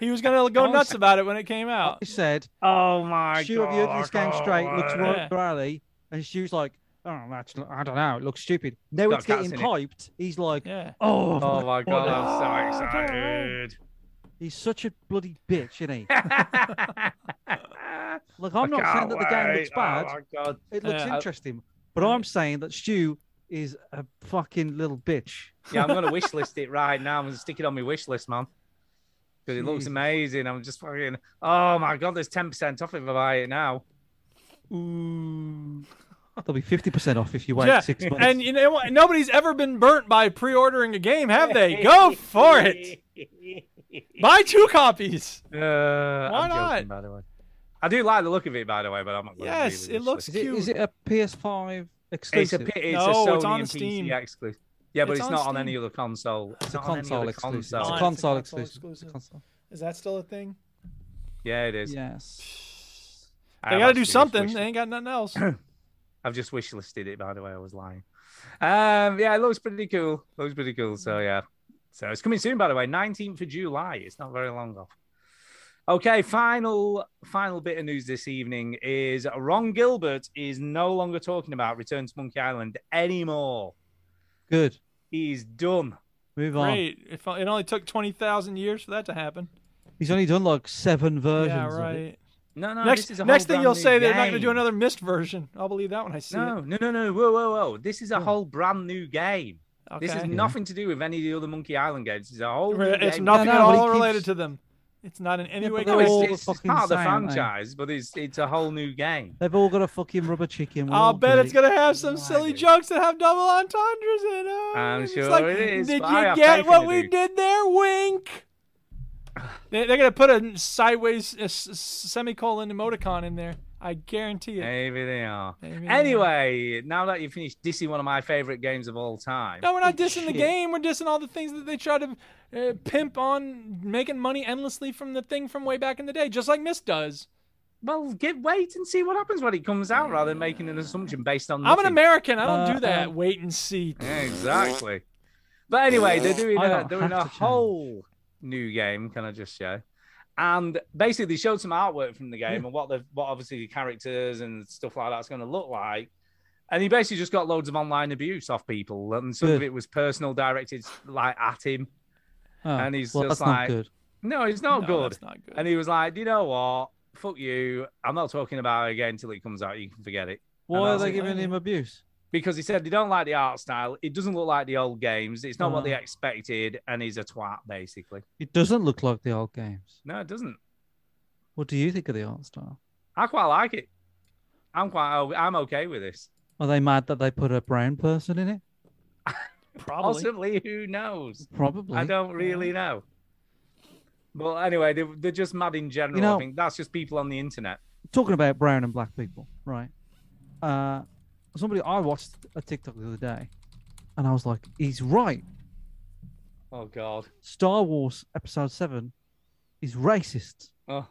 He was gonna go I nuts said- about it when it came out. I said, Oh my Stu, have you heard this game God. Oh, straight? It looks right Yeah. up your alley. And Stu's like, oh, that's, I don't know. It looks stupid. Now Got it's getting cats in it. hyped. He's like, Yeah. oh, Oh fuck." my god, I'm so Oh, I don't know. excited. he's such a bloody bitch, isn't he? Look, I I'm not saying can't that the game looks wait. bad. Oh my god. It looks Yeah. interesting. But I'm saying that Stu is a fucking little bitch. Yeah, I'm gonna wish list it right now. I'm gonna stick it on my wish list, man. Because it looks Jesus. amazing. I'm just fucking. Oh my god, there's ten percent off if I buy it now. Ooh. There'll be 50% off if you wait yeah. six months. And you know what? Nobody's ever been burnt by pre-ordering a game, have they? go for it. Buy two copies. Uh, Why not? By the way. I do like the look of it, by the way, but I'm not. gonna Yes, really it wish looks is, it, cute. is it a list PS5 it. It's a exclusive? pi- it's a No, Sony it's on and Steam. PC exclusive. Yeah, but It's it's, on not on any Steam. other console. It's It's a not on any console other exclusive. It's a Fine, console. it's a console console exclusive. It's a exclusive. console. Is that still a thing? Yeah, it is. Yes. I They have gotta do actually just something. wished- They ain't got nothing else. I've just wish listed it, by the way. I was lying. Um, yeah, it looks pretty cool. Looks pretty cool. So yeah, so it's coming soon, by the way. Nineteenth of July. It's not very long off. Okay, final final bit of news this evening is Ron Gilbert is no longer talking about Return to Monkey Island anymore. Good. He's done. Move on. Great. It, it only took twenty thousand years for that to happen. He's only done like seven versions. yeah, Of it. right. No, no. next this is a whole next thing brand you'll new say they're not gonna do game. another missed version. I'll believe that when I see No, it. no, no, no. Whoa, whoa, whoa. This is a whole brand new game. This is Okay. nothing to do with any of the other Monkey Island games. It's a whole new It's game. nothing No, at no, but all it keeps- related to them. It's not in any Yeah, way but they're No, it's, all connected. the it's fucking part of the same, aren't they? franchise, but it's it's a whole new game. They've all got a fucking rubber chicken. we I'll all bet get it's it. gonna have some Why, silly dude? jokes that have double entendres in them. I'm It's sure like, it is, Did but I you have get faith what in we it, dude." did there? Wink. They- They're gonna put a sideways a s- s- semicolon emoticon in there. I guarantee it. Maybe they are. Maybe they are. anyway, now that you've finished dissing one of my favorite games of all time. No, we're not dissing the Shit. game. We're dissing all the things that they try to uh, pimp on making money endlessly from the thing from way back in the day, just like Mist does. Well, get wait and see what happens when it comes out, rather than making an assumption based on. I'm an nothing. American. I don't Uh, do that. uh, Wait and see. Yeah, exactly. But anyway, they're doing I a, don't doing have a to change. whole new game. Can I just show? And basically, they showed some artwork from the game and what the what obviously the characters and stuff like that's going to look like. And he basically just got loads of online abuse off people, and some of Good. it was personal directed like at him. Oh, and he's well, just that's not like, good. no, it's not No, good. that's not good. And he was like, you know what? Fuck you. I'm not talking about it again until it comes out. You can forget it. And Why I are was they like, giving "Oh." him abuse? because he said they don't like the art style. It doesn't look like the old games. It's not what they Uh. expected, and he's a twat basically. It doesn't look like the old games. No, it doesn't. What do you think of the art style? I quite like it. I'm quite. o- I'm okay with this. Are they mad that they put a brown person in it? Probably. Possibly, who knows? Probably. I don't really know. Well, anyway, they're, they're just mad in general. I know- think that's just people on the internet. Talking about brown and black people, right? Uh, somebody I watched a TikTok the other day, and I was like, he's right. Oh God. Star Wars Episode Seven is racist. Oh.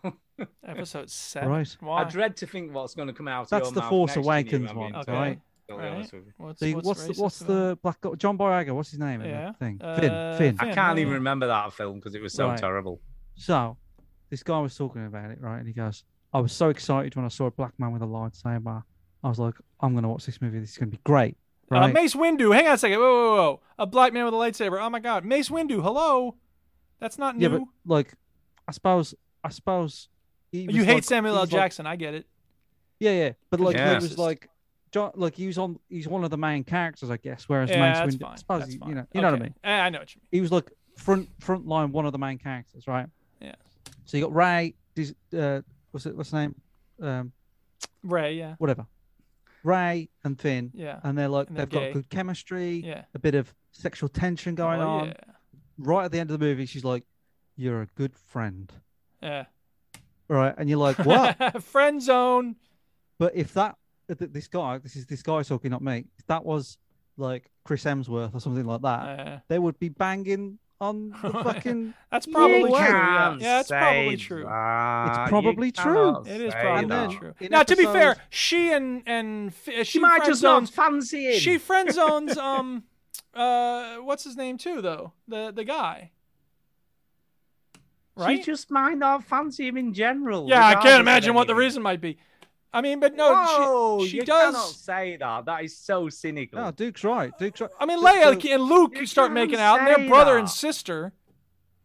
Episode seven. Right. Why? I dread to think what's going to come out. Of That's your the mouth Force next, you know, Awakens I one, mean, Okay. right? I'll be Right. honest with you. What's, The, what's, what's the, what's racist the black guy? John Boyega? What's his name? in that Yeah. thing. Uh, Finn. Finn. I can't even remember that film because it was so Right. terrible. So, this guy was talking about it, right? And he goes, I was so excited when I saw a black man with a lightsaber. I was like, I'm going to watch this movie. This is going to be great. about? Uh, Right? Mace Windu. Hang on a second. Whoa, whoa, whoa. A black man with a lightsaber. Oh my God. Mace Windu. Hello. That's not new. yeah, but like, I suppose, I suppose. he you was hate like- Samuel he L. was like- Jackson. I get it. yeah, yeah. But like, Yeah. he was like, John, like he was on, he's one of the main characters, I guess. Whereas Yeah, Mace that's Windu, fine. I suppose, That's you, fine. you know, you know what I Okay. mean. Eh, I know what you He was like front, front line, one of the main characters, right? mean. Yeah. So you got Ray. Dis, uh, what's it? What's his name? Um, Ray. Yeah. whatever. Ray and Finn. Yeah. And they're like And they're they've gay. got good chemistry. Yeah. A bit of sexual tension going Oh, on. yeah. Right at the end of the movie, she's like, "You're a good friend." Yeah. Right, and you're like, "What?" Friend zone. but if that th- th- this guy, this is this guy talking, not me. If that was like Chris Hemsworth or something like that, Yeah. they would be banging on the fucking. Uh, That's You probably true. Yeah, can't yeah that's probably say true. It's Ah, you probably true. cannot It is say probably that. true. in Now, to be fair, episode- she and and F- she, might friend just not zones- fancy him. She friend zones um uh what's his name too though the the guy. She Right? just might not fancy him in general. yeah, I regardless can't of imagine what the anything. reason might be. I mean, but no, Whoa, she, she you cannot does. say that. That is so cynical. No, oh, Duke's right. Duke's right. I mean, But Leia the- and Luke You start can't making out, and they're say brother that. and sister.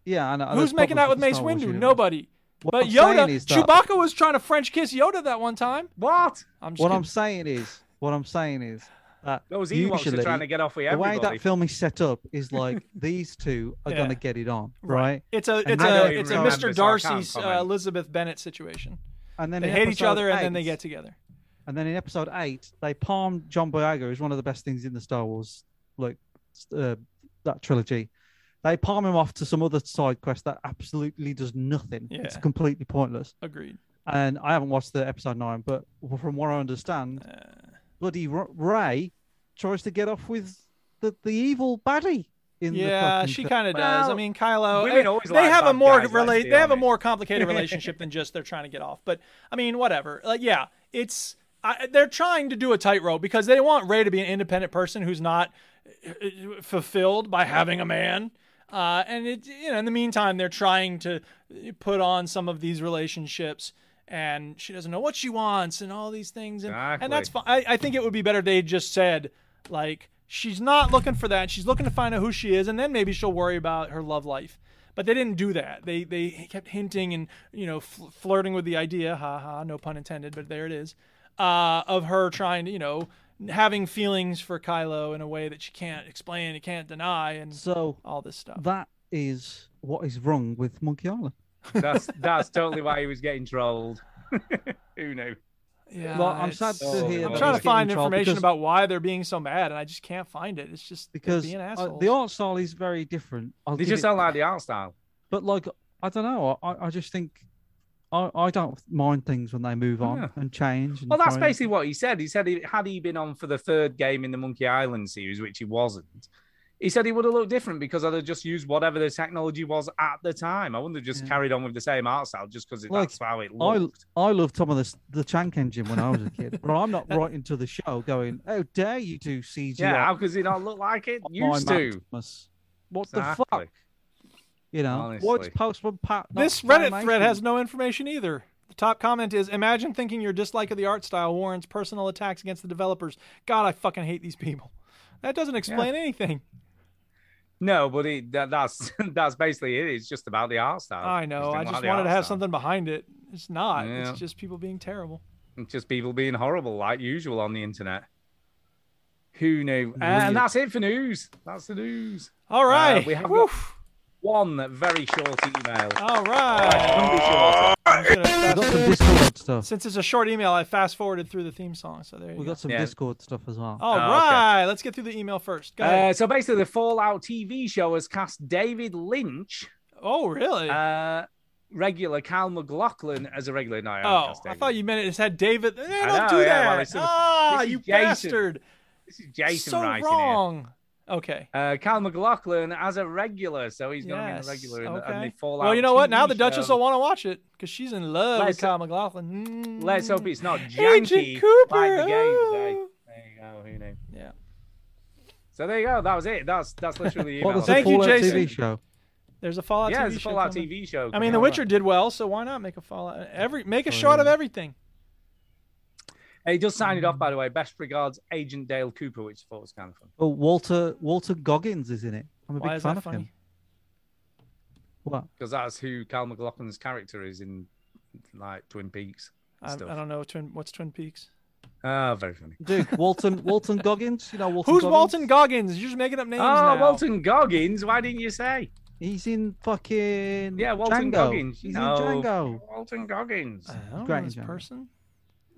Yeah, I know. Who's there's making out with problems the Mace Oh, Star Wars Windu? universe. Nobody. What but I'm saying Yoda, is uh, that- Chewbacca was trying to French kiss Yoda that one time. What? I'm just What kidding. I'm saying is, what I'm saying is that Those Ewoks are usually trying to get off with the way everybody. that film is set up is like these two are Yeah. gonna get it on, right? It's a And it's then a they it's a retire. Mr. so I can't Darcy's uh, comment. Elizabeth Bennett situation. And then they in hate each episode other and then they eight- get together. And then in episode eight, they palm John Boyega, who's one of the best things in the Star Wars, like s- uh, that trilogy. They palm him off to some other side quest that absolutely does nothing. It's Yeah. completely pointless. Agreed. And I haven't watched the episode nine, but w- from what I understand, Uh, bloody R- Ray tries to get off with the, the evil baddie. In the yeah, fucking she fi- kind of does. I Well, mean, Kylo. women eh, always they like have a bad more guys, let's relate. be They have a honest. more complicated relationship than just they're trying to get off. But I mean, whatever. Like, yeah, it's I, they're trying to do a tightrope because they want Ray to be an independent person who's not uh, uh, fulfilled by having a man. Uh, and it, you know, in the meantime, they're trying to uh, put on some of these relationships, and she doesn't know what she wants, and all these things, and, and that's fine. I, I think it would be better if they just said, like, she's not looking for that. She's looking to find out who she is, and then maybe she'll worry about her love life. But they didn't do that. They they kept hinting and you know fl- flirting with the idea, ha ha, no pun intended, but there it is, uh, of her trying to you know having feelings for Kylo in a way that she can't explain, and can't deny, and So all this stuff. that is what is wrong with Monkey Island. That's that's totally why he was getting trolled. Who knew? Yeah, Well, I'm sad it's- to hear I'm that trying he's to find getting trolled information because- about why they're being so mad, and I just can't find it. It's just they're Because being uh, assholes. the art style is very different. I'll They give just it- don't like the art style. But like, I don't know. I, I just think I, I don't mind things when they move on Yeah. and change. And Well, that's try and- basically what he said. He said he, had he been on for the third game in the Monkey Island series, which he wasn't, he said he would have looked different because I'd have just used whatever the technology was at the time. I wouldn't have just carried on with the same art style just because Like, that's how it looked. I I loved some of this the Chank engine when I was a kid, but I'm not right into the show going, "How dare you do CGI?" yeah, how does it not look like it on my used to? Maximus?" What the fuck? You know, what's Honestly. Postman Pat? not This Reddit animation? thread has no information either. The top comment is Imagine thinking your dislike of the art style warrants personal attacks against the developers. God, I fucking hate these people. That doesn't explain anything. No, but it, that, that's that's basically it. It's Oh, just about the art style. I know. I didn't like just the wanted art to have style. something behind it. It's not. Yeah. It's just people being terrible. It's just people being horrible like usual on the internet. Who knew? Uh, Weird. and that's it for news. That's the news. All right. Uh, we have Woo. got one very short email. All right. I'm gonna fast forward- Since it's a short email, I fast forwarded through the theme song. So there you We go. got some Yeah. Discord stuff as well. All Oh, okay. right, let's get through the email first. Go Uh, ahead. so basically, the Fallout TV show has cast David Lynch. Oh, really? Uh, regular Cal McLaughlin as a regular. No, I haven't Oh, cast I David. thought you meant it. It had David. Eh, I don't know, do yeah, well, that. it's sort of- ah, this is you Jason. bastard. This is Jason so writing wrong. Okay. here. Uh, Cal McLaughlin as a regular, so he's going to be Yes, the regular in, the, in okay. the Fallout. Well, you know what? TV Now the Duchess show. will want to watch it because she's in love Let's- with Kyle Mm. McLaughlin. Let's hope it's not Agent janky Cooper, Oh. like the games. eh? There you go. Who knew? Yeah. So there you go. That was it. That's that's literally the What email. was the Thank you, Fallout TV Jason. show? There's a Fallout Yeah, TV there's a show. Fallout coming. TV show I coming mean, The out. Witcher did well, so why not make a Fallout? Every make a Sorry. shot of everything. He does sign it Mm. off, by the way. Best regards, Agent Dale Cooper, which I thought was kind of fun. Oh, Walter Walter Goggins is in it. I'm a Why big is fan that of him. funny? What? Because that's who Cal McLaughlin's character is in like Twin Peaks. and I, I stuff. don't know Twin, what's Twin Peaks. Ah, very funny. Dude, Walton Walton Goggins. You know Walton. Who's Goggins? Walton Goggins? You're just making up names oh, now. Walton Goggins. Why didn't you say? He's in fucking. Yeah, Walton Django. Goggins. He's No. in Django. Uh, Walton Goggins. I don't Great know this in Django. person.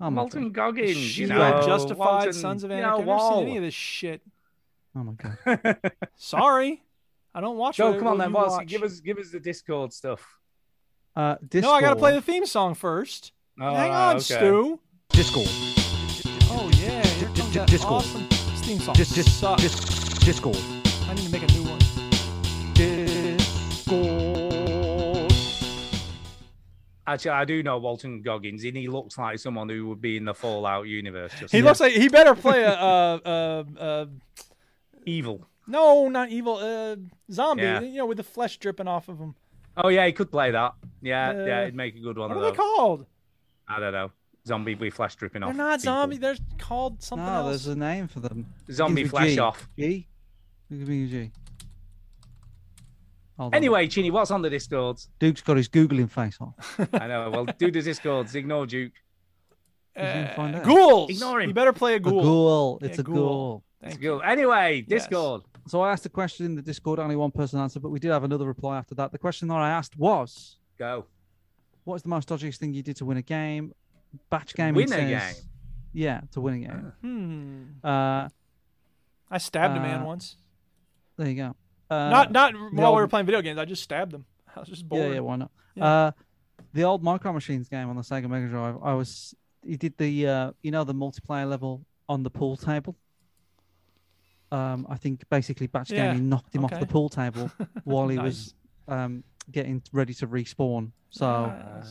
Oh my Walton God. Goggins. She you got know, justified Walton- Sons of you Anarchy. know, I've never seen Wall. any of this shit. Oh my god. Sorry, I don't watch. So what- come on what then, you Waz, watch. give us give us the Discord stuff. Uh, No, I gotta play the Discord. theme song first. Oh, Hang on, okay. Stu. Discord. Oh yeah, here comes that Discord. awesome this theme song. Dis- dis- sucks. dis- Discord. I need to make a new one. Discord. Actually, I do know Walton Goggins, and he looks like someone who would be in the Fallout universe. Just He looks like he better play a uh, uh, uh, evil. no, not evil uh, zombie. Yeah. You know, with the flesh dripping off of him. Oh yeah, he could play that. Yeah, yeah, Uh, it'd make a good one What of are they those. called? I don't know. Zombie with flesh dripping off. They're not people. zombie. They're called something No, else. there's a name for them. Zombie Give me flash G. off. G. Give me a G. Hold on. Anyway, Chini, what's on the Discords? Duke's got his googling face on. I know. Well, do the Discords. Ignore Duke. gonna find out. Uh, ghouls. Ignore him. You better play a ghoul. ghoul. Yeah, It's a ghoul. It's Thank good. Anyway, Yes. Discord. So I asked a question in the Discord. Only one person answered, but we did have another reply after that. The question that I asked was, Go. "What is the most dodgiest thing you did to win a game?" Batch game. win a game? Ah. Yeah, to win a game. Hmm. Uh, I stabbed a man Uh, once. there you go. Uh, not not the while we were old- playing video games. I just stabbed them. I was just bored. Yeah, yeah, why not? Yeah. Uh, the old Micro Machines game on the Sega Mega Drive. I was. He did the uh, you know the multiplayer level on the pool table. Um, I think basically Batch Yeah, Gaming knocked him off the okay. pool table while he was um, getting ready to respawn. So Uh,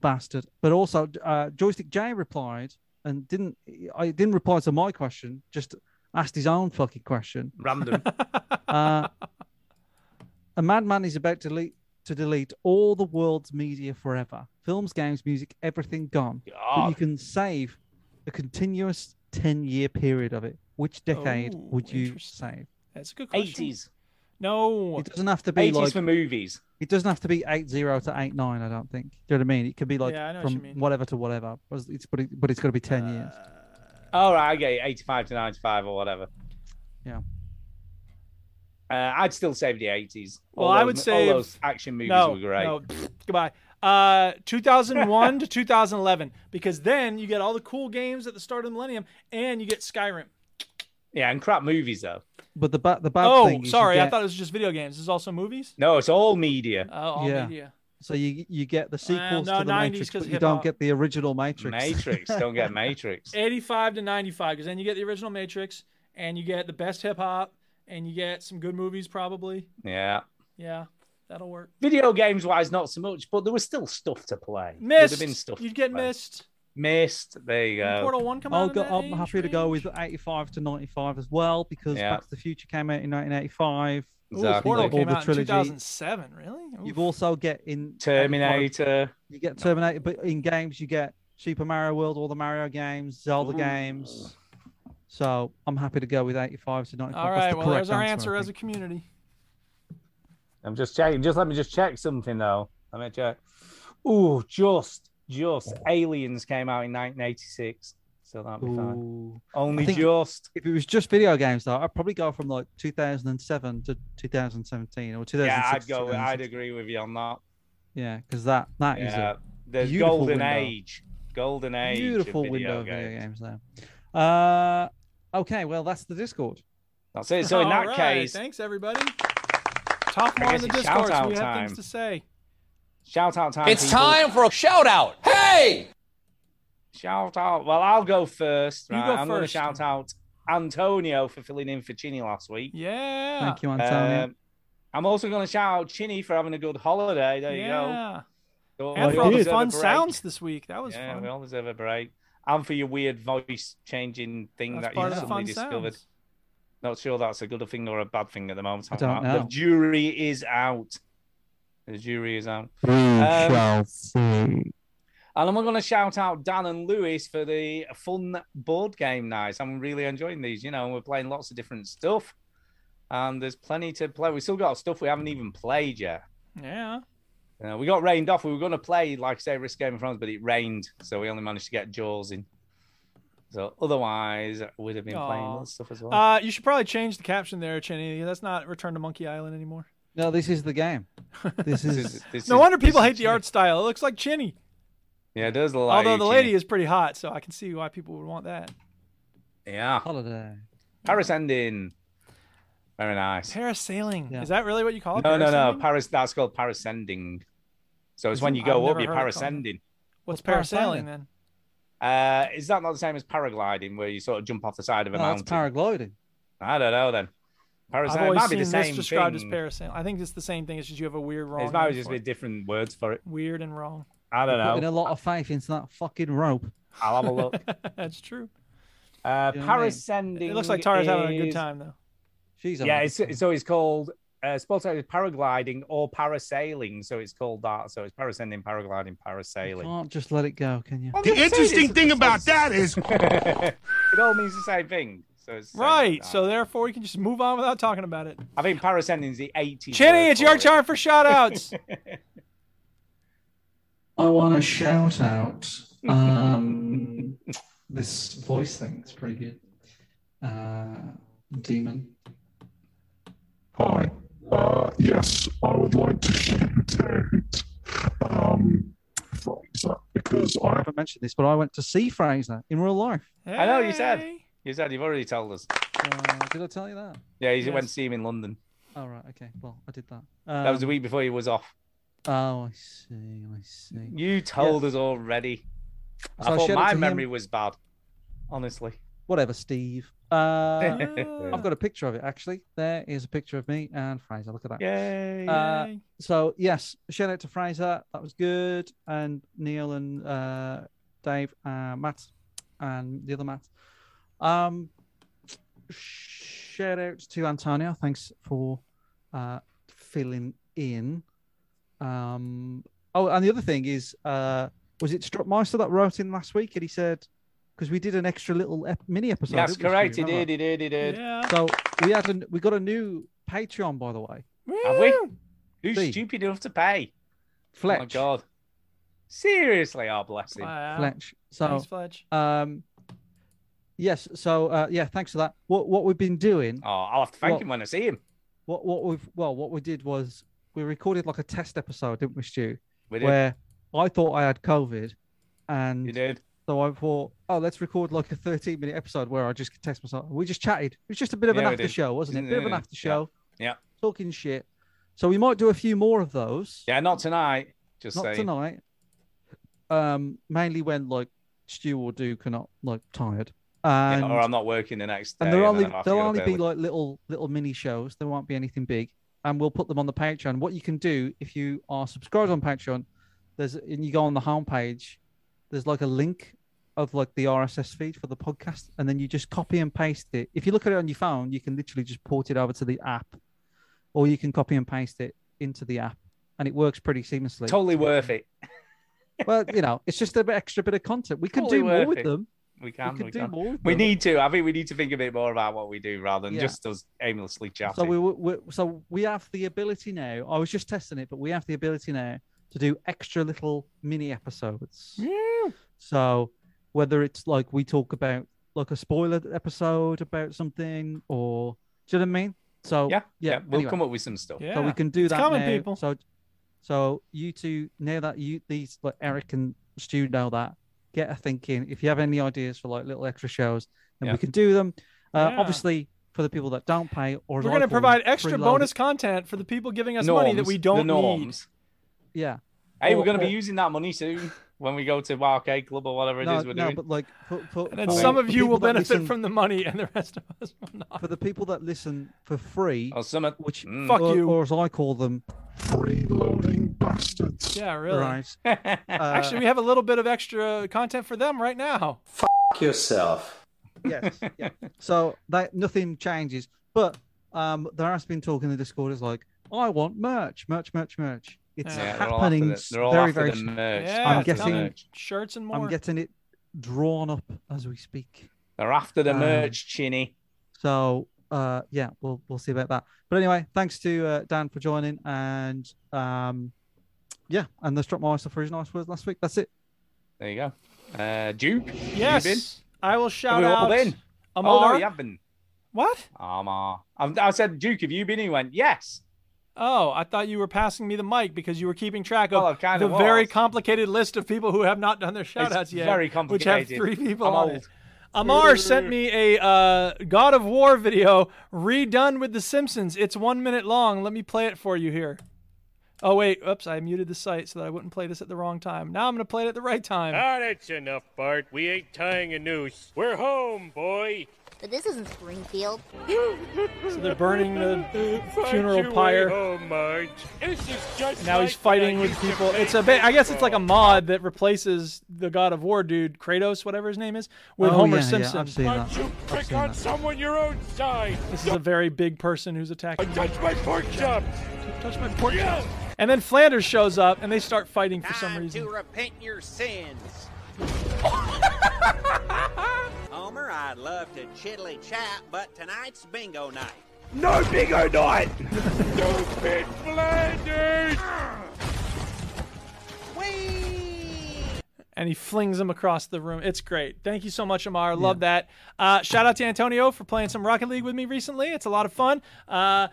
bastard. But also, uh, Joystick J replied and didn't. I didn't reply to my question. Just asked his own fucking question. Random. Uh, a madman is about to delete to delete all the world's media forever. Films, games, music, everything gone. But you God. can save a continuous 10 year period of it. Which decade Ooh, would you interesting. save? That's a good question. 80s. No. It doesn't have to be 80s like for movies. it doesn't have to be 80 to 89, I don't think. Do you know what I mean? It could be like Yeah, I know what from you mean. Uh, whatever to whatever. But it's- it's but, it, but it's got to be 10 years. All right, I get it. 85 to 95 or whatever. Yeah. Uh, I'd still save the 80s. Well, All I those- would save- all those action movies no, were great. No, goodbye. Uh, 2001 to 2011, because then you get all the cool games at the start of the millennium, and you get Skyrim. Yeah, and crap movies though. But the ba- the bad Oh, thing is you sorry, I get- thought it was just video games. It's also movies. No, it's all media. Oh, all yeah. media. So you you get the sequels no, to the 90s Matrix, 'cause but you hip don't hop. get the original Matrix. Matrix, don't get Matrix. 85 to 95 because then you get the original matrix and you get the best hip-hop and you get some good movies probably Yeah. yeah that'll work Video games wise, not so much, but there was still stuff to play. There'd have missed been stuff you'd to get play. missed Missed. There you go. Portal One come I'll out in go, that I'm age happy to go with 85 to 95 as well because Yeah. Back to the Future came out in 1985. Ooh, portal All came the out in uh, trilogy. 2007 really You've also get in Terminator. You get Terminator, but in games you get Super Mario World, all the Mario games, Zelda games. So I'm happy to go with 85 to 95. all That's right the well there's correct our answer answer I as a community I'm just checking. Just let me just check something though. Let me check. Ooh, just just Aliens came out in 1986, so that'll be fine. Only I think just. If it was just video games, though, I'd probably go from like 2007 to 2017 or 2016. Yeah, I'd go. I'd agree with you on that. Yeah, because that that is Yeah, a the beautiful golden window. age, golden age. of Beautiful video window of video games. games there. Uh, okay, well that's the Discord. That's it. So in All that right, case, thanks everybody talk I more on guess the it's discord shout-out we have time. things to say shout out time. It's people. time for a shout out. Hey! Shout out. Well, I'll go first. You right? go I'm going to first. shout out Antonio for filling in for Chinny last week. Yeah. Ah, Thank you, Antonio. um, I'm also going to shout out Chinny for having a good holiday. There yeah you go. and We for all all the deserve a fun break. sounds this week that was yeah, fun we all deserve a break. And for your weird voice changing thing That's that part of you the suddenly fun discovered. sounds. Not sure that's a good thing or a bad thing at the moment. I don't The know. jury is out. The jury is out. We Um, shall see. And I'm going to shout out Dan and Lewis for the fun board game nights. I'm really enjoying these. You know, we're playing lots of different stuff, and there's plenty to play. We still got stuff we haven't even played yet. yeah You know, we got rained off. We were going to play, like I say, Risk Game of Thrones, but it rained, so we only managed to get Jaws in. So otherwise, we'd have been playing Aw. other stuff as well. uh you should probably change the caption there chinny that's not return to monkey island anymore No, this is the game. This is This no is- wonder people this hate the art style it looks like chinny yeah, it does look like although the you, lady is pretty hot so i can see why people would want that Chinny. yeah, holiday Paris ending, very nice. Parasailing. Is that really what you call it? No, no, no. Parasailing? Paris. That's called parasending. So it's Is when it- you go I've up, you're never heard it called parasending. What's What's parasailing parasailing? then? Uh, is that not the same as paragliding, where you sort of jump off the side of a no, that's mountain? Oh, paragliding. I don't know then. I've Parasailing always might be seen the this same described as thing. parasailing. I think it's the same thing. It's just you have a weird wrong. It might name just for be it. different words for it. weird and wrong. I don't Putting know. a lot of faith into that fucking rope. I'll have a look. That's true. Uh, You know what I mean? parasending. It looks like Tara's having a good is- time though. She's Yeah, it's, it's always called. Uh, sports is paragliding or parasailing, so it's called that. So it's parasending, paragliding, parasailing. Can't just let it go, can you? Well, that's what I'm saying, it's- it all means the same thing. So it's the same Right. thing. So therefore, we can just move on without talking about it. I think parasending is the 80. Chinny, it's your turn for shout-outs. I want to shout out. Um, this voice thing is pretty good. Uh, Demon. Hi. Uh, yes, I would like to shout out um, Fraser because I I haven't mentioned this, but I went to see Fraser in real life. I know you said. You said you've already told us. Uh, did I tell you that? Yeah, he Yes. went to see him in London. All right. Okay. Well, I did that. that was the Um, week before he was off. Oh, I see. I see. You told us already. So I I shared thought it my to him. memory was bad, honestly. Whatever, Steve. Uh, I've got a picture of it actually. There is a picture of me and Fraser. Look at that. Yay. Uh, so yes, shout out to Fraser. That was good. And Neil and uh, Dave, uh, Matt, and the other Matt. Um, shout out to Antonio. Thanks for uh, filling in. Um, oh, and the other thing is, uh, was it Strutmeister that wrote in last week? And he said, because we did an extra little ep- mini episode. That's didn't we, correct. He Stu? Remember? did, he did, he did. Yeah. So we had a, we got a new Patreon, by the Oh way. Have we? Who's See. stupid enough to pay? Oh my Fletch. God. Seriously, oh, bless him. Wow. Fletch. So, Thanks, Fletch. um, yes. So, uh, yeah. Thanks for that. What what we've been doing? Oh, I'll have to thank Well- him when I see him. What what we've well, what we did was we recorded like a test episode, didn't we, Stu? We did. Where I thought I had COVID, and You did. so I thought, oh, let's record like a 13 minute episode where I just test myself. We just chatted. It was just a bit of Yeah, an we after did. show, wasn't it? Bit of an Yeah. after show, Yeah. talking shit. So we might do a few more of those. Yeah, not tonight. Just not saying. tonight. Um, mainly when like Stu or Duke are not like tired. Yeah, And or I'm not working the next day. and there'll and only then I'm off to there'll go only to be bed. like little little mini shows. There won't be anything big, and we'll put them on the Patreon. What you can do if you are subscribed on Patreon, there's and you go on the homepage, there's like a link of like the RSS feed for the podcast, and then you just copy and paste it. If you look at it on your phone, you can literally just port it over to the app, or you can copy and paste it into the app, and it works pretty seamlessly. totally worth it. well, you know, it's just a bit extra bit of content. We can Totally do more worth with it. them. We can. could We, do can. more with we them. need to. I think we need to think a bit more about what we do rather than Yeah. just us aimlessly chatting. So we, we so we have the ability now. I was just testing it, but we have the ability now to do extra little mini episodes. So whether it's like we talk about like a spoiler episode about something, or do you know what I mean? So yeah, yeah, We'll anyway. come up with some stuff. So we can do that coming, now. people. So, so you two now that you these like Eric and Stu know that, get a thinking. If you have any ideas for like little extra shows, then Yeah. we can do them. Uh, Yeah. Obviously, for the people that don't pay or We're like going to all provide extra freeloaded- bonus content for the people giving us money that we don't the need. norms. Yeah. Hey, Or- we're going to or- be using that money soon when we go to our arcade club or whatever it no, is we're no, doing. but like, for, for, And then for- some of for you will people that benefit listen- from the money, and the rest of us will not. for the people that listen for free, or Hmm. some, which Fuck or, you. or as I call them, freeloading bastards. Yeah, really. Right. Actually, we have a little bit of extra content for them right now. Fuck yourself. yes. Yeah. So that nothing changes, but um, there has been talk in the Discord. It's like I want merch, merch, merch, merch. It's Yeah, they're all after happening. the- s- they're all very, after very. the s- merch. They're I'm after the getting merch. Shirts and I'm more. getting it drawn up as we speak. They're after the Um, merch, Chinny. So uh, yeah, we'll we'll see about that. But anyway, thanks to uh, Dan for joining, and um, yeah, and the struck my Oyster for his nice words last week. That's it. There you go. Uh, Duke. have you been? Yes, I will shout we all out. been? Amar. Oh, no, you have been. What? Amar. I, I said, Duke, have you been? He went, yes. Oh, I thought you were passing me the mic because you were keeping track of Well, I kinda the very was. complicated list of people who have not done their shout outs yet. very Which have complicated. three people I'm on old. it. Amar sent me a uh, God of War video redone with The Simpsons. It's one minute long. Let me play it for you here. Oh, wait. Oops, I muted the site so that I wouldn't play this at the wrong time. Now I'm going to play it at the right time. Ah, that's enough, Bart. We ain't tying a noose. We're home, boy. But this isn't Springfield. So they're burning the Find funeral your way pyre. home, Marge. This is just Now he's like when I fighting with used to people. play It's a bit. I guess it's like a baseball. mod that replaces the God of War dude, Kratos, whatever his name is, with Oh, Homer yeah, yeah, Simpson. I've seen that. You pick on someone your own size. This is a very big person who's attacking. him. Touch my pork chop. Touch my pork chop. And then Flanders shows up, and they start fighting for some reason. repent your sins. Homer, I'd love to chiddly chat, but tonight's bingo night. No bingo night! Stupid Flanders! And he flings him across the room. It's great. Thank you so much, Amar. Love that. Uh, shout out to Antonio for playing some Rocket League with me recently. It's a lot of fun. Uh,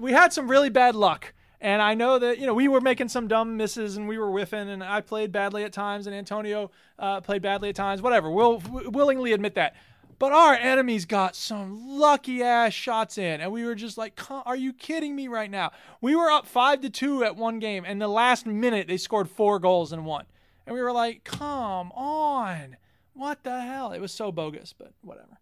we had some really bad luck. And I know that, you know, we were making some dumb misses and we were whiffing and I played badly at times and Antonio uh, played badly at times, whatever. We'll w- willingly admit that. But our enemies got some lucky ass shots in and we were just like, "Come- are you kidding me right now? We were up 5 to 2 at one game and the last minute they scored four goals and won. And we were like, "Come on. What the hell?" It was so bogus, but whatever.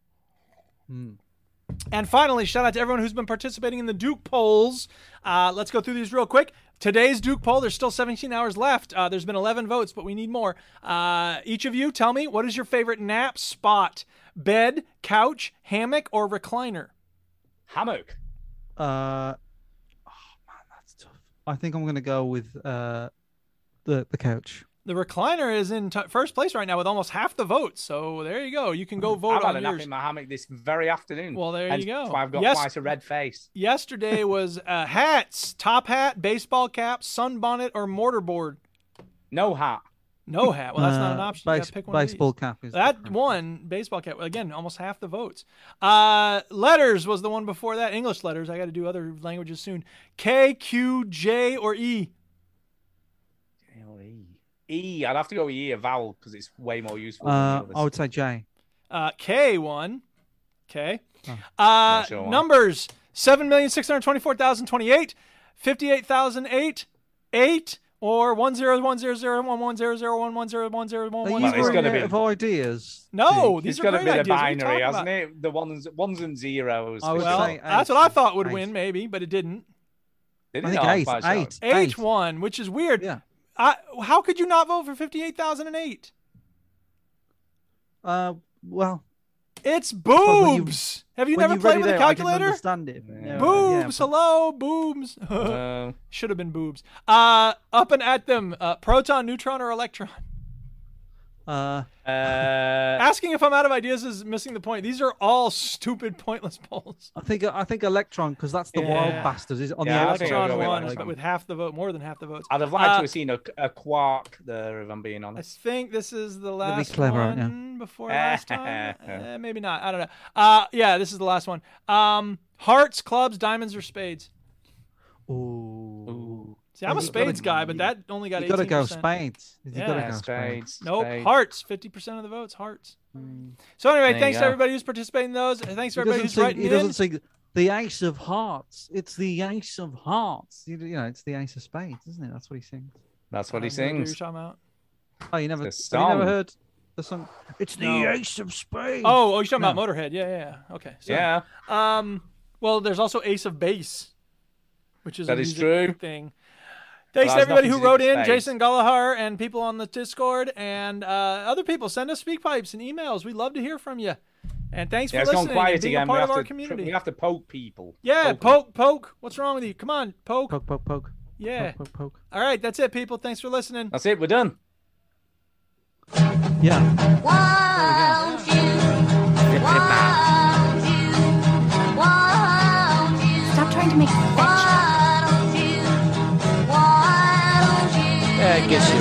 And finally, shout out to everyone who's been participating in the Duke polls. Uh, let's go through these real quick. Today's Duke poll, there's still 17 hours left. Uh, there's been 11 votes, but we need more. Uh, each of you, tell me, what is your favorite nap spot? Bed, couch, hammock, or recliner? Hammock. Uh, oh man, that's tough. I think I'm gonna go with uh, the the couch. The recliner is in t- first place right now with almost half the votes. So there you go. You can go vote on I've had Mm, a nap yours. in my hammock this very afternoon. Well, there And you go. that's why I've got Yes. quite a red face. Yesterday was uh, hats, top hat, baseball cap, sunbonnet, or mortarboard. No hat. No hat. Well, that's not an Uh, option. You base- gotta pick one of baseball these. cap is that one baseball cap. Again, almost half the votes. Uh, letters was the one before that. English letters. I got to do other languages soon. K, Q, J, or E. E. I'd have to go with E, a vowel, because it's way more useful. Uh, than the I others. would say Jay. Uh, K one. Okay. Oh. Uh, sure why. numbers: seven million six hundred twenty-four thousand twenty-eight, fifty-eight thousand eight, eight, or one zero one zero zero one one zero zero one one zero one zero one Are one. you zero, running zero. out of ideas? No, Dick? these it's are got great a bit ideas. of What are you binary, talking hasn't about? it? The ones ones and zeros. I would Well, say that's eight. what I thought would Eight. win, maybe, but it didn't. Did I it think not? eight, Five stars. eight. H one, which is weird. Yeah. I, how could you not vote for fifty-eight thousand and eight? Uh, well, It's suppose when you- boobs. Have you when never you read played it with a out, I didn't calculator? understand it. Yeah, yeah, boobs. but- hello, boobs. No. Should have been boobs. Uh, up and at them. Uh, proton, neutron, or electron. Uh, uh, Asking if I'm out of ideas is missing the point. These are all stupid, pointless polls. I think I think Electron because that's the wild Yeah. bastards. Is on Yeah, the I think I'll outside. Electron go with won, Electron. but with half the vote, more than half the votes. I'd have liked Uh, to have seen a, a quark there, if I'm being I honest. think this is the be last clever, aren't one ya? before last time. Uh, maybe not. I don't know. Uh, yeah, this is the last one. Um, hearts, clubs, diamonds, or spades. Ooh. See, I'm a spades guy, but that only got. You gotta go 18%. spades. You gotta Yeah. go spades. Nope, hearts. Fifty percent of the votes, hearts. Mm. So anyway, There you thanks to go. everybody who's participating in those. and Thanks He for everybody who's doesn't sing. writing He in. doesn't sing the ace of hearts. It's the ace of hearts. You, you know, it's the ace of spades, isn't it? That's what he sings. That's what he I have no idea what sings. you're talking about. Oh, you never. It's a Have you song. never heard the song? It's No. the ace of spades. Oh, oh, you're talking No. about Motorhead. Yeah, yeah, yeah. Okay. So, Yeah. Um, well, there's also Ace of Base, which is a That is music true. thing. Thanks to has everybody who nothing to do with wrote in, space. Jason Gullahar and people on the Discord and uh, other people. Send us speak pipes and emails. We'd love to hear from you. And thanks Yeah, for it's gone listening quiet and being again. a we part have of our to, community. We have to poke people. yeah, Poke 'em. poke, poke. What's wrong with you? Come on, poke. Poke, poke, poke. Yeah. Poke, poke, poke. All right, that's it, people. Thanks for listening. That's it. We're done. Yeah. Won't you? Won't you? Won't you? Stop trying to make it Why don't you? Why don't you? Yeah, it gets you.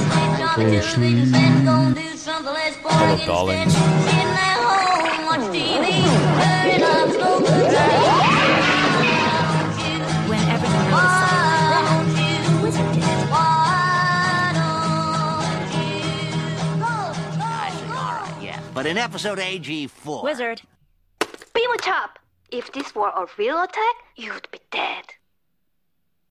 Go do something less boring instead. darling. Sitting at home, watch TV, turn up, smoke a joint. When everything goes silent, who is it? Why Yeah, but in episode AG4. Wizard. Be on top. If this were a real attack, you'd be dead.